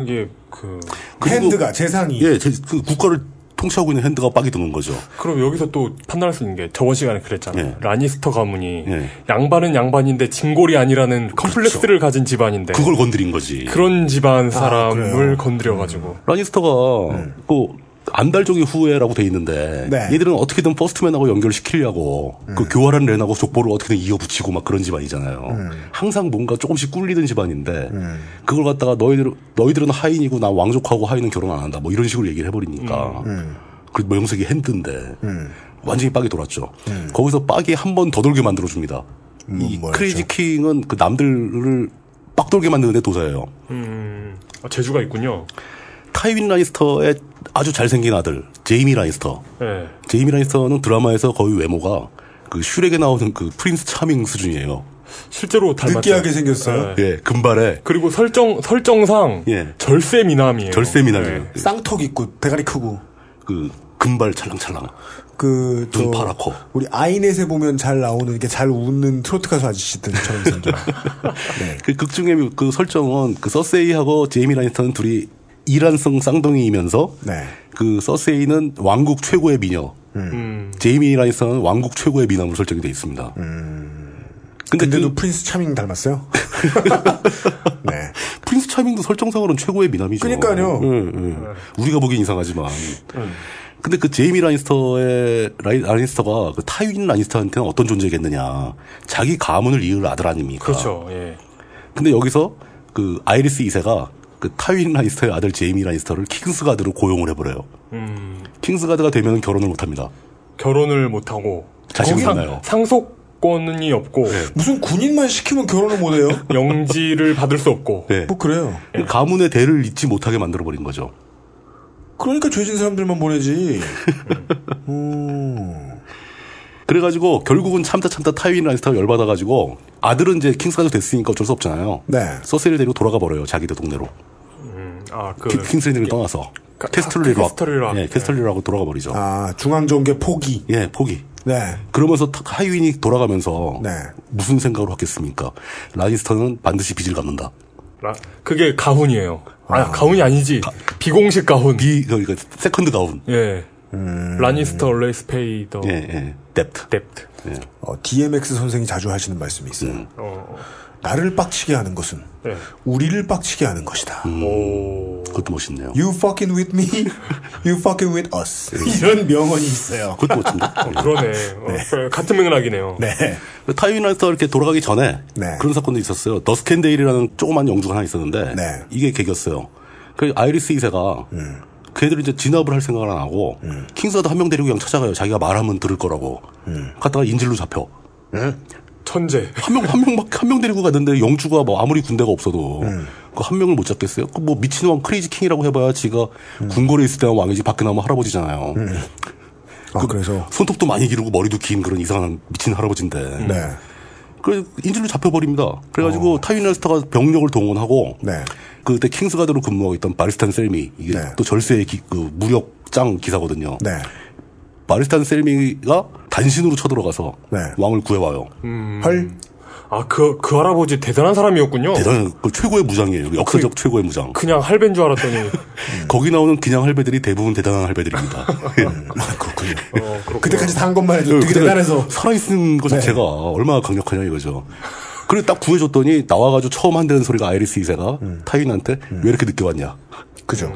[SPEAKER 4] 이게 그
[SPEAKER 2] 그리고-
[SPEAKER 3] 핸드가, 재상이.
[SPEAKER 2] 예, 제- 그 국가를 통치하고 있는 핸드가 빡이 도는 거죠.
[SPEAKER 4] 그럼 여기서 또 판단할 수 있는 게 저번 시간에 그랬잖아요.
[SPEAKER 2] 예.
[SPEAKER 4] 라니스터 가문이
[SPEAKER 2] 예.
[SPEAKER 4] 양반은 양반인데 진골이 아니라는
[SPEAKER 2] 그렇죠.
[SPEAKER 4] 컴플렉스를 가진 집안인데
[SPEAKER 3] 네.
[SPEAKER 2] 그걸 건드린 거지.
[SPEAKER 4] 그런 집안 사람을
[SPEAKER 3] 그래요?
[SPEAKER 4] 건드려가지고
[SPEAKER 2] 라니스터가 그 안달족의 후예라고 돼 있는데
[SPEAKER 3] 음. 네. 음.
[SPEAKER 2] 얘들은 어떻게든 퍼스트맨하고 연결시키려고 그 교활한 렌하고 족보를 어떻게든 이어붙이고 막 그런 집안이잖아요.
[SPEAKER 3] 음.
[SPEAKER 2] 항상 뭔가 조금씩 꿀리던 집안인데 그걸 갖다가 너희들 너희들은 하인이고 나 왕족하고 하인은 결혼 안 한다 뭐 이런 식으로 얘기를 해버리니까
[SPEAKER 3] 음.
[SPEAKER 2] 그 명색이 핸드인데 완전히 빡이 돌았죠. 거기서 빡이 한 번 더 돌게 만들어 줍니다.
[SPEAKER 3] 음. 뭐,
[SPEAKER 2] 이
[SPEAKER 3] 뭐였죠?
[SPEAKER 2] 크레이지 킹은 그 남들을 빡돌게 만드는데 도사예요.
[SPEAKER 4] 음, 아, 재주가 있군요.
[SPEAKER 2] 타이윈 라니스터의 아주 잘생긴 아들 제이미 라니스터.
[SPEAKER 4] 예.
[SPEAKER 2] 제이미 라니스터는 드라마에서 거의 외모가 그 슈렉에 나오는 그 프린스 차밍 수준이에요.
[SPEAKER 4] 실제로 닮았죠.
[SPEAKER 3] 느끼하게 생겼어요.
[SPEAKER 2] 예, 금발에
[SPEAKER 3] 네.
[SPEAKER 4] 그리고 설정 설정상
[SPEAKER 2] 예.
[SPEAKER 4] 절세 미남이에요.
[SPEAKER 2] 절세 미남이에요.
[SPEAKER 4] 예.
[SPEAKER 3] 쌍턱 있고 대가리 크고
[SPEAKER 2] 그 금발 찰랑찰랑
[SPEAKER 3] 그, 저,
[SPEAKER 2] 눈 파랗고
[SPEAKER 3] 우리 아이넷에 보면 잘 나오는, 이렇게 잘 웃는 트로트 가수 아저씨들처럼 생긴. 네.
[SPEAKER 2] 그 극중의 그 설정은 그 서세이하고 제이미 라니스터는 둘이 이란성 쌍둥이이면서
[SPEAKER 3] 네.
[SPEAKER 2] 그 서세이는 왕국 최고의 미녀,
[SPEAKER 4] 음.
[SPEAKER 2] 제이미 라니스터는 왕국 최고의 미남으로 설정이 돼 있습니다. 근데
[SPEAKER 3] 음. 근데도
[SPEAKER 2] 그
[SPEAKER 3] 프린스 차밍 닮았어요? 네.
[SPEAKER 2] 프린스 차밍도 설정상으로는 최고의 미남이죠.
[SPEAKER 3] 그러니까요.
[SPEAKER 2] 예, 예. 우리가 보기엔 이상하지만. 근데 그 제이미 라니스터의 라이, 라니스터가 그 타윈 라니스터한테는 어떤 존재겠느냐. 자기 가문을 이을 아들 아닙니까?
[SPEAKER 4] 그렇죠. 예.
[SPEAKER 2] 근데 여기서 그 아이리스 2세가 그 타윈 라니스터의 아들 제이미 라니스터를 킹스가드로 고용을 해버려요.
[SPEAKER 4] 음,
[SPEAKER 2] 킹스가드가 되면 결혼을 못합니다.
[SPEAKER 4] 결혼을 못 하고
[SPEAKER 2] 자식이 없나요? 네.
[SPEAKER 4] 상속권이 없고
[SPEAKER 3] 무슨 군인만 시키면 결혼을 못해요?
[SPEAKER 4] 영지를 받을 수 없고.
[SPEAKER 2] 네.
[SPEAKER 3] 뭐 그래요.
[SPEAKER 2] 가문의 대를 잇지 못하게 만들어버린 거죠.
[SPEAKER 3] 그러니까 죄진 사람들만 보내지. 음.
[SPEAKER 2] 그래가지고 결국은 참다 참다 타윈 라니스터가 열받아가지고 아들은 이제 킹스가드 됐으니까 어쩔 수 없잖아요.
[SPEAKER 3] 네.
[SPEAKER 2] 서세를 데리고 돌아가 버려요. 자기들 동네로. 그
[SPEAKER 4] 음, 아, 그
[SPEAKER 2] 킹- 킹스랜드를 떠나서
[SPEAKER 4] 가-
[SPEAKER 2] 캐스털리로
[SPEAKER 4] 가- 캐스터리로
[SPEAKER 2] 예,
[SPEAKER 4] 앞-
[SPEAKER 2] 캐스털리로하고 돌아가 버리죠.
[SPEAKER 3] 아, 중앙정계 포기.
[SPEAKER 2] 예, 포기.
[SPEAKER 3] 네.
[SPEAKER 2] 그러면서 타- 하이윈이 돌아가면서
[SPEAKER 3] 네.
[SPEAKER 2] 무슨 생각으로 하겠습니까? 라니스터는 반드시 빚을 갚는다.
[SPEAKER 4] 라- 그게 가훈이에요. 아, 가훈이 아니지. 비공식 가훈.
[SPEAKER 2] 비 그러니까 세컨드 가운.
[SPEAKER 4] 예. 라니스터 레이스 페이더
[SPEAKER 2] 예, 예. 뎁트.
[SPEAKER 4] 뎁트.
[SPEAKER 3] 어, DMX 선생이 자주 하시는 말씀이 있어요.
[SPEAKER 4] 어.
[SPEAKER 3] 나를 빡치게 하는 것은
[SPEAKER 4] 예.
[SPEAKER 3] 우리를 빡치게 하는 것이다.
[SPEAKER 4] 음. 오.
[SPEAKER 2] 그것도 멋있네요.
[SPEAKER 3] You fucking with me, you fucking with us.
[SPEAKER 4] 음.
[SPEAKER 3] 이런 명언이 있어요.
[SPEAKER 2] 그것도 멋진데.
[SPEAKER 4] 그러네. 어, 같은 맥락이네요.
[SPEAKER 3] 네.
[SPEAKER 2] 타이윈 라니스터 이렇게 돌아가기 전에
[SPEAKER 3] 네.
[SPEAKER 2] 그런 사건도 있었어요. 더스캔데일이라는 조그만 영주가 하나 있었는데
[SPEAKER 3] 네. 음.
[SPEAKER 2] 이게 계겼어요. 그 아이리스 2세가 걔들이 이제 진압을 할 생각을 안 하고 킹스가드 한 명 데리고 그냥 찾아가요. 자기가 말하면 들을 거라고.
[SPEAKER 3] 음.
[SPEAKER 2] 갔다가 인질로 잡혀.
[SPEAKER 4] 천재.
[SPEAKER 2] 한 명, 한 명, 한 명 데리고 갔는데 영주가 뭐 아무리 군대가 없어도
[SPEAKER 3] 음.
[SPEAKER 2] 그 한 명을 못 잡겠어요? 그 뭐 미친 왕 크레이지 킹이라고 해봐야 지가
[SPEAKER 3] 음.
[SPEAKER 2] 궁궐에 있을 때는 왕이지 밖에 나오면 할아버지잖아요.
[SPEAKER 3] 아, 그래서
[SPEAKER 2] 손톱도 많이 기르고 머리도 긴 그런 이상한 미친 할아버지인데.
[SPEAKER 3] 네,
[SPEAKER 2] 그래 인질로 잡혀버립니다. 그래가지고 타이너스타가 병력을 동원하고
[SPEAKER 3] 어. 네.
[SPEAKER 2] 그때 킹스가드로 근무하고 있던 바리스탄 셀미 이게
[SPEAKER 3] 네.
[SPEAKER 2] 또 절세의 기- 그 무력 짱 기사거든요.
[SPEAKER 3] 네.
[SPEAKER 2] 바리스탄 셀미가 단신으로 쳐들어가서
[SPEAKER 3] 네.
[SPEAKER 2] 왕을 구해와요.
[SPEAKER 4] 음.
[SPEAKER 3] 헐,
[SPEAKER 4] 아, 그, 그 할아버지 대단한 사람이었군요.
[SPEAKER 2] 대단한 그 최고의 무장이에요. 역사적 최고의 무장.
[SPEAKER 4] 그냥 할배인 줄 알았더니.
[SPEAKER 3] 음.
[SPEAKER 2] 거기 나오는 그냥 할배들이 대부분 대단한 할배들입니다.
[SPEAKER 3] 음. 그렇군요.
[SPEAKER 4] 어, 그렇구나.
[SPEAKER 3] 그때까지 산 것만 해도 되게 대단해서 네.
[SPEAKER 2] 살아있는 것 자체가 얼마나 강력하냐 이거죠. 그래 딱 구해줬더니 나와가지고 처음 한다는 소리가 아이리스 2세가
[SPEAKER 3] 음.
[SPEAKER 2] 타인한테 왜 이렇게 늦게 왔냐.
[SPEAKER 3] 그죠.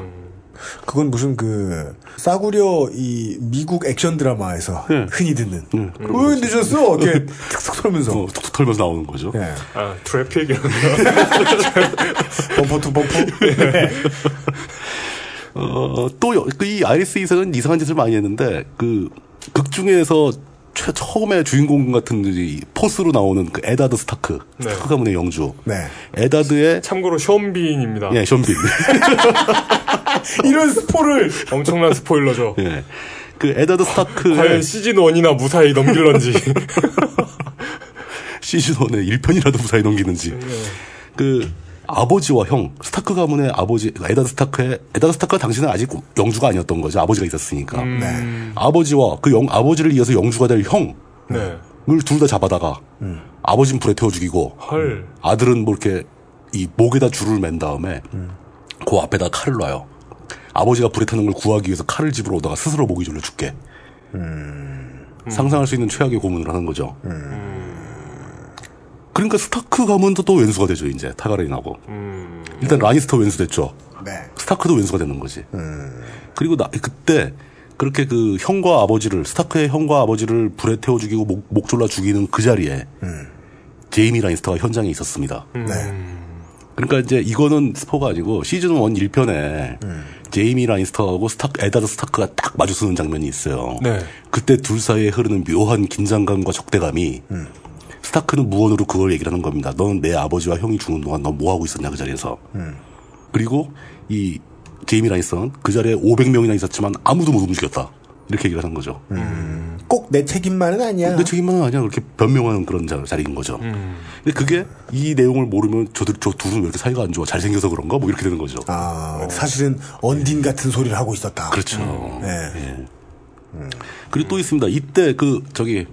[SPEAKER 3] 그건 무슨 그 싸구려 이 미국 액션 드라마에서
[SPEAKER 2] 네.
[SPEAKER 3] 흔히 듣는 왜 늦었어? 이렇게 탁탁 털면서
[SPEAKER 2] 어, 툭툭 털면서 나오는 거죠.
[SPEAKER 3] 예.
[SPEAKER 4] 아, 트래픽 얘기하는
[SPEAKER 3] 범퍼 투 범퍼
[SPEAKER 2] 네. 어, 또이 아이리스 2세는 이상한 짓을 많이 했는데 그 극중에서 최, 처음에 주인공 같은 이 포스로 나오는 그 에다드 스타크
[SPEAKER 4] 네.
[SPEAKER 2] 스타크 가문의 영주
[SPEAKER 3] 네.
[SPEAKER 2] 에다드의
[SPEAKER 4] 참고로 쇼비인입니다.
[SPEAKER 2] 예, 션빈.
[SPEAKER 3] 이런 스포를
[SPEAKER 4] 엄청난 스포일러죠.
[SPEAKER 2] 예. 그 에다드
[SPEAKER 4] 과연
[SPEAKER 2] 스타크의
[SPEAKER 4] 시즌 1이나 무사히 넘길런지.
[SPEAKER 2] 시즌 1의 1편이라도 무사히 넘기는지. 그 아버지와 형 스타크 가문의 아버지 그러니까 에다드 스타크의 에다드 스타크가 당신은 아직 영주가 아니었던 거죠. 아버지가 있었으니까. 아버지와 그 영 아버지를 이어서 영주가 될 형을
[SPEAKER 4] 네.
[SPEAKER 2] 둘 다 잡아다가 아버지는 불에 태워 죽이고
[SPEAKER 4] 헐.
[SPEAKER 2] 아들은 뭐 이렇게 이 목에다 줄을 맨 다음에 그 앞에다 칼을 놔요. 아버지가 불에 타는 걸 구하기 위해서 칼을 집으러 오다가 스스로 목이 졸려 죽게. 상상할 수 있는 최악의 고문을 하는 거죠. 그러니까 스타크 가문도 또 왼수가 되죠, 이제. 타가렌하고. 일단 라니스터 왼수 됐죠.
[SPEAKER 3] 네.
[SPEAKER 2] 스타크도 왼수가 되는 거지. 그리고 나, 그때 그렇게 그 형과 아버지를 스타크의 형과 아버지를 불에 태워 죽이고 목, 목 졸라 죽이는 그 자리에 제이미 라니스터가 현장에 있었습니다.
[SPEAKER 3] 네.
[SPEAKER 2] 그러니까 이제 이거는 스포가 아니고 시즌 1 1편에 제이미 라니스터하고 스타크, 에다드 스타크가 딱 마주쓰는 장면이 있어요.
[SPEAKER 4] 네.
[SPEAKER 2] 그때 둘 사이에 흐르는 묘한 긴장감과 적대감이 스타크는 무언으로 그걸 얘기를 하는 겁니다. 너는 내 아버지와 형이 죽는 동안 너 뭐 하고 있었냐 그 자리에서. 그리고 이 제이미 라니스턴 그 자리에 500명이나 있었지만 아무도 못 움직였다. 이렇게 얘기를 하는 거죠.
[SPEAKER 3] 꼭 내 책임만은 아니야.
[SPEAKER 2] 내 책임만은 아니야. 그렇게 변명하는 그런 자, 자리인 거죠.
[SPEAKER 4] 음.
[SPEAKER 2] 근데 그게 이 내용을 모르면 저들 저 둘은 왜 이렇게 사이가 안 좋아? 잘생겨서 그런가? 뭐 이렇게 되는 거죠.
[SPEAKER 3] 아, 사실은 언딘 같은 소리를 하고 있었다.
[SPEAKER 2] 그렇죠.
[SPEAKER 3] 네.
[SPEAKER 2] 그리고 또 있습니다. 이때 그 저기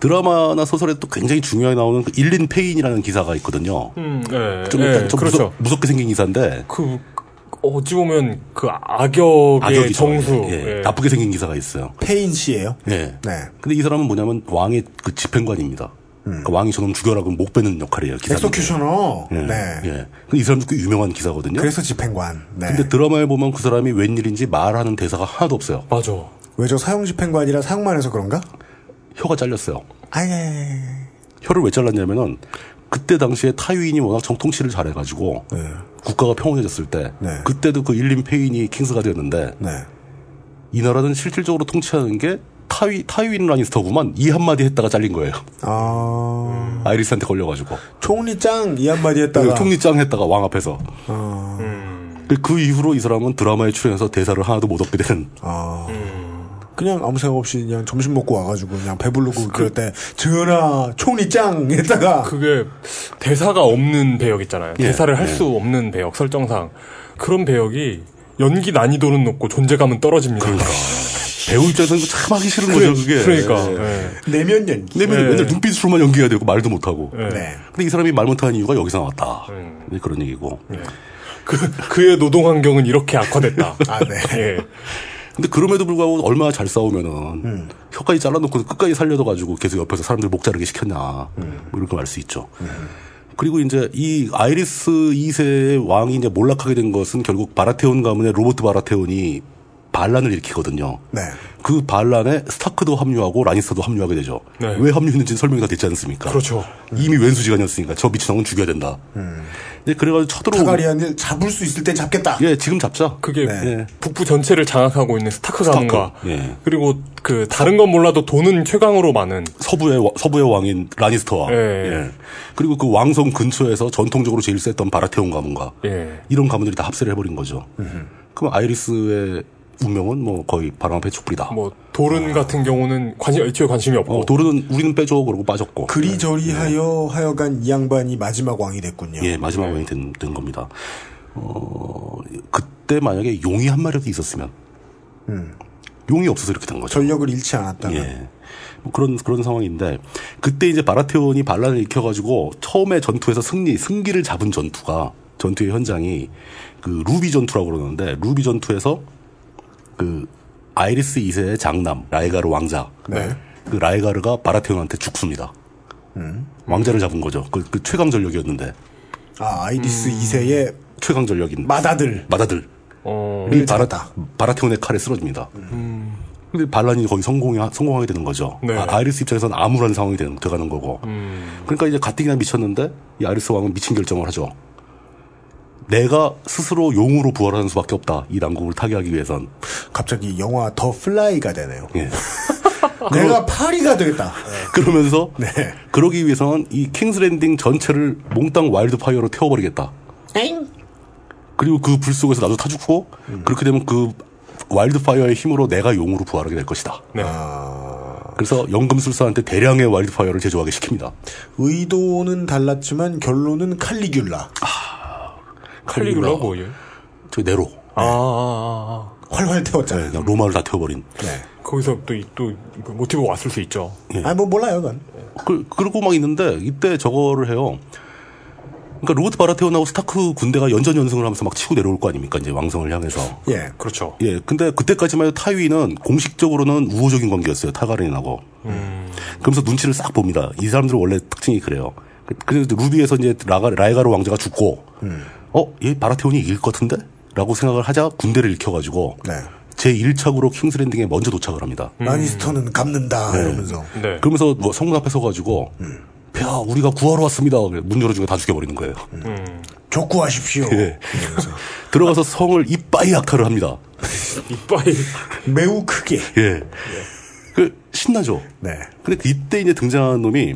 [SPEAKER 2] 드라마나 소설에 또 굉장히 중요하게 나오는 그 일린 페인이라는 기사가 있거든요.
[SPEAKER 4] 음, 예,
[SPEAKER 2] 좀
[SPEAKER 4] 예,
[SPEAKER 2] 약간 좀
[SPEAKER 4] 그렇죠.
[SPEAKER 2] 무섭, 무섭게 생긴 기사인데
[SPEAKER 4] 그 어찌 보면 그 악역의
[SPEAKER 2] 악역이죠.
[SPEAKER 4] 정수.
[SPEAKER 2] 예,
[SPEAKER 4] 예.
[SPEAKER 2] 나쁘게 생긴 기사가 있어요.
[SPEAKER 3] 페인 씨예요.
[SPEAKER 2] 예.
[SPEAKER 3] 네.
[SPEAKER 2] 근데 이 사람은 뭐냐면 왕의 그 집행관입니다. 그러니까 왕이 저놈 죽여라고 목 빼는 역할이에요. 기사.
[SPEAKER 3] 음. 엑소큐셔너.
[SPEAKER 2] 예.
[SPEAKER 3] 네.
[SPEAKER 2] 네. 예. 근데 이 사람도 꽤 유명한 기사거든요.
[SPEAKER 3] 그래서 집행관. 네.
[SPEAKER 2] 근데 드라마에 보면 그 사람이 웬일인지 말하는 대사가 하나도 없어요.
[SPEAKER 4] 맞아.
[SPEAKER 3] 왜 저 사용 집행관이라 사용만 해서 그런가?
[SPEAKER 2] 혀가 잘렸어요.
[SPEAKER 3] 아예.
[SPEAKER 2] 혀를 왜 잘랐냐면은 그때 당시에 타유인이 워낙 정통치를 잘해가지고
[SPEAKER 3] 네.
[SPEAKER 2] 국가가 평온해졌을 때
[SPEAKER 3] 네.
[SPEAKER 2] 그때도 그 일림 페인이 킹스가 되었는데
[SPEAKER 3] 네.
[SPEAKER 2] 이 나라는 실질적으로 통치하는 게 타위 타유인 라니스터구만 이 한마디 했다가 잘린 거예요.
[SPEAKER 3] 아.
[SPEAKER 2] 아이리스한테 걸려가지고
[SPEAKER 3] 총리짱 이 한마디 했다가
[SPEAKER 2] 그 총리짱 했다가 왕 앞에서
[SPEAKER 3] 어.
[SPEAKER 2] 그 이후로 이 사람은 드라마에 출연해서 대사를 하나도 못 얻게 되는
[SPEAKER 3] 아. 그냥 아무 생각 없이 그냥 점심 먹고 와가지고 그냥 배부르고 그, 럴때 전하 총리짱 했다가
[SPEAKER 4] 그게 대사가 없는 배역 있잖아요.
[SPEAKER 2] 예,
[SPEAKER 4] 대사를 할 수 없는 배역 설정상 그런 배역이 연기 난이도는 높고 존재감은 떨어집니다.
[SPEAKER 2] 그러니까. 배우 입장에서는 참 하기 싫은 거죠 그게.
[SPEAKER 4] 그러니까.
[SPEAKER 2] 예.
[SPEAKER 4] 예.
[SPEAKER 3] 네. 내면 연기.
[SPEAKER 2] 내면
[SPEAKER 4] 예.
[SPEAKER 2] 맨날 눈빛으로만 연기해야 되고 말도 못하고.
[SPEAKER 4] 예.
[SPEAKER 3] 네.
[SPEAKER 2] 근데 이 사람이 말 못하는 이유가 여기서 나왔다.
[SPEAKER 4] 음.
[SPEAKER 2] 네, 그런 얘기고.
[SPEAKER 4] 그 그의 노동 환경은 이렇게 악화됐다.
[SPEAKER 3] 아, 네.
[SPEAKER 4] 예.
[SPEAKER 2] 근데 그럼에도 불구하고 얼마나 잘 싸우면은
[SPEAKER 4] 네.
[SPEAKER 2] 혀까지 잘라놓고 끝까지 살려둬가지고 계속 옆에서 사람들 목 자르게 시켰냐.
[SPEAKER 4] 네.
[SPEAKER 2] 뭐 이런 걸 알 수 있죠. 그리고 이제 이 아이리스 2세의 왕이 이제 몰락하게 된 것은 결국 바라테온 가문의 로버트 바라테온이 반란을 일으키거든요.
[SPEAKER 3] 네.
[SPEAKER 2] 그 반란에 스타크도 합류하고 라니스터도 합류하게 되죠.
[SPEAKER 4] 네.
[SPEAKER 2] 왜 합류했는지 는 설명이 다 됐지 않습니까?
[SPEAKER 4] 그렇죠. 네.
[SPEAKER 2] 이미 왼수지간이었으니까 저 미친놈은 죽여야 된다. 예, 그래가지고 쳐들어오고
[SPEAKER 3] 타가리안을 음. 잡을 수 있을 때 잡겠다.
[SPEAKER 2] 예, 지금 잡자.
[SPEAKER 4] 그게
[SPEAKER 2] 네.
[SPEAKER 4] 북부 전체를 장악하고 있는 스타크
[SPEAKER 2] 스타크.
[SPEAKER 4] 가문과
[SPEAKER 2] 예.
[SPEAKER 4] 그리고 그 다른 건 몰라도 돈은 최강으로 많은
[SPEAKER 2] 서부의 와- 서부의 왕인 라니스터와
[SPEAKER 4] 예.
[SPEAKER 2] 예. 그리고 그 왕성 근처에서 전통적으로 제일 셌던 바라테온 가문과
[SPEAKER 4] 예.
[SPEAKER 2] 이런 가문들이 다 합세를 해버린 거죠. 그럼 아이리스의 운명은 뭐 거의 바람 앞에 촛불이다.
[SPEAKER 4] 뭐 도른 같은 경우는 관심 애초에 관심이 없고
[SPEAKER 2] 아. 어, 도르는 우리는 빼줘 그러고 빠졌고
[SPEAKER 3] 그리 저리하여 하여간 이 양반이 마지막 왕이 됐군요.
[SPEAKER 2] 예 마지막
[SPEAKER 4] 네.
[SPEAKER 2] 왕이 된, 된 겁니다. 어 그때 만약에 용이 한 마리라도 있었으면
[SPEAKER 4] 음.
[SPEAKER 2] 용이 없어서 이렇게 된 거죠.
[SPEAKER 3] 전력을 잃지 않았다는.
[SPEAKER 2] 예. 뭐 그런 그런 상황인데 그때 이제 바라테온이 반란을 일으켜가지고 처음에 전투에서 승리 승기를 잡은 전투가 전투의 현장이 그 루비 전투라고 그러는데 루비 전투에서 그 아이리스 2세의 장남 라이가르 왕자 그 라이가르가 바라테온한테 죽습니다. 왕자를 잡은 거죠. 그, 그 최강 전력이었는데
[SPEAKER 3] 아 아이디스 2세의
[SPEAKER 2] 최강 전력인
[SPEAKER 3] 마다들.
[SPEAKER 2] 마다들
[SPEAKER 4] 어,
[SPEAKER 2] 이 바라,
[SPEAKER 3] 잡았다.
[SPEAKER 2] 바라테온의 칼에 쓰러집니다. 근데 반란이 거기 성공이, 성공하게 되는 거죠.
[SPEAKER 4] 네.
[SPEAKER 2] 아, 아이리스 입장에서는 암울한 상황이 되는, 돼가는 거고. 그러니까 이제 가뜩이나 미쳤는데 이 아이리스 왕은 미친 결정을 하죠. 내가 스스로 용으로 부활하는 수밖에 없다. 이 난국을 타개하기 위해선.
[SPEAKER 3] 갑자기 영화 더 플라이가 되네요.
[SPEAKER 2] 예.
[SPEAKER 3] 내가 파리가 되겠다.
[SPEAKER 2] 그러면서
[SPEAKER 3] 네.
[SPEAKER 2] 그러기 위해선 이 킹스랜딩 전체를 몽땅 와일드 파이어로 태워버리겠다. 그리고 그 불 속에서 나도 타 죽고 그렇게 되면 그 와일드 파이어의 힘으로 내가 용으로 부활하게 될 것이다. 아.
[SPEAKER 4] 네.
[SPEAKER 2] 그래서 연금술사한테 대량의 와일드 파이어를 제조하게 시킵니다.
[SPEAKER 3] 의도는 달랐지만 결론은 칼리귤라.
[SPEAKER 4] 칼리굴라 뭐예?
[SPEAKER 2] 저 네로.
[SPEAKER 4] 아, 아, 아,
[SPEAKER 3] 활활 태웠잖아요.
[SPEAKER 2] 그냥 로마를 다 태워버린.
[SPEAKER 4] 아. 거기서 또또 모티브 왔을 수 있죠.
[SPEAKER 3] 아니 뭐 몰라요 그건.
[SPEAKER 2] 그, 그러고 막 있는데 이때 저거를 해요. 그러니까 로버트 바라테온하고 스타크 군대가 연전 연승을 하면서 막 치고 내려올 거 아닙니까? 이제 왕성을 향해서.
[SPEAKER 3] 예.
[SPEAKER 4] 그렇죠.
[SPEAKER 2] 예, 근데 그때까지만 해도 타위는 공식적으로는 우호적인 관계였어요. 타가린하고. 그러면서 눈치를 싹 봅니다. 이 사람들은 원래 특징이 그래요. 그- 그래서 루비에서 이제 라가, 라이가르 왕자가 죽고, 어, 얘 바라테온이 이길 것 같은데? 라고 생각을 하자 군대를 일켜가지고,
[SPEAKER 3] 네.
[SPEAKER 2] 제 1차구로 킹스랜딩에 먼저 도착을 합니다.
[SPEAKER 3] 라니스터는 갚는다 이러면서.
[SPEAKER 4] 네.
[SPEAKER 2] 그러면서 뭐 성문 앞에 서가지고, 야, 우리가 구하러 왔습니다. 그래, 문 열어주고 다 죽여버리는 거예요.
[SPEAKER 3] 족구하십시오.
[SPEAKER 2] 예. 들어가서 성을 이빠이 약탈을 합니다. 그
[SPEAKER 4] 이빨이
[SPEAKER 3] 매우 크게.
[SPEAKER 2] 예. 그, 신나죠?
[SPEAKER 3] 네.
[SPEAKER 2] 근데 이때 이제 등장한 놈이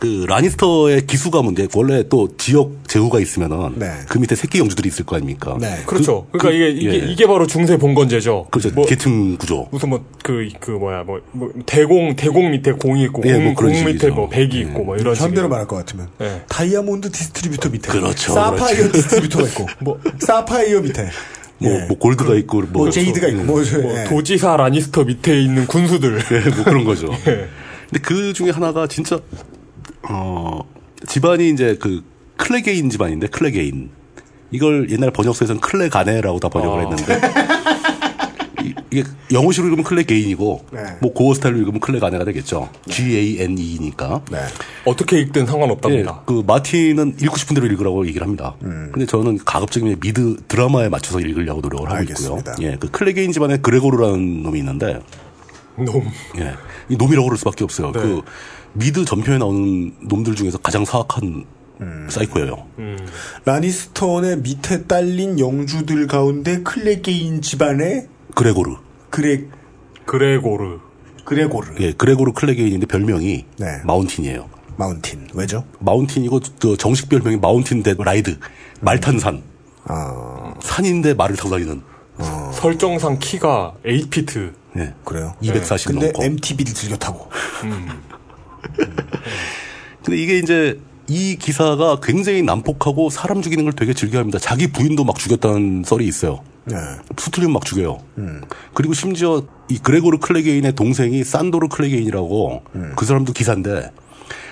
[SPEAKER 2] 그 라니스터의 기수가 문제. 원래 또 지역 제후가 있으면은
[SPEAKER 3] 네.
[SPEAKER 2] 그 밑에 새끼 영주들이 있을 거 아닙니까?
[SPEAKER 4] 그렇죠.
[SPEAKER 2] 그-
[SPEAKER 4] 그러니까
[SPEAKER 2] 그-
[SPEAKER 4] 이게 이게,
[SPEAKER 2] 예.
[SPEAKER 4] 이게 바로 중세 봉건제죠.
[SPEAKER 2] 그렇죠.
[SPEAKER 4] 뭐-
[SPEAKER 2] 계층 구조.
[SPEAKER 4] 무슨 뭐 그 그 뭐야 뭐, 뭐 대공 대공 밑에 공이 있고
[SPEAKER 2] 예,
[SPEAKER 4] 공,
[SPEAKER 2] 뭐 그런
[SPEAKER 4] 공 밑에
[SPEAKER 2] 식이죠.
[SPEAKER 4] 뭐 백이 있고 뭐
[SPEAKER 3] 반대로
[SPEAKER 4] 이런 식으로
[SPEAKER 3] 말할 것 같으면
[SPEAKER 4] 예.
[SPEAKER 3] 다이아몬드 디스트리뷰터 밑에
[SPEAKER 2] 그렇죠,
[SPEAKER 3] 사파이어
[SPEAKER 2] 그렇죠.
[SPEAKER 3] 디스트리뷰터가 있고 뭐 사파이어 밑에
[SPEAKER 2] 뭐, 뭐 골드가 있고 뭐,
[SPEAKER 3] 예. 뭐 제이드가 있고 뭐, 저- 예.
[SPEAKER 4] 어, 도지사 라니스터 밑에 있는 군수들
[SPEAKER 2] 예, 뭐 그런 거죠. 근데 그 중에 하나가 진짜 어 집안이 이제 그 클레게인 집안인데 클레게인 이걸 옛날 번역서에서는 클레가네라고 다 번역을
[SPEAKER 3] 어.
[SPEAKER 2] 했는데 이- 이게 영어식으로 읽으면 클레게인이고
[SPEAKER 3] 네.
[SPEAKER 2] 뭐 고어 스타일로 읽으면 클레가네가 되겠죠. G A N E니까.
[SPEAKER 3] 네.
[SPEAKER 4] 어떻게 읽든 상관없답니다.
[SPEAKER 2] 예, 그 마틴은 읽고 싶은 대로 읽으라고 얘기를 합니다.
[SPEAKER 3] 음.
[SPEAKER 2] 근데 저는 가급적이면 미드 드라마에 맞춰서 읽으려고 노력을 하고
[SPEAKER 3] 알겠습니다.
[SPEAKER 2] 있고요. 예, 그 클레게인 집안에 그레고르라는 놈이 있는데
[SPEAKER 4] 놈.
[SPEAKER 2] 예. 이 놈이라고 그럴 수밖에 없어요.
[SPEAKER 4] 네.
[SPEAKER 2] 그 미드 전편에 나오는 놈들 중에서 가장 사악한
[SPEAKER 3] 음.
[SPEAKER 2] 사이코예요.
[SPEAKER 4] 음.
[SPEAKER 3] 라니스톤의 밑에 딸린 영주들 가운데 클레게인 집안의
[SPEAKER 2] 그레고르.
[SPEAKER 3] 그레
[SPEAKER 4] 그레고르
[SPEAKER 3] 그레고르
[SPEAKER 2] 예, 그레고르 클레게인인데 별명이
[SPEAKER 3] 네.
[SPEAKER 2] 마운틴이에요.
[SPEAKER 3] 마운틴 왜죠?
[SPEAKER 2] 마운틴이고 저 정식 별명이 마운틴 대 라이드. 말탄산.
[SPEAKER 3] 아,
[SPEAKER 2] 산인데 말을 타고 다니는. 어.
[SPEAKER 4] 설정상 키가 8피트.
[SPEAKER 3] 네.
[SPEAKER 2] 예.
[SPEAKER 3] 그래요.
[SPEAKER 2] 240
[SPEAKER 3] 근데
[SPEAKER 2] 넘고.
[SPEAKER 3] MTB를 즐겨 타고
[SPEAKER 2] 근데 이게 이제 이 기사가 굉장히 난폭하고 사람 죽이는 걸 되게 즐겨합니다. 자기 부인도 막 죽였다는 썰이 있어요.
[SPEAKER 3] 네.
[SPEAKER 2] 수틀림 막 죽여요. 그리고 심지어 이 그레고르 클레게인의 동생이 산도르 클레게인이라고 그 사람도 기사인데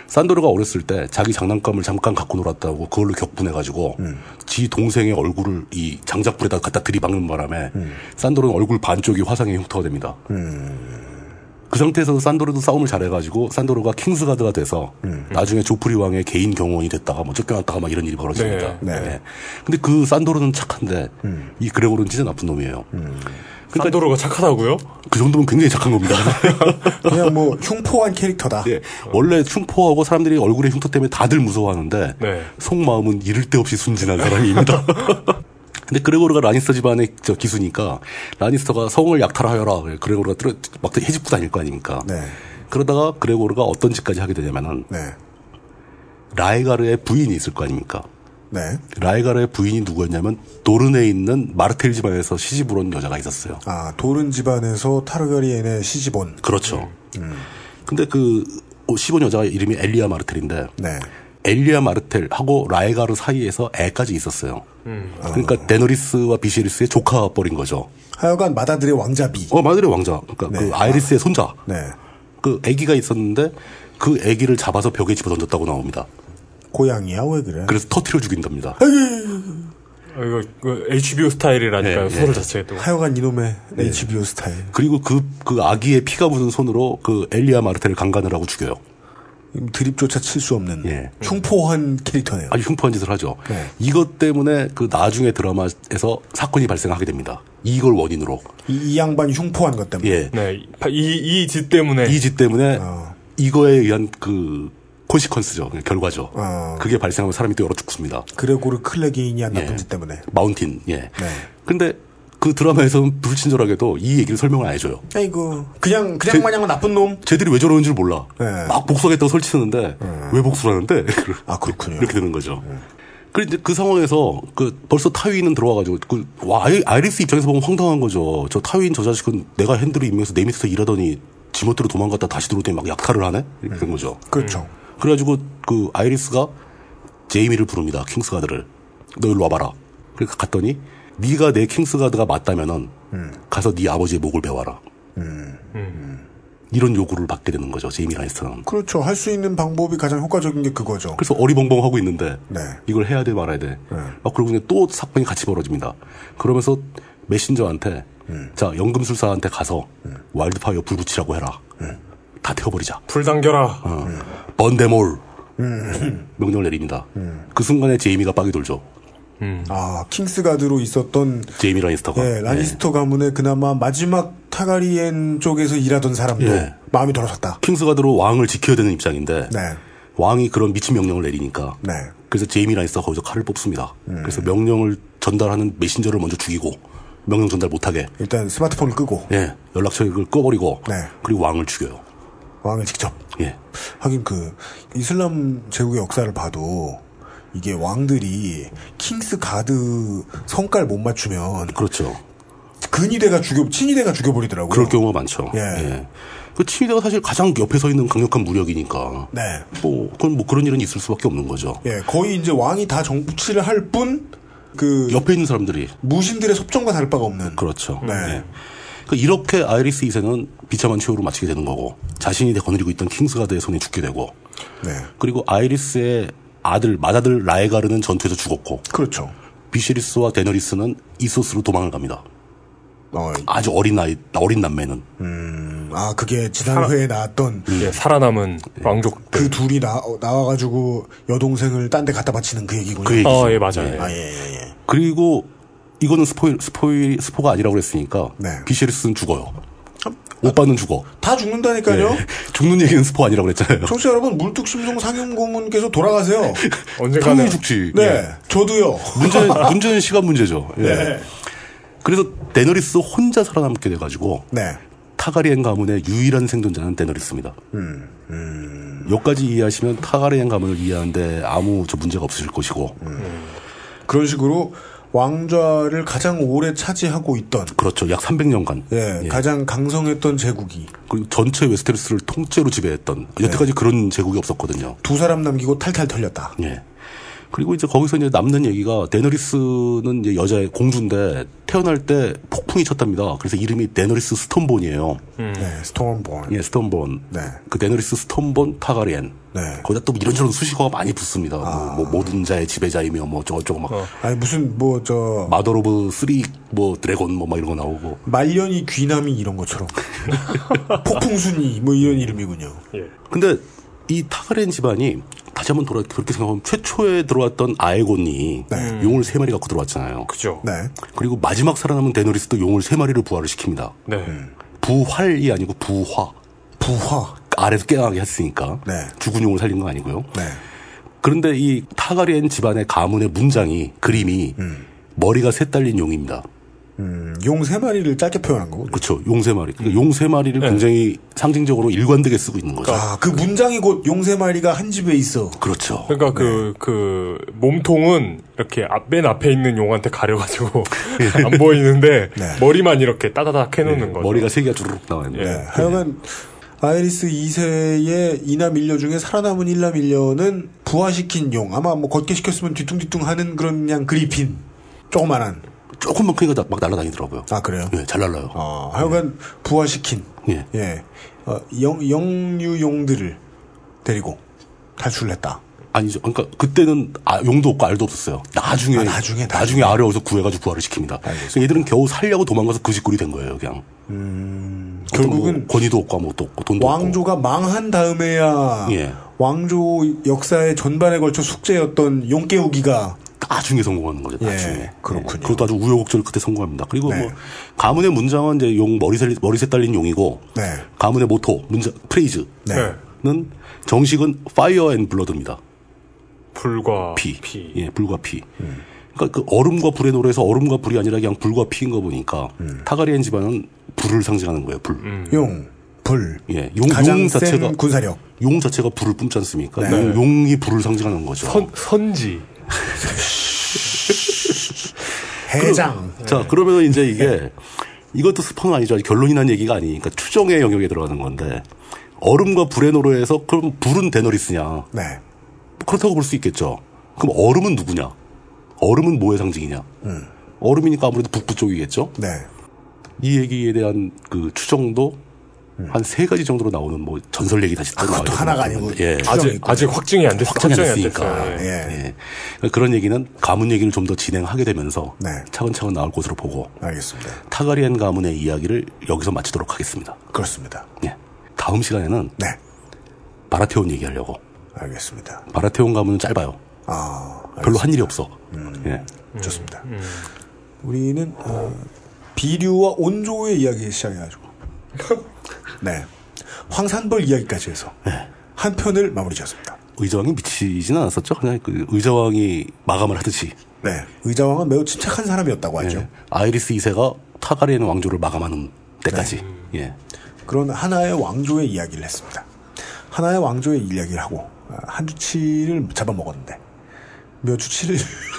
[SPEAKER 2] 산도르가 어렸을 때 자기 장난감을 잠깐 갖고 놀았다고 그걸로 격분해가지고 지 동생의 얼굴을 이 장작불에다 갖다 들이박는 바람에 산도르는 얼굴 반쪽이 화상의 흉터가 됩니다. 그 상태에서 산도르도 싸움을 잘해가지고 산도르가 킹스가드가 돼서 나중에 조프리 왕의 개인 경호원이 됐다가 뭐 쫓겨났다가 막 이런 일이 벌어집니다.
[SPEAKER 3] 네. 네.
[SPEAKER 2] 예. 근데 그 산도르는 착한데 이 그레고르는 진짜 나쁜 놈이에요. 그러니까
[SPEAKER 4] 음. 산도르가 착하다고요? 어,
[SPEAKER 2] 그 정도면 굉장히 착한 겁니다.
[SPEAKER 3] 그냥 뭐 흉포한 캐릭터다.
[SPEAKER 2] 예.
[SPEAKER 4] 어.
[SPEAKER 2] 원래 흉포하고 사람들이 얼굴의 흉터 때문에 다들 무서워하는데
[SPEAKER 4] 네.
[SPEAKER 2] 속마음은 이를 데 없이 순진한 사람입니다. 근데 그레고르가 라니스터 집안의 저 기수니까 라니스터가 성을 약탈하여라. 그레고르가 뚫어, 막 해집고 다닐 거 아닙니까?
[SPEAKER 3] 네.
[SPEAKER 2] 그러다가 그레고르가 어떤 짓까지 하게 되냐면은
[SPEAKER 3] 네.
[SPEAKER 2] 라에가르의 부인이 있을 거 아닙니까?
[SPEAKER 3] 네.
[SPEAKER 2] 라에가르의 부인이 누구였냐면 도른에 있는 마르텔 집안에서 시집을 온 여자가 있었어요.
[SPEAKER 3] 아 도른 집안에서 타르가리엔의 시집온.
[SPEAKER 2] 그렇죠. 근데 그 시본 여자가 이름이 엘리아 마르텔인데
[SPEAKER 3] 네.
[SPEAKER 2] 엘리아 마르텔하고 라에가르 사이에서 애까지 있었어요. 그러니까 데너리스와 비시리스의 조카 뻘인 거죠.
[SPEAKER 3] 하여간 마다들의 왕자비.
[SPEAKER 2] 어 마들의 왕자. 그러니까
[SPEAKER 3] 네.
[SPEAKER 2] 그 아이리스의 손자.
[SPEAKER 3] 네.
[SPEAKER 2] 그 아기가 있었는데 그 아기를 잡아서 벽에 집어던졌다고 나옵니다.
[SPEAKER 3] 고양이야 왜 그래?
[SPEAKER 2] 그래서 터트려 죽인답니다.
[SPEAKER 4] 아, 이거, 이거 HBO 스타일이라니까요.
[SPEAKER 2] 예,
[SPEAKER 4] 소설
[SPEAKER 2] 예.
[SPEAKER 4] 자체도.
[SPEAKER 3] 하여간 이놈의 HBO 스타일.
[SPEAKER 2] 그리고 그 그 아기의 피가 묻은 손으로 그 엘리아 마르텔을 강간을 하고 죽여요.
[SPEAKER 3] 드립조차 칠 수 없는
[SPEAKER 2] 예.
[SPEAKER 3] 흉포한 캐릭터네요.
[SPEAKER 2] 아주 흉포한 짓을 하죠.
[SPEAKER 3] 네.
[SPEAKER 2] 이것 때문에 그 나중에 드라마에서 사건이 발생하게 됩니다. 이걸 원인으로.
[SPEAKER 3] 이, 이 양반 흉포한 것 때문에.
[SPEAKER 2] 예.
[SPEAKER 4] 네. 이, 이 짓 때문에.
[SPEAKER 2] 이 짓 때문에
[SPEAKER 3] 어.
[SPEAKER 2] 이거에 의한 그 콘시퀀스죠. 그 결과죠.
[SPEAKER 3] 어.
[SPEAKER 2] 그게 발생하면 사람이 또 여러 죽습니다.
[SPEAKER 3] 그레고르 클레게인이 한 나쁜
[SPEAKER 2] 예.
[SPEAKER 3] 짓 때문에.
[SPEAKER 2] 마운틴. 예.
[SPEAKER 3] 네.
[SPEAKER 2] 근데 그 드라마에서는 불친절하게도 이 얘기를 설명을 안 해줘요.
[SPEAKER 3] 아이고 그냥 그냥 마냥 나쁜 놈.
[SPEAKER 2] 쟤들이 왜 저러는지를 몰라.
[SPEAKER 3] 네.
[SPEAKER 2] 막 복수하겠다고 설치는데 왜 복수하는데?
[SPEAKER 3] 아 그렇군요.
[SPEAKER 2] 예. 이렇게 되는 거죠. 그리고 이제 그 상황에서 그 벌써 타위인은 들어와가지고 그와 아이리스 입장에서 보면 황당한 거죠. 저 타위인 저 자식은 내가 핸들을 임명해서 내 밑에서 일하더니 지멋대로 도망갔다 다시 들어오더니 막 약탈을 하네 이렇게 된 거죠.
[SPEAKER 3] 그렇죠.
[SPEAKER 2] 그래가지고 그 아이리스가 제이미를 부릅니다. 킹스가드를 너 일로 와봐라. 그러니까 갔더니 네가 내 킹스가드가 맞다면은 가서 네 아버지의 목을 베와라. 이런 요구를 받게 되는 거죠. 제이미 라니스터는.
[SPEAKER 3] 그렇죠. 할 수 있는 방법이 가장 효과적인 게 그거죠.
[SPEAKER 2] 그래서 어리벙벙 하고 있는데
[SPEAKER 3] 네.
[SPEAKER 2] 이걸 해야 돼 말아야 돼. 막 그러고 이제 또 사건이 같이 벌어집니다. 그러면서 메신저한테
[SPEAKER 3] 음.
[SPEAKER 2] 자 연금술사한테 가서 와일드파이어 불 붙이라고 해라.
[SPEAKER 3] 음.
[SPEAKER 2] 다 태워버리자.
[SPEAKER 4] 불 당겨라.
[SPEAKER 2] 어. 번데몰
[SPEAKER 3] 음.
[SPEAKER 2] 명령을 내립니다. 그 순간에 제이미가 빡이 돌죠.
[SPEAKER 3] 아 킹스가드로 있었던
[SPEAKER 2] 제이미 라니스터가. 네.
[SPEAKER 3] 예, 라니스터 가문의 그나마 마지막 타가리엔 쪽에서 일하던 사람도
[SPEAKER 2] 예.
[SPEAKER 3] 마음이 돌아섰다.
[SPEAKER 2] 킹스가드로 왕을 지켜야 되는 입장인데
[SPEAKER 3] 네.
[SPEAKER 2] 왕이 그런 미친 명령을 내리니까
[SPEAKER 3] 네. 음.
[SPEAKER 2] 그래서 제이미 라니스터가 거기서 칼을 뽑습니다. 그래서 명령을 전달하는 메신저를 먼저 죽이고 명령 전달 못하게
[SPEAKER 3] 일단 스마트폰을 끄고
[SPEAKER 2] 예, 연락처를 꺼버리고
[SPEAKER 3] 네.
[SPEAKER 2] 그리고 왕을 죽여요.
[SPEAKER 3] 왕을 직접
[SPEAKER 2] 예.
[SPEAKER 3] 하긴 그 이슬람 제국의 역사를 봐도 이게 왕들이 킹스 가드 성깔 못 맞추면
[SPEAKER 2] 그렇죠.
[SPEAKER 3] 근위대가 죽여 친위대가 죽여버리더라고요.
[SPEAKER 2] 그럴 경우가 많죠.
[SPEAKER 3] 예.
[SPEAKER 2] 그 친위대가 사실 가장 옆에 서 있는 강력한 무력이니까.
[SPEAKER 3] 네.
[SPEAKER 2] 뭐, 그건 뭐 그런 일은 있을 수밖에 없는 거죠.
[SPEAKER 3] 예, 거의 이제 왕이 다 정부치를 할 뿐 그
[SPEAKER 2] 옆에 있는 사람들이.
[SPEAKER 3] 무신들의 섭정과 다를 바가 없는.
[SPEAKER 2] 그렇죠.
[SPEAKER 3] 네.
[SPEAKER 2] 예. 그 이렇게 아이리스 2세는 비참한 최후로 마치게 되는 거고 자신이 거느리고 있던 킹스가드의 손에 죽게 되고
[SPEAKER 3] 네.
[SPEAKER 2] 그리고 아이리스의 아들 맏아들 라에가르는 전투에서 죽었고
[SPEAKER 3] 그렇죠.
[SPEAKER 2] 비시리스와 데너리스는 이소스로 도망을 갑니다.
[SPEAKER 3] 어,
[SPEAKER 2] 아주 어린 아이 어린 남매는
[SPEAKER 3] 음, 아 그게 지난회에 나왔던
[SPEAKER 4] 예, 살아남은 왕족.
[SPEAKER 3] 그 둘이 나, 어, 나와가지고 여동생을 딴 데 갖다 바치는 그 얘기군요.
[SPEAKER 2] 그 얘기.
[SPEAKER 4] 어, 예, 맞아요. 예.
[SPEAKER 3] 아, 예, 예, 예.
[SPEAKER 2] 그리고 이거는 스포일 스포일 스포가 아니라고 그랬으니까
[SPEAKER 3] 네. 아,
[SPEAKER 2] 비시리스는 죽어요. 오빠는 죽어.
[SPEAKER 3] 다 죽는다니까요.
[SPEAKER 2] 예. 죽는 얘기는 스포 아니라고 그랬잖아요.
[SPEAKER 3] 청취자 여러분, 물뚝심송 상임고문께서 돌아가세요.
[SPEAKER 4] 언젠가는
[SPEAKER 2] 당연히 죽지.
[SPEAKER 3] 네,
[SPEAKER 2] 예.
[SPEAKER 3] 저도요.
[SPEAKER 2] 문제는 문제는 시간 문제죠. 예.
[SPEAKER 3] 네.
[SPEAKER 2] 그래서 데너리스 혼자 살아남게 돼가지고
[SPEAKER 3] 네.
[SPEAKER 2] 타가리엔 가문의 유일한 생존자는 데너리스입니다.
[SPEAKER 3] 음,
[SPEAKER 2] 여기까지 이해하시면 타가리엔 가문을 이해하는데 아무 저 문제가 없으실 것이고
[SPEAKER 3] 음. 그런 식으로 왕좌를 가장 오래 차지하고 있던,
[SPEAKER 2] 그렇죠. 약 300년간
[SPEAKER 3] 예, 가장 강성했던 제국이
[SPEAKER 2] 그리고 전체 웨스테로스를 통째로 지배했던
[SPEAKER 3] 네.
[SPEAKER 2] 여태까지 그런 제국이 없었거든요.
[SPEAKER 3] 두 사람 남기고 탈탈 털렸다.
[SPEAKER 2] 예. 그리고 이제 거기서 이제 남는 얘기가 데너리스는 이제 여자 공주인데 태어날 때 폭풍이 쳤답니다. 그래서 이름이 데너리스 스톰본이에요.
[SPEAKER 3] 네, 스톰본.
[SPEAKER 2] 예, 스톰본.
[SPEAKER 3] 네.
[SPEAKER 2] 그 데너리스 스톰본 타가리엔.
[SPEAKER 3] 네.
[SPEAKER 2] 거기다 또 이런저런 수식어가 많이 붙습니다. 뭐, 뭐 모든 자의 지배자이며 뭐 저거 막
[SPEAKER 3] 아니, 무슨, 뭐, 저,
[SPEAKER 2] 마더 오브 쓰리 뭐 드래곤 뭐 막 이런 거 나오고.
[SPEAKER 3] 말년이 귀남이 이런 것처럼. 폭풍순이, 뭐 이런 이름이군요.
[SPEAKER 2] 예. 근데 이 타가리엔 집안이 다시 한번 돌아 그렇게 생각하면 최초에 들어왔던 아에곤이 용을 세 마리 갖고 들어왔잖아요.
[SPEAKER 4] 그죠.
[SPEAKER 3] 네.
[SPEAKER 2] 그리고 마지막 살아남은 데너리스도 용을 세 마리를 부활을 시킵니다.
[SPEAKER 4] 네.
[SPEAKER 2] 음. 부활이 아니고 부화.
[SPEAKER 3] 부화.
[SPEAKER 2] 아래서 깨어나게 했으니까
[SPEAKER 3] 네.
[SPEAKER 2] 죽은 용을 살린 건 아니고요.
[SPEAKER 3] 네.
[SPEAKER 2] 그런데 이 타가리엔 집안의 가문의 문장이 그림이
[SPEAKER 3] 음.
[SPEAKER 2] 머리가 새 딸린 용입니다.
[SPEAKER 3] 용 세 마리를 짧게 표현한 거고.
[SPEAKER 2] 그렇죠. 용 세 마리. 그러니까 용 세 마리를 굉장히 상징적으로 일관되게 쓰고 있는 거죠.
[SPEAKER 3] 음. 네. 아, 그 문장이 곧 용 세 마리가 한 집에 있어.
[SPEAKER 2] 그렇죠.
[SPEAKER 4] 그러니까 그, 그, 몸통은 이렇게 앞, 맨 앞에 있는 용한테 가려가지고 안 보이는데 머리만 이렇게 따다닥 해놓는 거죠.
[SPEAKER 2] 예. 네. 머리가 세 개가 주르륵 나와 있는.
[SPEAKER 4] 예.
[SPEAKER 2] 요
[SPEAKER 3] 네, 하여간 아이리스 2세의 이남 일녀 중에 살아남은 일남 일녀는 부화시킨 용. 아마 뭐 걷게 시켰으면 뒤뚱뒤뚱 하는 그런 그냥 그리핀. 조그만한.
[SPEAKER 2] 조금만 크니까 나- 막 날아다니더라고요.
[SPEAKER 3] 아, 그래요?
[SPEAKER 2] 예, 잘 날라요.
[SPEAKER 3] 아, 하여간 부화시킨.
[SPEAKER 2] 예.
[SPEAKER 3] 예. 어, 영, 영유용들을 데리고 탈출을 했다.
[SPEAKER 2] 아니죠. 그러니까 그때는 아, 용도 없고 알도 없었어요. 나중에
[SPEAKER 3] 아, 나중에, 나중에.
[SPEAKER 2] 알을 어디서 구해가지고 부활을 시킵니다. 그러니까 얘들은 겨우 살려고 도망가서 그 짓거리 된 거예요, 그냥. 어떤 뭐
[SPEAKER 3] 결국은
[SPEAKER 2] 권위도 없고 아무것도 없고 돈도 없고.
[SPEAKER 3] 왕조가 망한 다음에야
[SPEAKER 2] 예.
[SPEAKER 3] 왕조 역사의 전반에 걸쳐 숙제였던 용 깨우기가
[SPEAKER 2] 나중에 성공하는 거죠.
[SPEAKER 3] 예,
[SPEAKER 2] 나중에.
[SPEAKER 3] 그렇군요.
[SPEAKER 2] 그것도 아주 우여곡절 끝에 성공합니다. 그리고
[SPEAKER 3] 네.
[SPEAKER 2] 뭐 가문의 문장은 이제 용 머리새 머리새 딸린 용이고
[SPEAKER 3] 네.
[SPEAKER 2] 가문의 모토 문장 프레이즈는
[SPEAKER 3] 네.
[SPEAKER 4] 네.
[SPEAKER 2] 정식은 Fire and Blood입니다.
[SPEAKER 4] 불과
[SPEAKER 2] 피. 예, 불과 피. 그러니까 그 얼음과 불의 노래에서 얼음과 불이 아니라 그냥 불과 피인 거 보니까
[SPEAKER 3] 음.
[SPEAKER 2] 타가리엔 집안은 불을 상징하는 거예요. 불.
[SPEAKER 3] 용, 불,
[SPEAKER 2] 예, 용,
[SPEAKER 3] 음. 가장
[SPEAKER 2] 용
[SPEAKER 3] 센 네.
[SPEAKER 2] 자체가
[SPEAKER 3] 군사력.
[SPEAKER 2] 용 자체가 불을 뿜지 않습니까? 용, 용이 불을 상징하는 거죠.
[SPEAKER 4] 선, 선지.
[SPEAKER 3] 해장.
[SPEAKER 2] 네. 자, 그러면 이제 이게 이것도 스포는 아니죠. 아직 결론이 난 얘기가 아니니까 그러니까 추정의 영역에 들어가는 건데 얼음과 불의 노래에서 그럼 불은 데너리스냐?
[SPEAKER 3] 네.
[SPEAKER 2] 그렇다고 볼 수 있겠죠. 그럼 얼음은 누구냐? 얼음은 뭐의 상징이냐? 얼음이니까 아무래도 북부 쪽이겠죠.
[SPEAKER 3] 네.
[SPEAKER 2] 이 얘기에 대한 그 추정도 한 세 가지 정도로 나오는 뭐 전설 얘기 다시 또 아,
[SPEAKER 3] 그것도 하나가 음. 아니고
[SPEAKER 2] 예.
[SPEAKER 3] 추정.
[SPEAKER 4] 아직,
[SPEAKER 3] 있군요.
[SPEAKER 4] 아직 확증이 안 됐어요.
[SPEAKER 2] 확정이 안
[SPEAKER 4] 예.
[SPEAKER 2] 됐으니까.
[SPEAKER 3] 예.
[SPEAKER 2] 예. 그러니까 그런 얘기는 가문 얘기를 좀 더 진행하게 되면서
[SPEAKER 3] 네.
[SPEAKER 2] 차근차근 나올 것으로 보고
[SPEAKER 3] 알겠습니다.
[SPEAKER 2] 타가리엔 가문의 이야기를 여기서 마치도록 하겠습니다.
[SPEAKER 3] 그렇습니다.
[SPEAKER 2] 예. 다음 시간에는
[SPEAKER 3] 네.
[SPEAKER 2] 바라테온 얘기하려고.
[SPEAKER 3] 알겠습니다.
[SPEAKER 2] 바라테온 가문은 짧아요.
[SPEAKER 3] 아,
[SPEAKER 2] 별로 한 일이 없어.
[SPEAKER 4] 음.
[SPEAKER 2] 예.
[SPEAKER 3] 알겠- 좋습니다. 우리는 어, 비류와 온조의 이야기 시작해가지고. 네. 황산벌 이야기까지 해서
[SPEAKER 2] 네.
[SPEAKER 3] 한 편을 마무리 지었습니다.
[SPEAKER 2] 의자왕이 미치진 않았었죠. 그냥 그 의자왕이 마감을 하듯이.
[SPEAKER 3] 네. 의자왕은 매우 침착한 사람이었다고 하죠.
[SPEAKER 2] 예. 아이리스 2세가 타가리엔
[SPEAKER 4] 네.
[SPEAKER 2] 왕조를 마감하는 때까지. 예.
[SPEAKER 3] 그런 하나의 왕조의 이야기를 했습니다. 하나의 왕조의 이야기를 하고 아, 한 주치를 잡아먹었는데 몇 주치를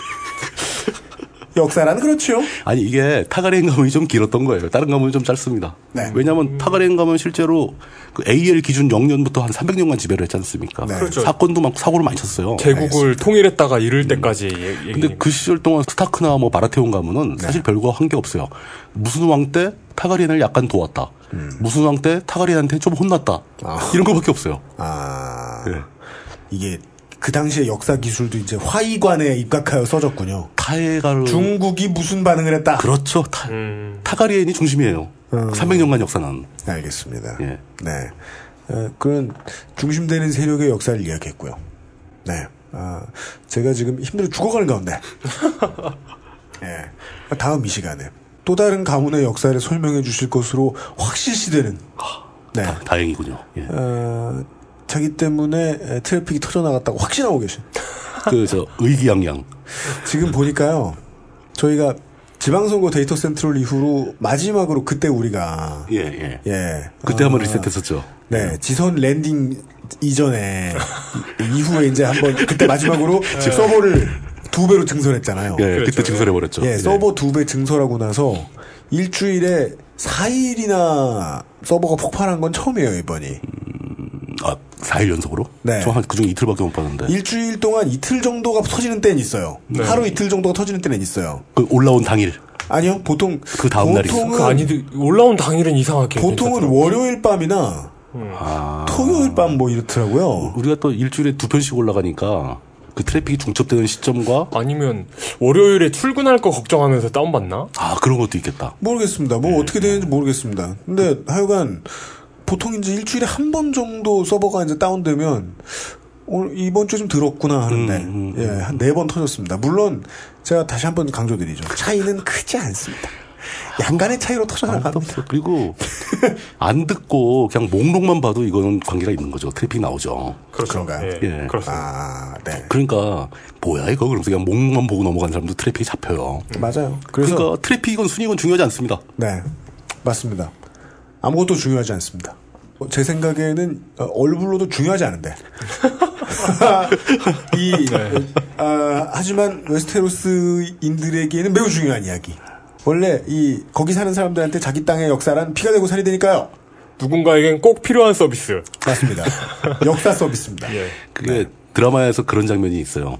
[SPEAKER 3] 역사란 그렇죠.
[SPEAKER 2] 아니 이게 타가렌 가문이 좀 길었던 거예요. 다른 가문은 좀 짧습니다.
[SPEAKER 4] 네.
[SPEAKER 2] 왜냐하면 타가렌 가문 실제로 그 AL 기준 0년부터 한 300년간 지배를 했지 않습니까?
[SPEAKER 4] 그렇죠.
[SPEAKER 2] 사건도 많고 사고를 많이 쳤어요.
[SPEAKER 4] 제국을 통일했다가 이를 때까지 얘기.
[SPEAKER 2] 근데 그 시절 동안 스타크나 뭐 마라테온
[SPEAKER 3] 네.
[SPEAKER 2] 가문은 사실 별거 한 게 없어요. 무슨 왕 때 타가리엔을 약간 도왔다.
[SPEAKER 3] 음.
[SPEAKER 2] 무슨 왕 때 타가리엔한테 좀 혼났다. 이런 거밖에 없어요.
[SPEAKER 3] 아,
[SPEAKER 2] 네.
[SPEAKER 3] 이게 그 당시의 역사 기술도 이제 화이관에 입각하여 써졌군요.
[SPEAKER 2] 타해가를
[SPEAKER 3] 중국이 무슨 반응을 했다.
[SPEAKER 2] 그렇죠. 타, 타가리엔이 중심이에요.
[SPEAKER 3] 어.
[SPEAKER 2] 300년간 역사는.
[SPEAKER 3] 알겠습니다.
[SPEAKER 2] 예.
[SPEAKER 3] 네. 어, 그런 중심되는 세력의 역사를 이야기했고요. 네. 아, 제가 지금 힘들어 죽어가는 가운데. 예. 다음 이 시간에 또 다른 가문의 역사를 설명해 주실 것으로 확실시되는. 네.
[SPEAKER 2] 다행이군요. 예.
[SPEAKER 3] 어, 자기 때문에 에, 트래픽이 터져나갔다고 확신하고 계신.
[SPEAKER 2] 그저 의기양양.
[SPEAKER 3] 지금 보니까요. 저희가 지방선거 데이터 센트럴 이후로 마지막으로 그때 우리가
[SPEAKER 2] 예, 예.
[SPEAKER 3] 예.
[SPEAKER 2] 그때 한번
[SPEAKER 3] 아,
[SPEAKER 2] 리셋했었죠.
[SPEAKER 3] 네, 지선 랜딩 이전에 이후에 이제 한번 그때 마지막으로
[SPEAKER 2] 예.
[SPEAKER 3] 서버를 두 배로 증설했잖아요.
[SPEAKER 2] 예, 그때 증설해버렸죠. 네.
[SPEAKER 3] 예, 서버 두 배 증설하고 나서 일주일에 4일이나 서버가 폭발한 건 처음이에요,
[SPEAKER 2] 네.
[SPEAKER 3] 이번이.
[SPEAKER 2] 아, 4일 연속으로?
[SPEAKER 3] 네.
[SPEAKER 2] 저한 그중 이틀밖에 못 봤는데.
[SPEAKER 3] 일주일 동안 이틀 정도가 터지는 때는 있어요.
[SPEAKER 2] 네.
[SPEAKER 3] 하루 이틀 정도가 터지는 때는 있어요.
[SPEAKER 2] 그 올라온 당일.
[SPEAKER 3] 아니요, 보통
[SPEAKER 2] 그 다음 날이 있어요.
[SPEAKER 3] 보통은
[SPEAKER 2] 그 아니도-
[SPEAKER 4] 그러니까 올라온 당일은 이상하게.
[SPEAKER 3] 보통은 월요일 밤이나
[SPEAKER 2] 음. 아.
[SPEAKER 3] 토요일 밤 뭐 이렇더라고요.
[SPEAKER 2] 우리가 또 일주일에 두 편씩 올라가니까 그 트래픽이 중첩되는 시점과
[SPEAKER 4] 아니면 월요일에 출근할 거 걱정하면서 다운받나?
[SPEAKER 2] 아 그런 것도 있겠다.
[SPEAKER 3] 모르겠습니다. 뭐 어떻게 되는지 모르겠습니다. 근데 하여간 보통 이제 일주일에 한 번 정도 서버가 이제 다운되면 오늘 이번 주에 좀 들었구나 하는데 예, 한 네 번 터졌습니다. 물론 제가 다시 한 번 강조드리죠. 차이는 크지 않습니다. 약간의 차이로 터져나갑니다.
[SPEAKER 2] 그리고 안 듣고 그냥 목록만 봐도 이거는 관계가 있는 거죠. 트래픽 나오죠.
[SPEAKER 4] 그렇죠.
[SPEAKER 3] 그런가요?
[SPEAKER 2] 예.
[SPEAKER 3] 아, 네.
[SPEAKER 2] 그러니까 뭐야 이거 그러면서 그냥 목록만 보고 넘어간 사람도 트래픽이 잡혀요.
[SPEAKER 3] 맞아요. 그래서
[SPEAKER 2] 그러니까 트래픽이건 순위건 중요하지 않습니다.
[SPEAKER 3] 네, 맞습니다. 아무것도 중요하지 않습니다. 어, 제 생각에는 어, 얼굴로도 중요하지 않은데. 이, 아, 하지만 웨스테로스인들에게는 매우 중요한 이야기. 원래 이 거기 사는 사람들한테 자기 땅의 역사란 피가 되고 살이 되니까요.
[SPEAKER 4] 누군가에겐 꼭 필요한 서비스.
[SPEAKER 3] 맞습니다. 역사 서비스입니다. 네.
[SPEAKER 2] 그게 드라마에서 그런 장면이 있어요.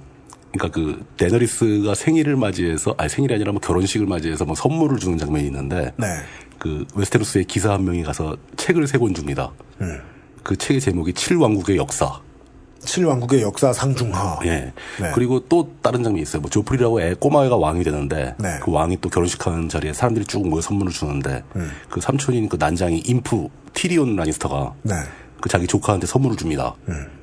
[SPEAKER 2] 그러니까 그 데너리스가 생일을 맞이해서 아니 생일이 아니라 뭐 결혼식을 맞이해서 뭐 선물을 주는 장면이 있는데
[SPEAKER 3] 네.
[SPEAKER 2] 그 웨스테로스의 기사 한 명이 가서 책을 세 권 줍니다. 그 책의 제목이 칠왕국의 역사.
[SPEAKER 3] 음. 칠왕국의 역사 상중하.
[SPEAKER 2] 예.
[SPEAKER 3] 네.
[SPEAKER 2] 그리고 또 다른 장면이 있어요. 뭐 조프리라고 애 꼬마애가 왕이 되는데
[SPEAKER 3] 네.
[SPEAKER 2] 그 왕이 또 결혼식하는 자리에 사람들이 쭉 모여 선물을 주는데
[SPEAKER 3] 음.
[SPEAKER 2] 그 삼촌인 그 난장이 인프 티리온 라니스터가
[SPEAKER 3] 네.
[SPEAKER 2] 그 자기 조카한테 선물을 줍니다.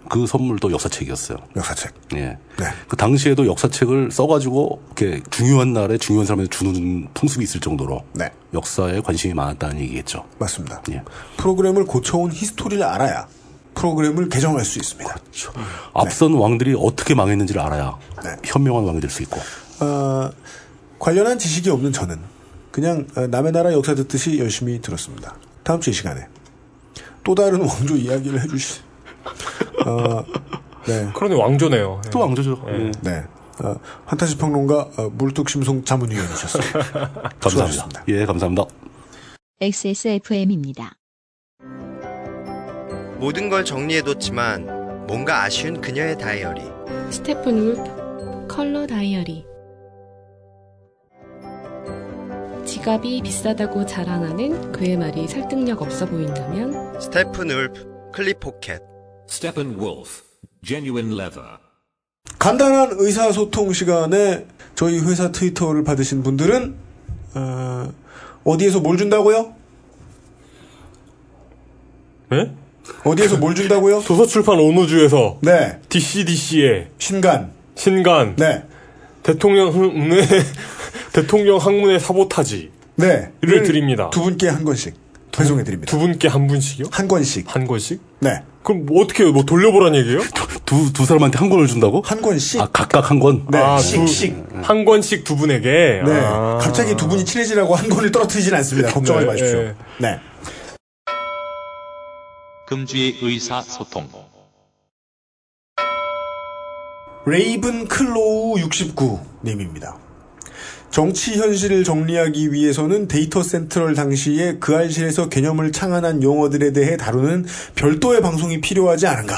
[SPEAKER 2] 그 선물도 역사책이었어요.
[SPEAKER 3] 역사책.
[SPEAKER 2] 예.
[SPEAKER 3] 음. 네.
[SPEAKER 2] 그 당시에도 역사책을 써가지고 이렇게 중요한 날에 중요한 사람한테 주는 풍습이 있을 정도로
[SPEAKER 3] 네.
[SPEAKER 2] 역사에 관심이 많았다는 얘기겠죠.
[SPEAKER 3] 맞습니다.
[SPEAKER 2] 예.
[SPEAKER 3] 프로그램을 고쳐온 히스토리를 알아야 프로그램을 개정할 수 있습니다.
[SPEAKER 2] 앞선 왕들이 어떻게 망했는지를 알아야
[SPEAKER 3] 네.
[SPEAKER 2] 현명한 왕이 될 수 있고.
[SPEAKER 3] 어, 관련한 지식이 없는 저는 그냥 어, 남의 나라 역사 듣듯이 열심히 들었습니다. 다음 주 이 시간에 또 다른 왕조 이야기를 해주시. 어, 네,
[SPEAKER 4] 그러니 왕조네요.
[SPEAKER 2] 또 왕조죠. 예.
[SPEAKER 3] 네. 어, 환타지 평론가 어, 물뚝심송 자문위원이셨어요.
[SPEAKER 2] 감사합니다.
[SPEAKER 3] 수고하셨습니다.
[SPEAKER 2] 예, 감사합니다.
[SPEAKER 1] XSFM입니다.
[SPEAKER 8] 모든 걸 정리해뒀지만 뭔가 아쉬운 그녀의 다이어리.
[SPEAKER 7] 스테픈 울프 컬러 다이어리 지갑이 비싸다고 자랑하는 그의 말이 설득력 없어 보인다면
[SPEAKER 8] 스테픈 울프 클립 포켓.
[SPEAKER 9] Steppenwolf, genuine leather.
[SPEAKER 3] 간단한 의사소통 시간에 저희 회사 트위터를 받으신 분들은 어, 어디에서 뭘 준다고요?
[SPEAKER 4] 예?
[SPEAKER 3] 어디에서 뭘 준다고요?
[SPEAKER 4] 도서출판 온우주에서
[SPEAKER 3] 네,
[SPEAKER 4] DCDC의
[SPEAKER 3] 신간.
[SPEAKER 4] 신간
[SPEAKER 3] 네,
[SPEAKER 4] 대통령 흥문의 대통령 학문의 사보타지를
[SPEAKER 3] 네.
[SPEAKER 4] 드립니다.
[SPEAKER 3] 두 분께 한 권씩 배송해드립니다.
[SPEAKER 4] 두 분께 한 분씩이요?
[SPEAKER 3] 한 권씩.
[SPEAKER 4] 한 권씩?
[SPEAKER 3] 네.
[SPEAKER 4] 그럼 뭐 어떻게 뭐 돌려보란 얘기예요?
[SPEAKER 2] 두, 두 사람한테 한 권을 준다고?
[SPEAKER 3] 한 권씩.
[SPEAKER 2] 아, 각각 한 권?
[SPEAKER 3] 네.
[SPEAKER 4] 아,
[SPEAKER 3] 씩,
[SPEAKER 4] 두-
[SPEAKER 3] 씩.
[SPEAKER 4] 한 권씩 두 분에게.
[SPEAKER 3] 네.
[SPEAKER 4] 아.
[SPEAKER 3] 갑자기 두 분이 친해지라고 한 권을 떨어뜨리진 않습니다. 걱정하지
[SPEAKER 4] 네,
[SPEAKER 3] 마십시오.
[SPEAKER 4] 네.
[SPEAKER 3] 네.
[SPEAKER 10] 금주의 의사소통.
[SPEAKER 3] 레이븐 클로우 69님입니다. 정치 현실을 정리하기 위해서는 데이터 센트럴 당시에 그 알실에서 개념을 창안한 용어들에 대해 다루는 별도의 방송이 필요하지 않은가.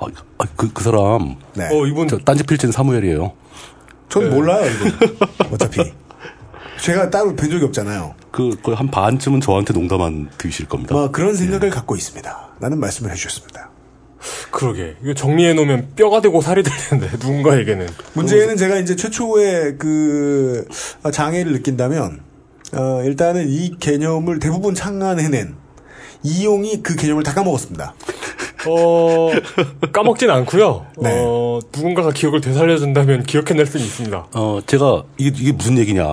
[SPEAKER 2] 아, 그, 그 사람.
[SPEAKER 3] 어,
[SPEAKER 2] 이분. 딴지 필진 사무엘이에요.
[SPEAKER 3] 전 몰라요, 이거. 어차피. 제가 따로 뵌 적이 없잖아요.
[SPEAKER 2] 그, 거의 한 반쯤은 저한테 농담한 드실 겁니다.
[SPEAKER 3] 막뭐 그런 생각을 갖고 있습니다. 라는 말씀을 해주셨습니다.
[SPEAKER 4] 그러게. 이거 정리해놓으면 뼈가 되고 살이 될 텐데, 누군가에게는.
[SPEAKER 3] 문제는 제가 이제 최초의 그 장애를 느낀다면 어, 일단은 이 개념을 대부분 창안해낸 이용이 그 개념을 다 까먹었습니다.
[SPEAKER 4] 어, 까먹진 않고요 어, 누군가가 기억을 되살려준다면 기억해낼 수는 있습니다.
[SPEAKER 2] 어, 제가, 이게, 이게 무슨 얘기냐.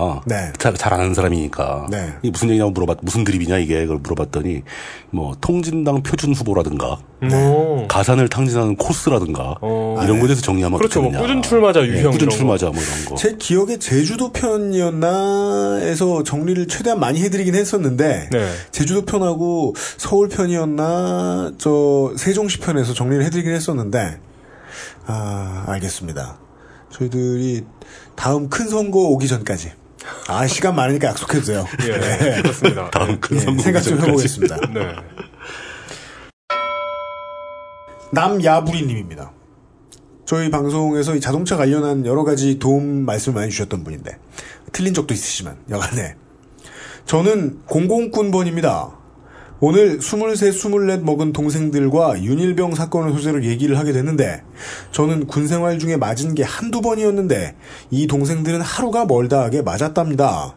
[SPEAKER 2] 잘, 잘 아는 사람이니까.
[SPEAKER 4] 네.
[SPEAKER 2] 이게 무슨 얘기냐고 물어봤, 무슨 드립이냐, 이게. 그걸 물어봤더니, 뭐, 통진당 표준 후보라든가,
[SPEAKER 4] 오.
[SPEAKER 2] 가산을 탕진하는 코스라든가, 이런 것에 대해서 정리하면
[SPEAKER 4] 음. 어, 그렇죠. 뭐
[SPEAKER 2] 어떻겠느냐.
[SPEAKER 4] 꾸준 출마자
[SPEAKER 2] 예,
[SPEAKER 4] 유형
[SPEAKER 2] 네. 꾸준
[SPEAKER 4] 이런 거.
[SPEAKER 2] 출마자 뭐 이런 거.
[SPEAKER 3] 제 기억에 제주도 편이었나에서 정리를 최대한 많이 해드리긴 했었는데
[SPEAKER 4] 네.
[SPEAKER 3] 제주도 편하고 서울 편이었나 저 세종시 편에서 정리를 해드리긴 했었는데 아 알겠습니다. 저희들이 다음 큰 선거 오기 전까지 아 시간 많으니까 약속해주세요.
[SPEAKER 4] 예, 그렇습니다.
[SPEAKER 2] 다음 큰
[SPEAKER 3] 예,
[SPEAKER 2] 선거
[SPEAKER 3] 생각 좀
[SPEAKER 2] 전까지.
[SPEAKER 3] 해보겠습니다.
[SPEAKER 4] 네.
[SPEAKER 3] 남야부리님입니다. 저희 방송에서 이 자동차 관련한 여러 가지 도움 말씀을 많이 주셨던 분인데 틀린 적도 있으시지만 여간에 저는 공공꾼번입니다. 오늘 23, 24 먹은 동생들과 윤일병 사건을 소재로 얘기를 하게 됐는데 저는 군생활 중에 맞은 게 한두 번이었는데 이 동생들은 하루가 멀다하게 맞았답니다.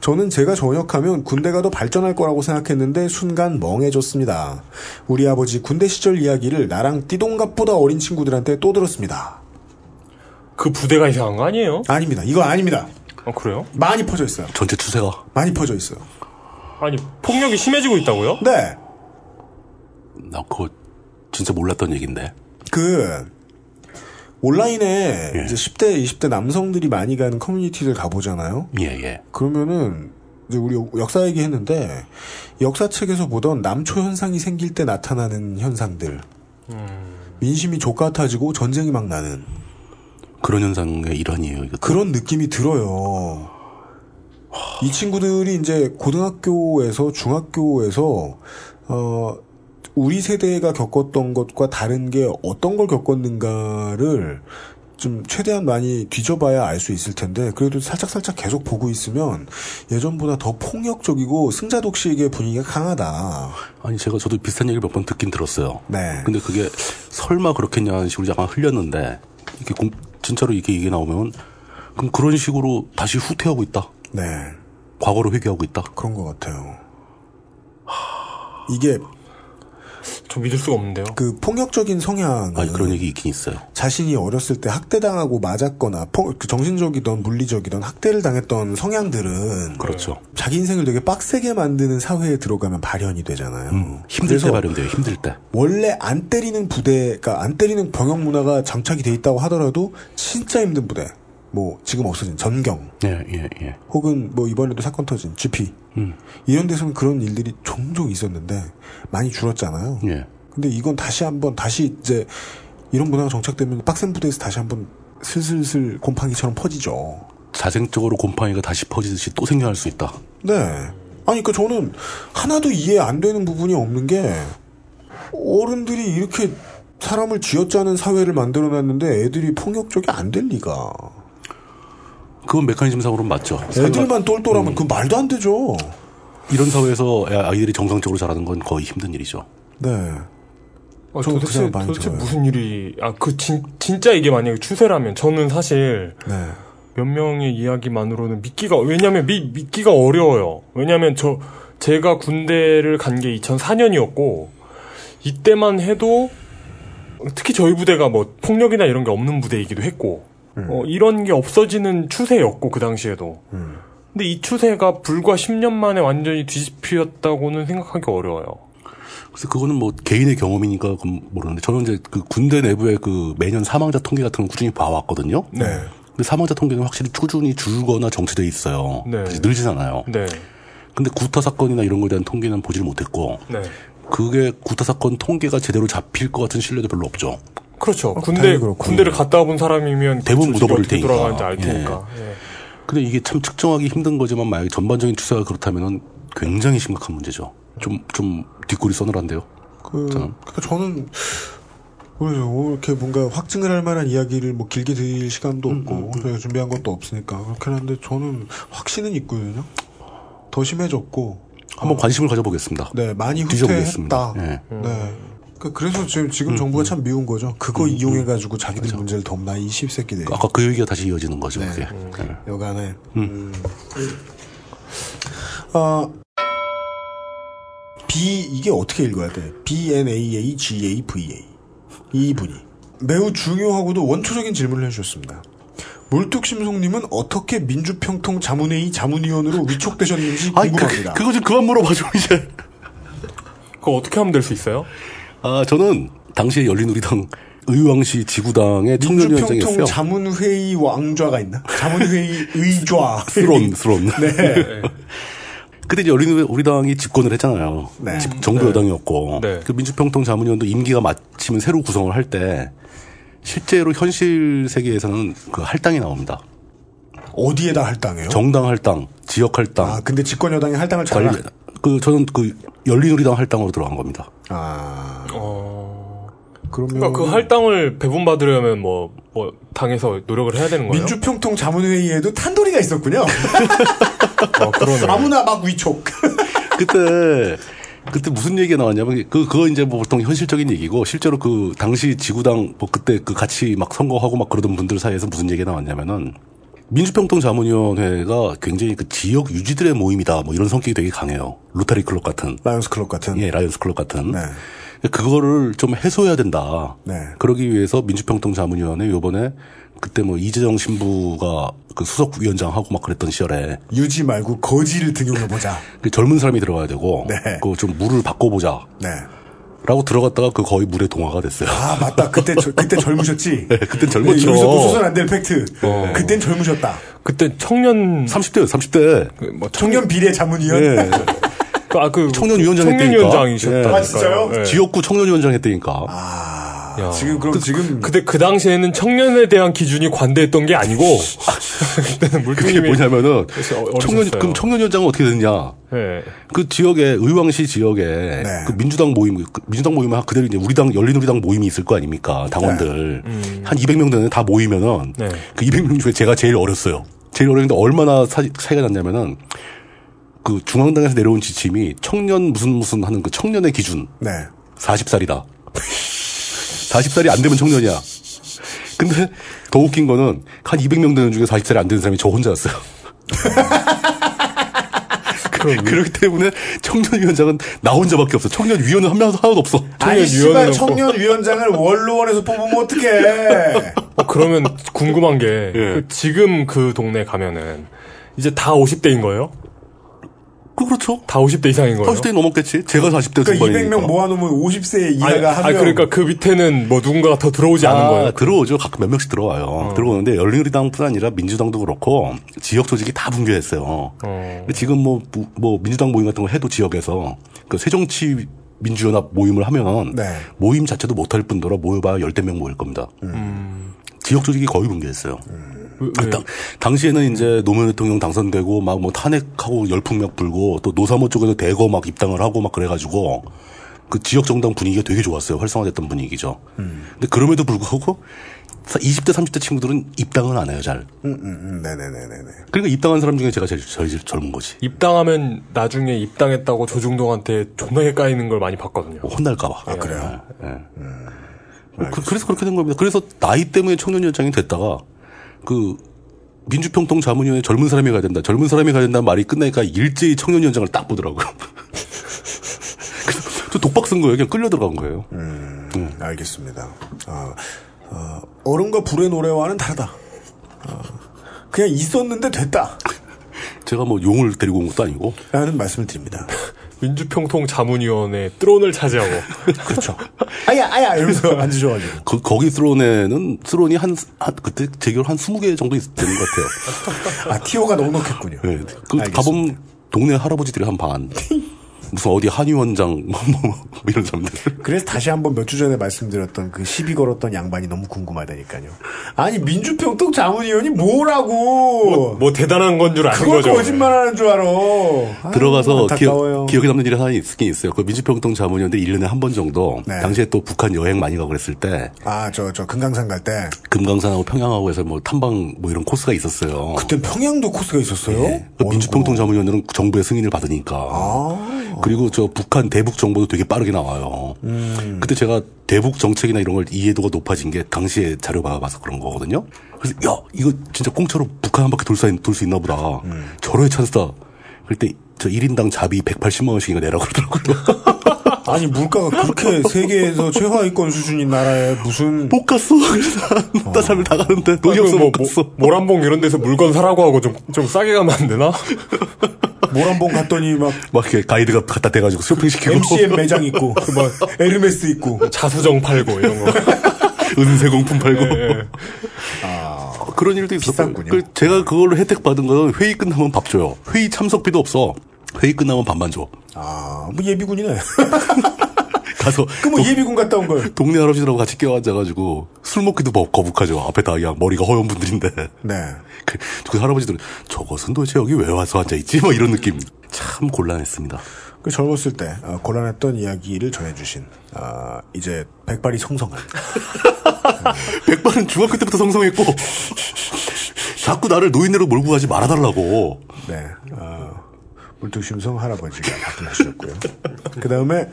[SPEAKER 3] 저는 제가 전역하면 군대가 더 발전할 거라고 생각했는데 순간 멍해졌습니다. 우리 아버지 군대 시절 이야기를 나랑 띠동갑보다 어린 친구들한테 또 들었습니다.
[SPEAKER 4] 그 부대가 이상한 거 아니에요?
[SPEAKER 3] 아닙니다. 이거 아닙니다.
[SPEAKER 4] 아, 그래요?
[SPEAKER 3] 많이 퍼져 있어요.
[SPEAKER 2] 전체 추세가.
[SPEAKER 3] 많이 퍼져 있어요.
[SPEAKER 4] 아니, 폭력이 심해지고 있다고요?
[SPEAKER 3] 네.
[SPEAKER 2] 나 그거 진짜 몰랐던 얘기인데.
[SPEAKER 3] 그 온라인에 이제 10대, 20대 남성들이 많이 가는 커뮤니티들 가보잖아요.
[SPEAKER 2] 예, 예.
[SPEAKER 3] 그러면은 이제 우리 역사 얘기했는데 역사책에서 보던 남초 현상이 생길 때 나타나는 현상들. 민심이 족같아지고 전쟁이 막 나는
[SPEAKER 2] 그런 현상의 일환이에요. 이거.
[SPEAKER 3] 그런 느낌이 들어요. 이 친구들이 이제 고등학교에서 중학교에서 어 우리 세대가 겪었던 것과 다른 게 어떤 걸 겪었는가를 좀 최대한 많이 뒤져봐야 알 수 있을 텐데 그래도 살짝 살짝 계속 보고 있으면 예전보다 더 폭력적이고 승자 독식의 분위기가 강하다.
[SPEAKER 2] 아니 제가 저도 비슷한 얘기를 몇 번 듣긴 들었어요.
[SPEAKER 3] 네.
[SPEAKER 2] 근데 그게 설마 그렇겠냐 하는 식으로 약간 흘렸는데 이게 공- 진짜로 이게 이게 나오면 그럼 그런 식으로 다시 후퇴하고 있다.
[SPEAKER 3] 네.
[SPEAKER 2] 과거를 회귀하고 있다.
[SPEAKER 3] 그런 것 같아요. 이게
[SPEAKER 4] 좀 믿을 수가 없는데요.
[SPEAKER 3] 그 폭력적인 성향
[SPEAKER 2] 아니 그런 얘기 있긴 있어요.
[SPEAKER 3] 자신이 어렸을 때 학대당하고 맞았거나 포- 그 정신적이던 물리적이던 학대를 당했던 성향들은
[SPEAKER 2] 그렇죠.
[SPEAKER 3] 자기 인생을 되게 빡세게 만드는 사회에 들어가면 발현이 되잖아요.
[SPEAKER 2] 힘들 때
[SPEAKER 3] 그래서
[SPEAKER 2] 발현돼요. 힘들 때.
[SPEAKER 3] 원래 안 때리는 부대, 그러니까 안 때리는 병역 문화가 장착이 돼 있다고 하더라도 진짜 힘든 부대, 뭐 지금 없어진 전경,
[SPEAKER 2] 예, 예, 예.
[SPEAKER 3] 혹은 뭐 이번에도 사건 터진 GP
[SPEAKER 2] 음.
[SPEAKER 3] 이런 데서는 그런 일들이 종종 있었는데 많이 줄었잖아요.
[SPEAKER 2] 예.
[SPEAKER 3] 근데 이건 다시 한번 다시 이제 이런 문화가 정착되면 빡센 부대에서 다시 한번 슬슬슬 곰팡이처럼 퍼지죠.
[SPEAKER 2] 자생적으로 곰팡이가 다시 퍼지듯이 또 생겨날 수 있다.
[SPEAKER 3] 네. 아니 그러니까 저는 하나도 이해 안 되는 부분이 없는 게 어른들이 이렇게 사람을 쥐어짜는 사회를 만들어놨는데 애들이 폭력적이 안 될 리가.
[SPEAKER 2] 그건 메커니즘상으로는 맞죠.
[SPEAKER 3] 애들만 똘똘하면 그 말도 안 되죠.
[SPEAKER 2] 이런 사회에서 아- 아이들이 정상적으로 자라는 건 거의 힘든 일이죠.
[SPEAKER 3] 네.
[SPEAKER 4] 아,
[SPEAKER 3] 저는 그
[SPEAKER 4] 도대체,
[SPEAKER 3] 생각 많이
[SPEAKER 4] 도대체
[SPEAKER 3] 들어요.
[SPEAKER 4] 무슨 일이, 아, 그, 진, 진짜 이게 만약에 추세라면, 저는 사실,
[SPEAKER 3] 네.
[SPEAKER 4] 몇 명의 이야기만으로는 믿기가, 왜냐면 미, 믿기가 어려워요. 왜냐면 저, 제가 군대를 간 게 2004년이었고, 이때만 해도, 특히 저희 부대가 뭐, 폭력이나 이런 게 없는 부대이기도 했고,
[SPEAKER 3] 음.
[SPEAKER 4] 어, 이런 게 없어지는 추세였고, 그 당시에도.
[SPEAKER 3] 음.
[SPEAKER 4] 근데 이 추세가 불과 10년 만에 완전히 뒤집혔다고는 생각하기 어려워요.
[SPEAKER 2] 그래서 그거는 뭐 개인의 경험이니까 그건 모르는데 저는 이제 그 군대 내부의 그 매년 사망자 통계 같은 걸 꾸준히 봐왔거든요.
[SPEAKER 4] 네.
[SPEAKER 2] 근데 사망자 통계는 확실히 꾸준히 줄거나 정체돼 있어요.
[SPEAKER 4] 네.
[SPEAKER 2] 그래서 늘지잖아요.
[SPEAKER 4] 네.
[SPEAKER 2] 근데 구타 사건이나 이런 거에 대한 통계는 보질 못했고
[SPEAKER 4] 네.
[SPEAKER 2] 그게 구타 사건 통계가 제대로 잡힐 것 같은 신뢰도 별로 없죠.
[SPEAKER 4] 그렇죠. 군대 군대를 갔다 와본 사람이면
[SPEAKER 2] 대부분
[SPEAKER 4] 그
[SPEAKER 2] 묻어버릴
[SPEAKER 4] 조직이 어떻게
[SPEAKER 2] 테니까.
[SPEAKER 4] 돌아가는지 알
[SPEAKER 2] 예.
[SPEAKER 4] 테니까. 예.
[SPEAKER 2] 근데 이게 참 측정하기 힘든 거지만 만약에 전반적인 추세가 그렇다면은 굉장히 심각한 문제죠. 좀, 좀 뒷골이 서늘한데요.
[SPEAKER 3] 그, 그러니까 저는 오늘 오늘 이렇게 뭔가 확증을 할 만한 이야기를 뭐 길게 드릴 시간도
[SPEAKER 2] 음,
[SPEAKER 3] 없고 저희가 준비한 것도 없으니까 그렇긴 한데 저는 확신은 있거든요. 더 심해졌고
[SPEAKER 2] 한번 관심을 가져보겠습니다.
[SPEAKER 3] 네 많이
[SPEAKER 2] 뒤져보겠습니다. 음,
[SPEAKER 3] 후퇴했다.
[SPEAKER 2] 예.
[SPEAKER 3] 네. 그러니까 그래서 지금 지금 정부가 참 미운 거죠. 그거
[SPEAKER 2] 음,
[SPEAKER 3] 이용해 가지고 자기들 문제를 덮나 이 십세기들.
[SPEAKER 2] 아까 그 얘기가 다시 이어지는 거죠. 그게. 예.
[SPEAKER 3] 여간에
[SPEAKER 2] 음.
[SPEAKER 3] 아, B 이게 어떻게 읽어야 돼? B N A A G A V A 이분이 매우 중요하고도 원초적인 질문을 해주셨습니다. 물뚝심송님은 어떻게 민주평통 자문회의 자문위원으로 위촉되셨는지
[SPEAKER 2] 아이,
[SPEAKER 3] 궁금합니다.
[SPEAKER 2] 그, 그거 좀 그만 물어봐줘, 이제.
[SPEAKER 4] 그거 어떻게 하면 될 수 있어요?
[SPEAKER 2] 아, 저는 당시에 열린우리당 의왕시 지구당의 청년위원장이
[SPEAKER 3] 민주평통
[SPEAKER 2] 했어요.
[SPEAKER 3] 자문회의 왕좌가 있나? 자문회의 의좌.
[SPEAKER 2] 스론, 스론.
[SPEAKER 3] 네.
[SPEAKER 2] 그때 이제 열린우리당이 집권을 했잖아요.
[SPEAKER 3] 네.
[SPEAKER 2] 집- 정부 여당이었고.
[SPEAKER 4] 네.
[SPEAKER 2] 그 민주평통 자문위원도 임기가 마치면 새로 구성을 할 때 실제로 현실 세계에서는 그 할당이 나옵니다.
[SPEAKER 3] 어디에다 할당해요?
[SPEAKER 2] 정당 할당, 지역 할당,
[SPEAKER 3] 아 근데 집권 여당이 할당을 잘
[SPEAKER 2] 관리. 그 저는 그 열린우리당 할당으로 들어간 겁니다.
[SPEAKER 3] 아
[SPEAKER 4] 어.
[SPEAKER 3] 그러면
[SPEAKER 4] 그러니까 그 할당을 배분받으려면 뭐, 뭐, 당에서 노력을 해야 되는 거예요?
[SPEAKER 3] 민주평통 자문회의에도 탄도리가 있었군요.
[SPEAKER 4] 어, 그러네.
[SPEAKER 3] 아무나 막 위촉.
[SPEAKER 2] 그때 그때 무슨 얘기가 나왔냐면 그 그거 이제 뭐 보통 현실적인 얘기고 실제로 그 당시 지구당 뭐 그때 그 같이 막 선거하고 막 그러던 분들 사이에서 무슨 얘기가 나왔냐면은 민주평통 자문위원회가 굉장히 그 지역 유지들의 모임이다 뭐 이런 성격이 되게 강해요. 로타리 클럽 같은
[SPEAKER 3] 라이온스 클럽 같은.
[SPEAKER 2] 예 라이언스 클럽 같은
[SPEAKER 3] 네.
[SPEAKER 2] 그거를 좀 해소해야 된다.
[SPEAKER 3] 네.
[SPEAKER 2] 그러기 위해서 민주평통 자문위원회 요번에 그때 뭐 이재정 신부가 그 수석위원장하고 막 그랬던 시절에
[SPEAKER 3] 유지 말고 거지를 등용해 보자.
[SPEAKER 2] 그 젊은 사람이 들어가야 되고
[SPEAKER 3] 네.
[SPEAKER 2] 그 좀 물을 바꿔보자
[SPEAKER 3] 네.
[SPEAKER 2] 라고 들어갔다가 그 거의 물의 동화가 됐어요.
[SPEAKER 3] 아 맞다. 그때 저- 그때 젊으셨지. 뭐
[SPEAKER 2] 네, 그땐 젊었죠.
[SPEAKER 3] 여기서 부수선 안 될 팩트. 그땐 젊으셨다.
[SPEAKER 4] 그때 청년,
[SPEAKER 2] 30대요, 30대.
[SPEAKER 4] 그 뭐, 청,
[SPEAKER 3] 청년 비례 자문위원.
[SPEAKER 2] 예.
[SPEAKER 4] 그, 아, 그, 예.
[SPEAKER 2] 청년위원장
[SPEAKER 4] 청년위원장이셨다.
[SPEAKER 2] 했다니까.
[SPEAKER 3] 아, 진짜요?
[SPEAKER 2] 예.
[SPEAKER 4] 네.
[SPEAKER 2] 지역구 청년위원장 했다니까.
[SPEAKER 3] 아
[SPEAKER 4] 야.
[SPEAKER 3] 지금 그럼 지금
[SPEAKER 4] 근데 그 당시에는 청년에 대한 기준이 관대했던 게 아니고, 그때는
[SPEAKER 2] 그게
[SPEAKER 4] 물뚱님이.
[SPEAKER 2] 뭐냐면은,
[SPEAKER 4] 그래서 어-
[SPEAKER 2] 청년,
[SPEAKER 4] 어리셨어요.
[SPEAKER 2] 그럼 청년위원장은 어떻게 됐냐.
[SPEAKER 4] 예.
[SPEAKER 2] 그 지역에, 의왕시 지역에,
[SPEAKER 3] 네.
[SPEAKER 2] 그 민주당 모임, 그 민주당 모임은 그대로 이제 우리당, 열린우리당 모임이 있을 거 아닙니까? 당원들. 한 200명 되는데 다 모이면은,
[SPEAKER 4] 음. 네.
[SPEAKER 2] 그 200명 중에 제가 제일 어렸어요. 제일 어렸는데 얼마나 사, 차이가 났냐면은, 그 중앙당에서 내려온 지침이 청년 무슨 무슨 하는 그 청년의 기준.
[SPEAKER 3] 네.
[SPEAKER 2] 40살이다. 40살이 안 되면 청년이야. 근데 더 웃긴 거는 한 200명 되는 중에 40살이 안 되는 사람이 저 혼자였어요. 그, 그렇기 때문에 청년위원장은 나 혼자밖에 없어. 청년위원은 한 명, 하나도 없어.
[SPEAKER 3] 아니 씨발
[SPEAKER 4] 위원회라고.
[SPEAKER 3] 청년위원장을 원로원에서 뽑으면 어떡해.
[SPEAKER 4] 어, 그러면 궁금한 게,
[SPEAKER 2] 예.
[SPEAKER 4] 그 지금 그 동네 가면은, 이제 다 50대인 거예요?
[SPEAKER 2] 그, 그렇죠.
[SPEAKER 4] 다 50대 이상인 거예요?
[SPEAKER 2] 40대 넘었겠지? 제가 40대
[SPEAKER 3] 그러니까
[SPEAKER 2] 중반이니까.
[SPEAKER 3] 200명 모아놓으면 50세
[SPEAKER 4] 아니,
[SPEAKER 3] 이하가 아. 한
[SPEAKER 4] 아니,
[SPEAKER 3] 명.
[SPEAKER 4] 그러니까 그 밑에는 뭐 누군가가 더 들어오지 않은 거예요?
[SPEAKER 2] 들어오죠. 가끔 몇 명씩 들어와요. 들어오는데 열린우리당뿐 아니라 민주당도 그렇고 지역 조직이 다 붕괴했어요. 근데 지금 뭐, 부- 뭐 민주당 모임 같은 거 해도 지역에서 그 새정치 민주연합 모임을 하면
[SPEAKER 3] 네.
[SPEAKER 2] 모임 자체도 못할 뿐더러 모여봐야 열댓 명 모일 겁니다. 지역 조직이 거의 붕괴했어요. 그 당, 당시에는 이제 노무현 대통령 당선되고 막 뭐 탄핵하고 열풍력 불고 또 노사모 쪽에도 대거 막 입당을 하고 막 그래가지고 그 지역 정당 분위기가 되게 좋았어요. 활성화됐던 분위기죠. 근데 그럼에도 불구하고 20대 30대 친구들은 입당을 안 해요 잘.
[SPEAKER 3] 음, 음, 음, 네네네네네.
[SPEAKER 2] 그러니까 입당한 사람 중에 제가 제일, 제일 젊은 거지.
[SPEAKER 4] 입당하면 나중에 입당했다고 조중동한테 존나게 까이는 걸 많이 봤거든요.
[SPEAKER 2] 뭐 혼날까봐. 아,
[SPEAKER 3] 그래요? 음.
[SPEAKER 2] 그, 래서 그렇게 된 겁니다. 그래서 나이 때문에 청년연장이 됐다가 그 민주평통 자문위원회 젊은 사람이 가야 된다. 젊은 사람이 가야 된다는 말이 끝나니까 일제히 청년연장을 딱 보더라고요. 그래서 저 독박 쓴 거예요. 그냥 끌려 들어간 거예요.
[SPEAKER 3] 네. 알겠습니다. 아, 어, 얼음과 불의 노래와는 다르다. 어, 그냥 있었는데 됐다.
[SPEAKER 2] 제가 뭐 용을 데리고 온 것도 아니고.
[SPEAKER 3] 라는 말씀을 드립니다.
[SPEAKER 4] 민주평통 자문위원회 트론을 차지하고
[SPEAKER 3] 그렇죠. 아야, 아야! 이러면서 앉으셔가지고.
[SPEAKER 2] 그, 거기 스론에는, 스론이 한, 한- 그때 재결 한 20개 정도 있- 되는 것 같아요.
[SPEAKER 3] 아, 티오가 넉넉했군요.
[SPEAKER 2] 네. 그,
[SPEAKER 3] 알겠습니다.
[SPEAKER 2] 가보면 동네 할아버지들이 한 반. 무슨 어디 한의원장 뭐, 뭐, 뭐 이런 사람들.
[SPEAKER 3] 그래서 다시 한번 몇 주 전에 말씀드렸던 그 시비 걸었던 양반이 너무 궁금하다니까요. 아니 민주평통 자문위원이 뭐라고?
[SPEAKER 4] 뭐, 뭐 대단한 건 줄 아는
[SPEAKER 3] 그걸
[SPEAKER 4] 거죠.
[SPEAKER 3] 거짓말하는 줄 알아. 아유,
[SPEAKER 2] 들어가서
[SPEAKER 3] 안타까워요.
[SPEAKER 2] 기억, 기억에 남는 일이 하나 있긴 있어요. 그 민주평통 자문위원들이 1년에 한 번 정도
[SPEAKER 3] 네.
[SPEAKER 2] 당시에 또 북한 여행 많이 가고 그랬을 때
[SPEAKER 3] 아, 저, 저, 금강산 갈 때.
[SPEAKER 2] 금강산하고 평양하고 해서 뭐 탐방 뭐 이런 코스가 있었어요.
[SPEAKER 3] 그때 평양도 코스가 있었어요?
[SPEAKER 2] 그 민주평통 자문위원들은 정부의 승인을 받으니까.
[SPEAKER 3] 아.
[SPEAKER 2] 그리고 저 북한 대북 정보도 되게 빠르게 나와요.
[SPEAKER 3] 음.
[SPEAKER 2] 그때 제가 대북 정책이나 이런 걸 이해도가 높아진 게 당시에 자료 봐봐서 그런 거거든요. 그래서 야 이거 진짜 공짜로 북한 한 바퀴 돌 수 있나 보다.
[SPEAKER 3] 음.
[SPEAKER 2] 저러의 찬스다. 그때 저 1인당 자비 180만 원씩인가 내라고 그러더라고요.
[SPEAKER 3] 아니, 물가가 그렇게 세계에서 최하위권 수준인 나라에 무슨.
[SPEAKER 2] 못 갔어. 그래서 딴 사람들 다 가는데 돈이
[SPEAKER 4] 그
[SPEAKER 2] 없어
[SPEAKER 4] 뭐,
[SPEAKER 2] 못 갔어.
[SPEAKER 4] 뭐, 모란봉 이런 데서 물건 사라고 하고 좀, 좀 싸게 가면 안 되나?
[SPEAKER 3] 모란봉 갔더니 막
[SPEAKER 2] 막 이렇게 가이드가 갖다 대가지고 쇼핑시키고
[SPEAKER 3] MCM 매장 있고, 그 막, 에르메스 있고.
[SPEAKER 4] 자수정 팔고 이런 거. 아,
[SPEAKER 2] 은세 공품 팔고
[SPEAKER 4] 예.
[SPEAKER 2] 그런 일도 있었고
[SPEAKER 3] 아, 비쌌군요.
[SPEAKER 2] 그 제가 그걸로 혜택 받은 거는 회의 끝나면 밥 줘요. 회의 참석비도 없어. 회의 끝나면 밥만 줘.
[SPEAKER 3] 아, 뭐 예비군이네.
[SPEAKER 2] 가서
[SPEAKER 3] 그뭐 예비군 갔다 온 걸.
[SPEAKER 2] 동네 할아버지들하고 같이 껴앉아가지고 술 먹기도 뭐 거- 거북하죠. 앞에 다 그냥 머리가 허연 분들인데
[SPEAKER 3] 네.
[SPEAKER 2] 그, 그 할아버지들은 저것은 도대체 여기 왜 와서 앉아있지? 뭐 이런 느낌. 참 곤란했습니다.
[SPEAKER 3] 그 젊었을 때 어, 곤란했던 이야기를 전해주신 아, 이제 백발이 성성한
[SPEAKER 2] 백발은 중학교 때부터 성성했고 자꾸 나를 노인네로 몰고 가지 말아달라고
[SPEAKER 3] 네 어, 물뚝심성 할아버지가 바뀌셨고요. 그 다음에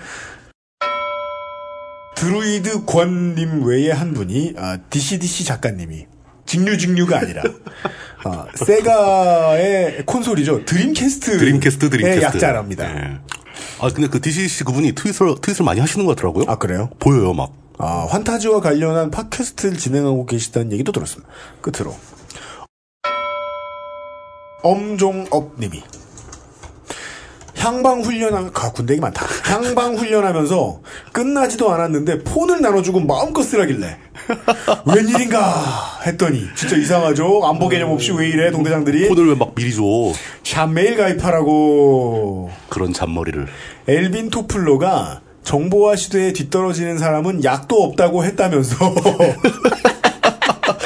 [SPEAKER 3] 드루이드 권님 외에 한 분이 아, DCDC 작가님이 직류직류가 아니라 아, 세가의 콘솔이죠 드림캐스트
[SPEAKER 2] 드림캐스트 드림캐스트
[SPEAKER 3] 네, 약자랍니다.
[SPEAKER 2] 예. 아 근데 그 DCC 그분이 트윗을 트윗을 많이 하시는 것 같더라고요.
[SPEAKER 3] 아 그래요?
[SPEAKER 2] 보여요 막.
[SPEAKER 3] 아, 환타지와 관련한 팟캐스트를 진행하고 계시다는 얘기도 들었습니다. 끝으로. 엄종업님이. 향방훈련, 아, 군대기 많다. 향방훈련 하면서 끝나지도 않았는데 폰을 나눠주고 마음껏 쓰라길래. 웬일인가 했더니, 진짜 이상하죠? 안보 개념 없이 왜 이래, 동대장들이.
[SPEAKER 2] 폰을 왜 막 미리 줘
[SPEAKER 3] 샵메일 가입하라고.
[SPEAKER 2] 그런 잔머리를.
[SPEAKER 3] 엘빈 토플로가 정보화 시대에 뒤떨어지는 사람은 약도 없다고 했다면서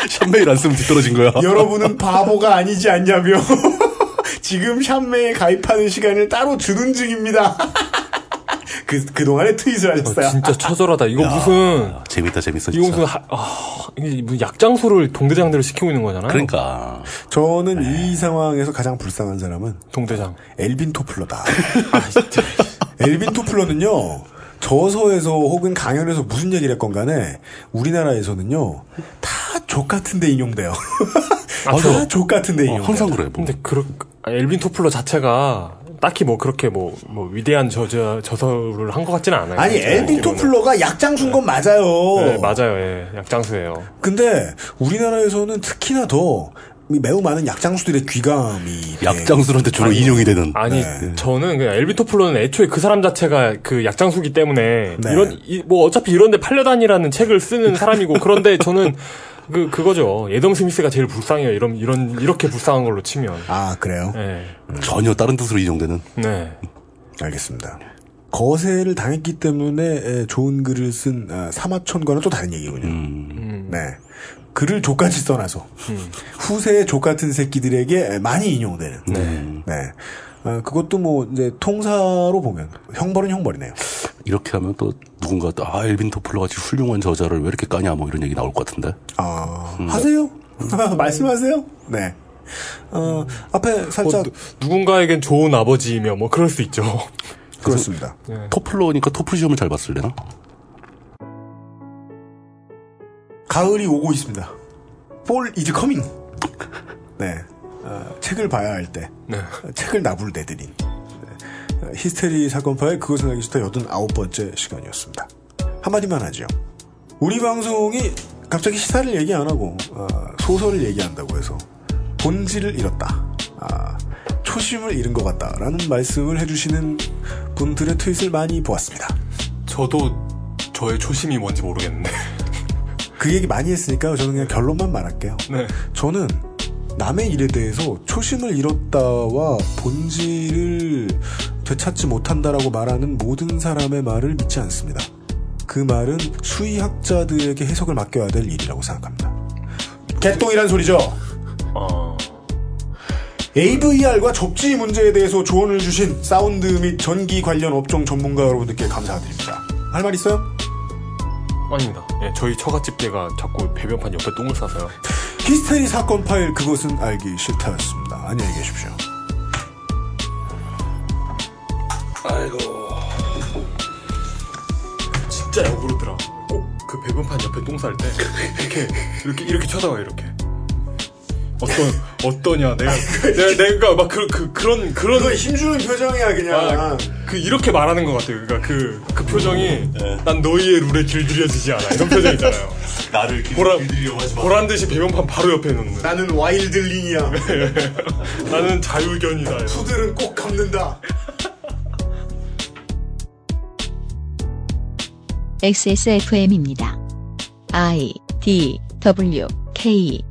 [SPEAKER 2] 샴메일 안 쓰면 뒤떨어진 거야.
[SPEAKER 3] 여러분은 바보가 아니지 않냐며 지금 샴메에 가입하는 시간을 따로 주는 중입니다. 그, 그동안에 트윗을 하셨어요.
[SPEAKER 4] 진짜 처절하다. 이거 무슨,
[SPEAKER 2] 아, 재밌다 재밌어
[SPEAKER 4] 이거
[SPEAKER 2] 진짜.
[SPEAKER 4] 무슨, 하, 아, 이게 무슨 약장수를 동대장들을 시키고 있는 거잖아요.
[SPEAKER 2] 그러니까
[SPEAKER 3] 저는 이 상황에서 가장 불쌍한 사람은
[SPEAKER 4] 동대장.
[SPEAKER 3] 엘빈 토플러다. 아, 엘빈 토플러는요, 저서에서 혹은 강연에서 무슨 얘기를 했건 간에, 우리나라에서는요, 다 족 같은데 인용돼요.
[SPEAKER 4] 맞아.
[SPEAKER 3] 다족 같은데
[SPEAKER 2] 어,
[SPEAKER 3] 인용.
[SPEAKER 2] 항상 그래. 뭐.
[SPEAKER 4] 근데 그 엘빈 토플러 자체가 딱히 뭐 그렇게 뭐, 뭐 위대한 저자 저서를 한 것 같지는 않아요.
[SPEAKER 3] 아니,
[SPEAKER 4] 제가
[SPEAKER 3] 엘빈
[SPEAKER 4] 알기로는.
[SPEAKER 3] 토플러가 약장준 건 맞아요.
[SPEAKER 4] 네, 맞아요. 예. 약장수예요.
[SPEAKER 3] 근데, 우리나라에서는 특히나 더, 이 매우 많은 약장수들의 귀감이.
[SPEAKER 2] 약장수한테 주로 인용이 되는.
[SPEAKER 4] 아니
[SPEAKER 3] 네.
[SPEAKER 4] 저는 그냥 엘빈 토플러는 애초에 그 사람 자체가 그 약장수기 때문에
[SPEAKER 3] 네. 그러니까.
[SPEAKER 4] 이런 이- 뭐 어차피 이런데 팔려다니라는 책을 쓰는 사람이고 그런데 저는 그 그거죠. 예덤 스미스가 제일 불쌍해요. 이런 이런 이렇게 불쌍한 걸로 치면.
[SPEAKER 3] 아, 그래요?
[SPEAKER 4] 네.
[SPEAKER 2] 전혀 다른 뜻으로 인용되는.
[SPEAKER 4] 네.
[SPEAKER 3] 알겠습니다. 거세를 당했기 때문에 에, 좋은 글을 쓴 아, 사마천과는 또 다른 얘기군요. 네. 글을 족같이 써놔서 후세의 족같은 새끼들에게 많이 인용되는. 네. 아, 그것도 뭐 이제 통사로 보면 형벌은 형벌이네요.
[SPEAKER 2] 이렇게 하면 또 누군가 또 아 엘빈 토플러 같이 훌륭한 저자를 왜 이렇게 까냐 뭐 이런 얘기 나올 것 같은데.
[SPEAKER 3] 아, 하세요. 음. 말씀하세요. 네. 어, 네. 앞에
[SPEAKER 4] 뭐,
[SPEAKER 3] 살짝
[SPEAKER 4] 누- 누군가에겐 좋은 아버지이며 뭐 그럴 수 있죠.
[SPEAKER 3] 그렇습니다.
[SPEAKER 2] 토플러니까 토플 시험을 잘 봤을래나?
[SPEAKER 3] 가을이 오고 있습니다. 볼 이즈 커밍. 네. 어, 책을 봐야 할 때.
[SPEAKER 4] 네.
[SPEAKER 3] 책을 나불대드린 네. 히스테리 사건파의 그것은 알기 싫다 89번째 시간이었습니다. 한마디만 하죠. 우리 방송이 갑자기 시사를 얘기 안 하고 어, 소설을 얘기한다고 해서 본질을 잃었다. 아, 초심을 잃은 것 같다라는 말씀을 해주시는 분들의 트윗을 많이 보았습니다.
[SPEAKER 4] 저도 저의 초심이 뭔지 모르겠는데.
[SPEAKER 3] 그 얘기 많이 했으니까요. 저는 그냥 결론만 말할게요.
[SPEAKER 4] 네.
[SPEAKER 3] 저는 남의 일에 대해서 초심을 잃었다와 본질을 되찾지 못한다라고 말하는 모든 사람의 말을 믿지 않습니다. 그 말은 수의학자들에게 해석을 맡겨야 될 일이라고 생각합니다. 개똥이란 소리죠.
[SPEAKER 4] 어,
[SPEAKER 3] AVR과 접지 문제에 대해서 조언을 주신 사운드 및 전기 관련 업종 전문가 여러분들께 감사드립니다. 할 말 있어요?
[SPEAKER 4] 아닙니다. 예, 저희 처갓집개가 자꾸 배변판 옆에 똥을 싸서요.
[SPEAKER 3] 히스테리 사건 파일 그것은 알기 싫다였습니다. 안녕히 계십시오.
[SPEAKER 4] 아이고. 진짜 역으로더라. 꼭 그 배변판 옆에 똥 쌀 때 이렇게 이렇게 이렇게 쳐다봐 이렇게. 어떤 어떠냐 내가 내가, 내가 막 그, 그, 그런 그런
[SPEAKER 3] 힘주는 표정이야
[SPEAKER 4] 아, 그 이렇게 말하는 것 같아요. 그러니까 그, 그 표정이 난 너희의 룰에 길들여지지 않아 이런 표정이잖아요.
[SPEAKER 2] 나를
[SPEAKER 4] 보라
[SPEAKER 2] 길들이려고 하지 마.
[SPEAKER 4] 보란 듯이 배변판 바로 옆에 놓는.
[SPEAKER 3] 나는 와일드링이야.
[SPEAKER 4] 나는 자유견이다. 이런.
[SPEAKER 3] 푸들은 꼭 감는다.
[SPEAKER 1] XSFM입니다. I D W K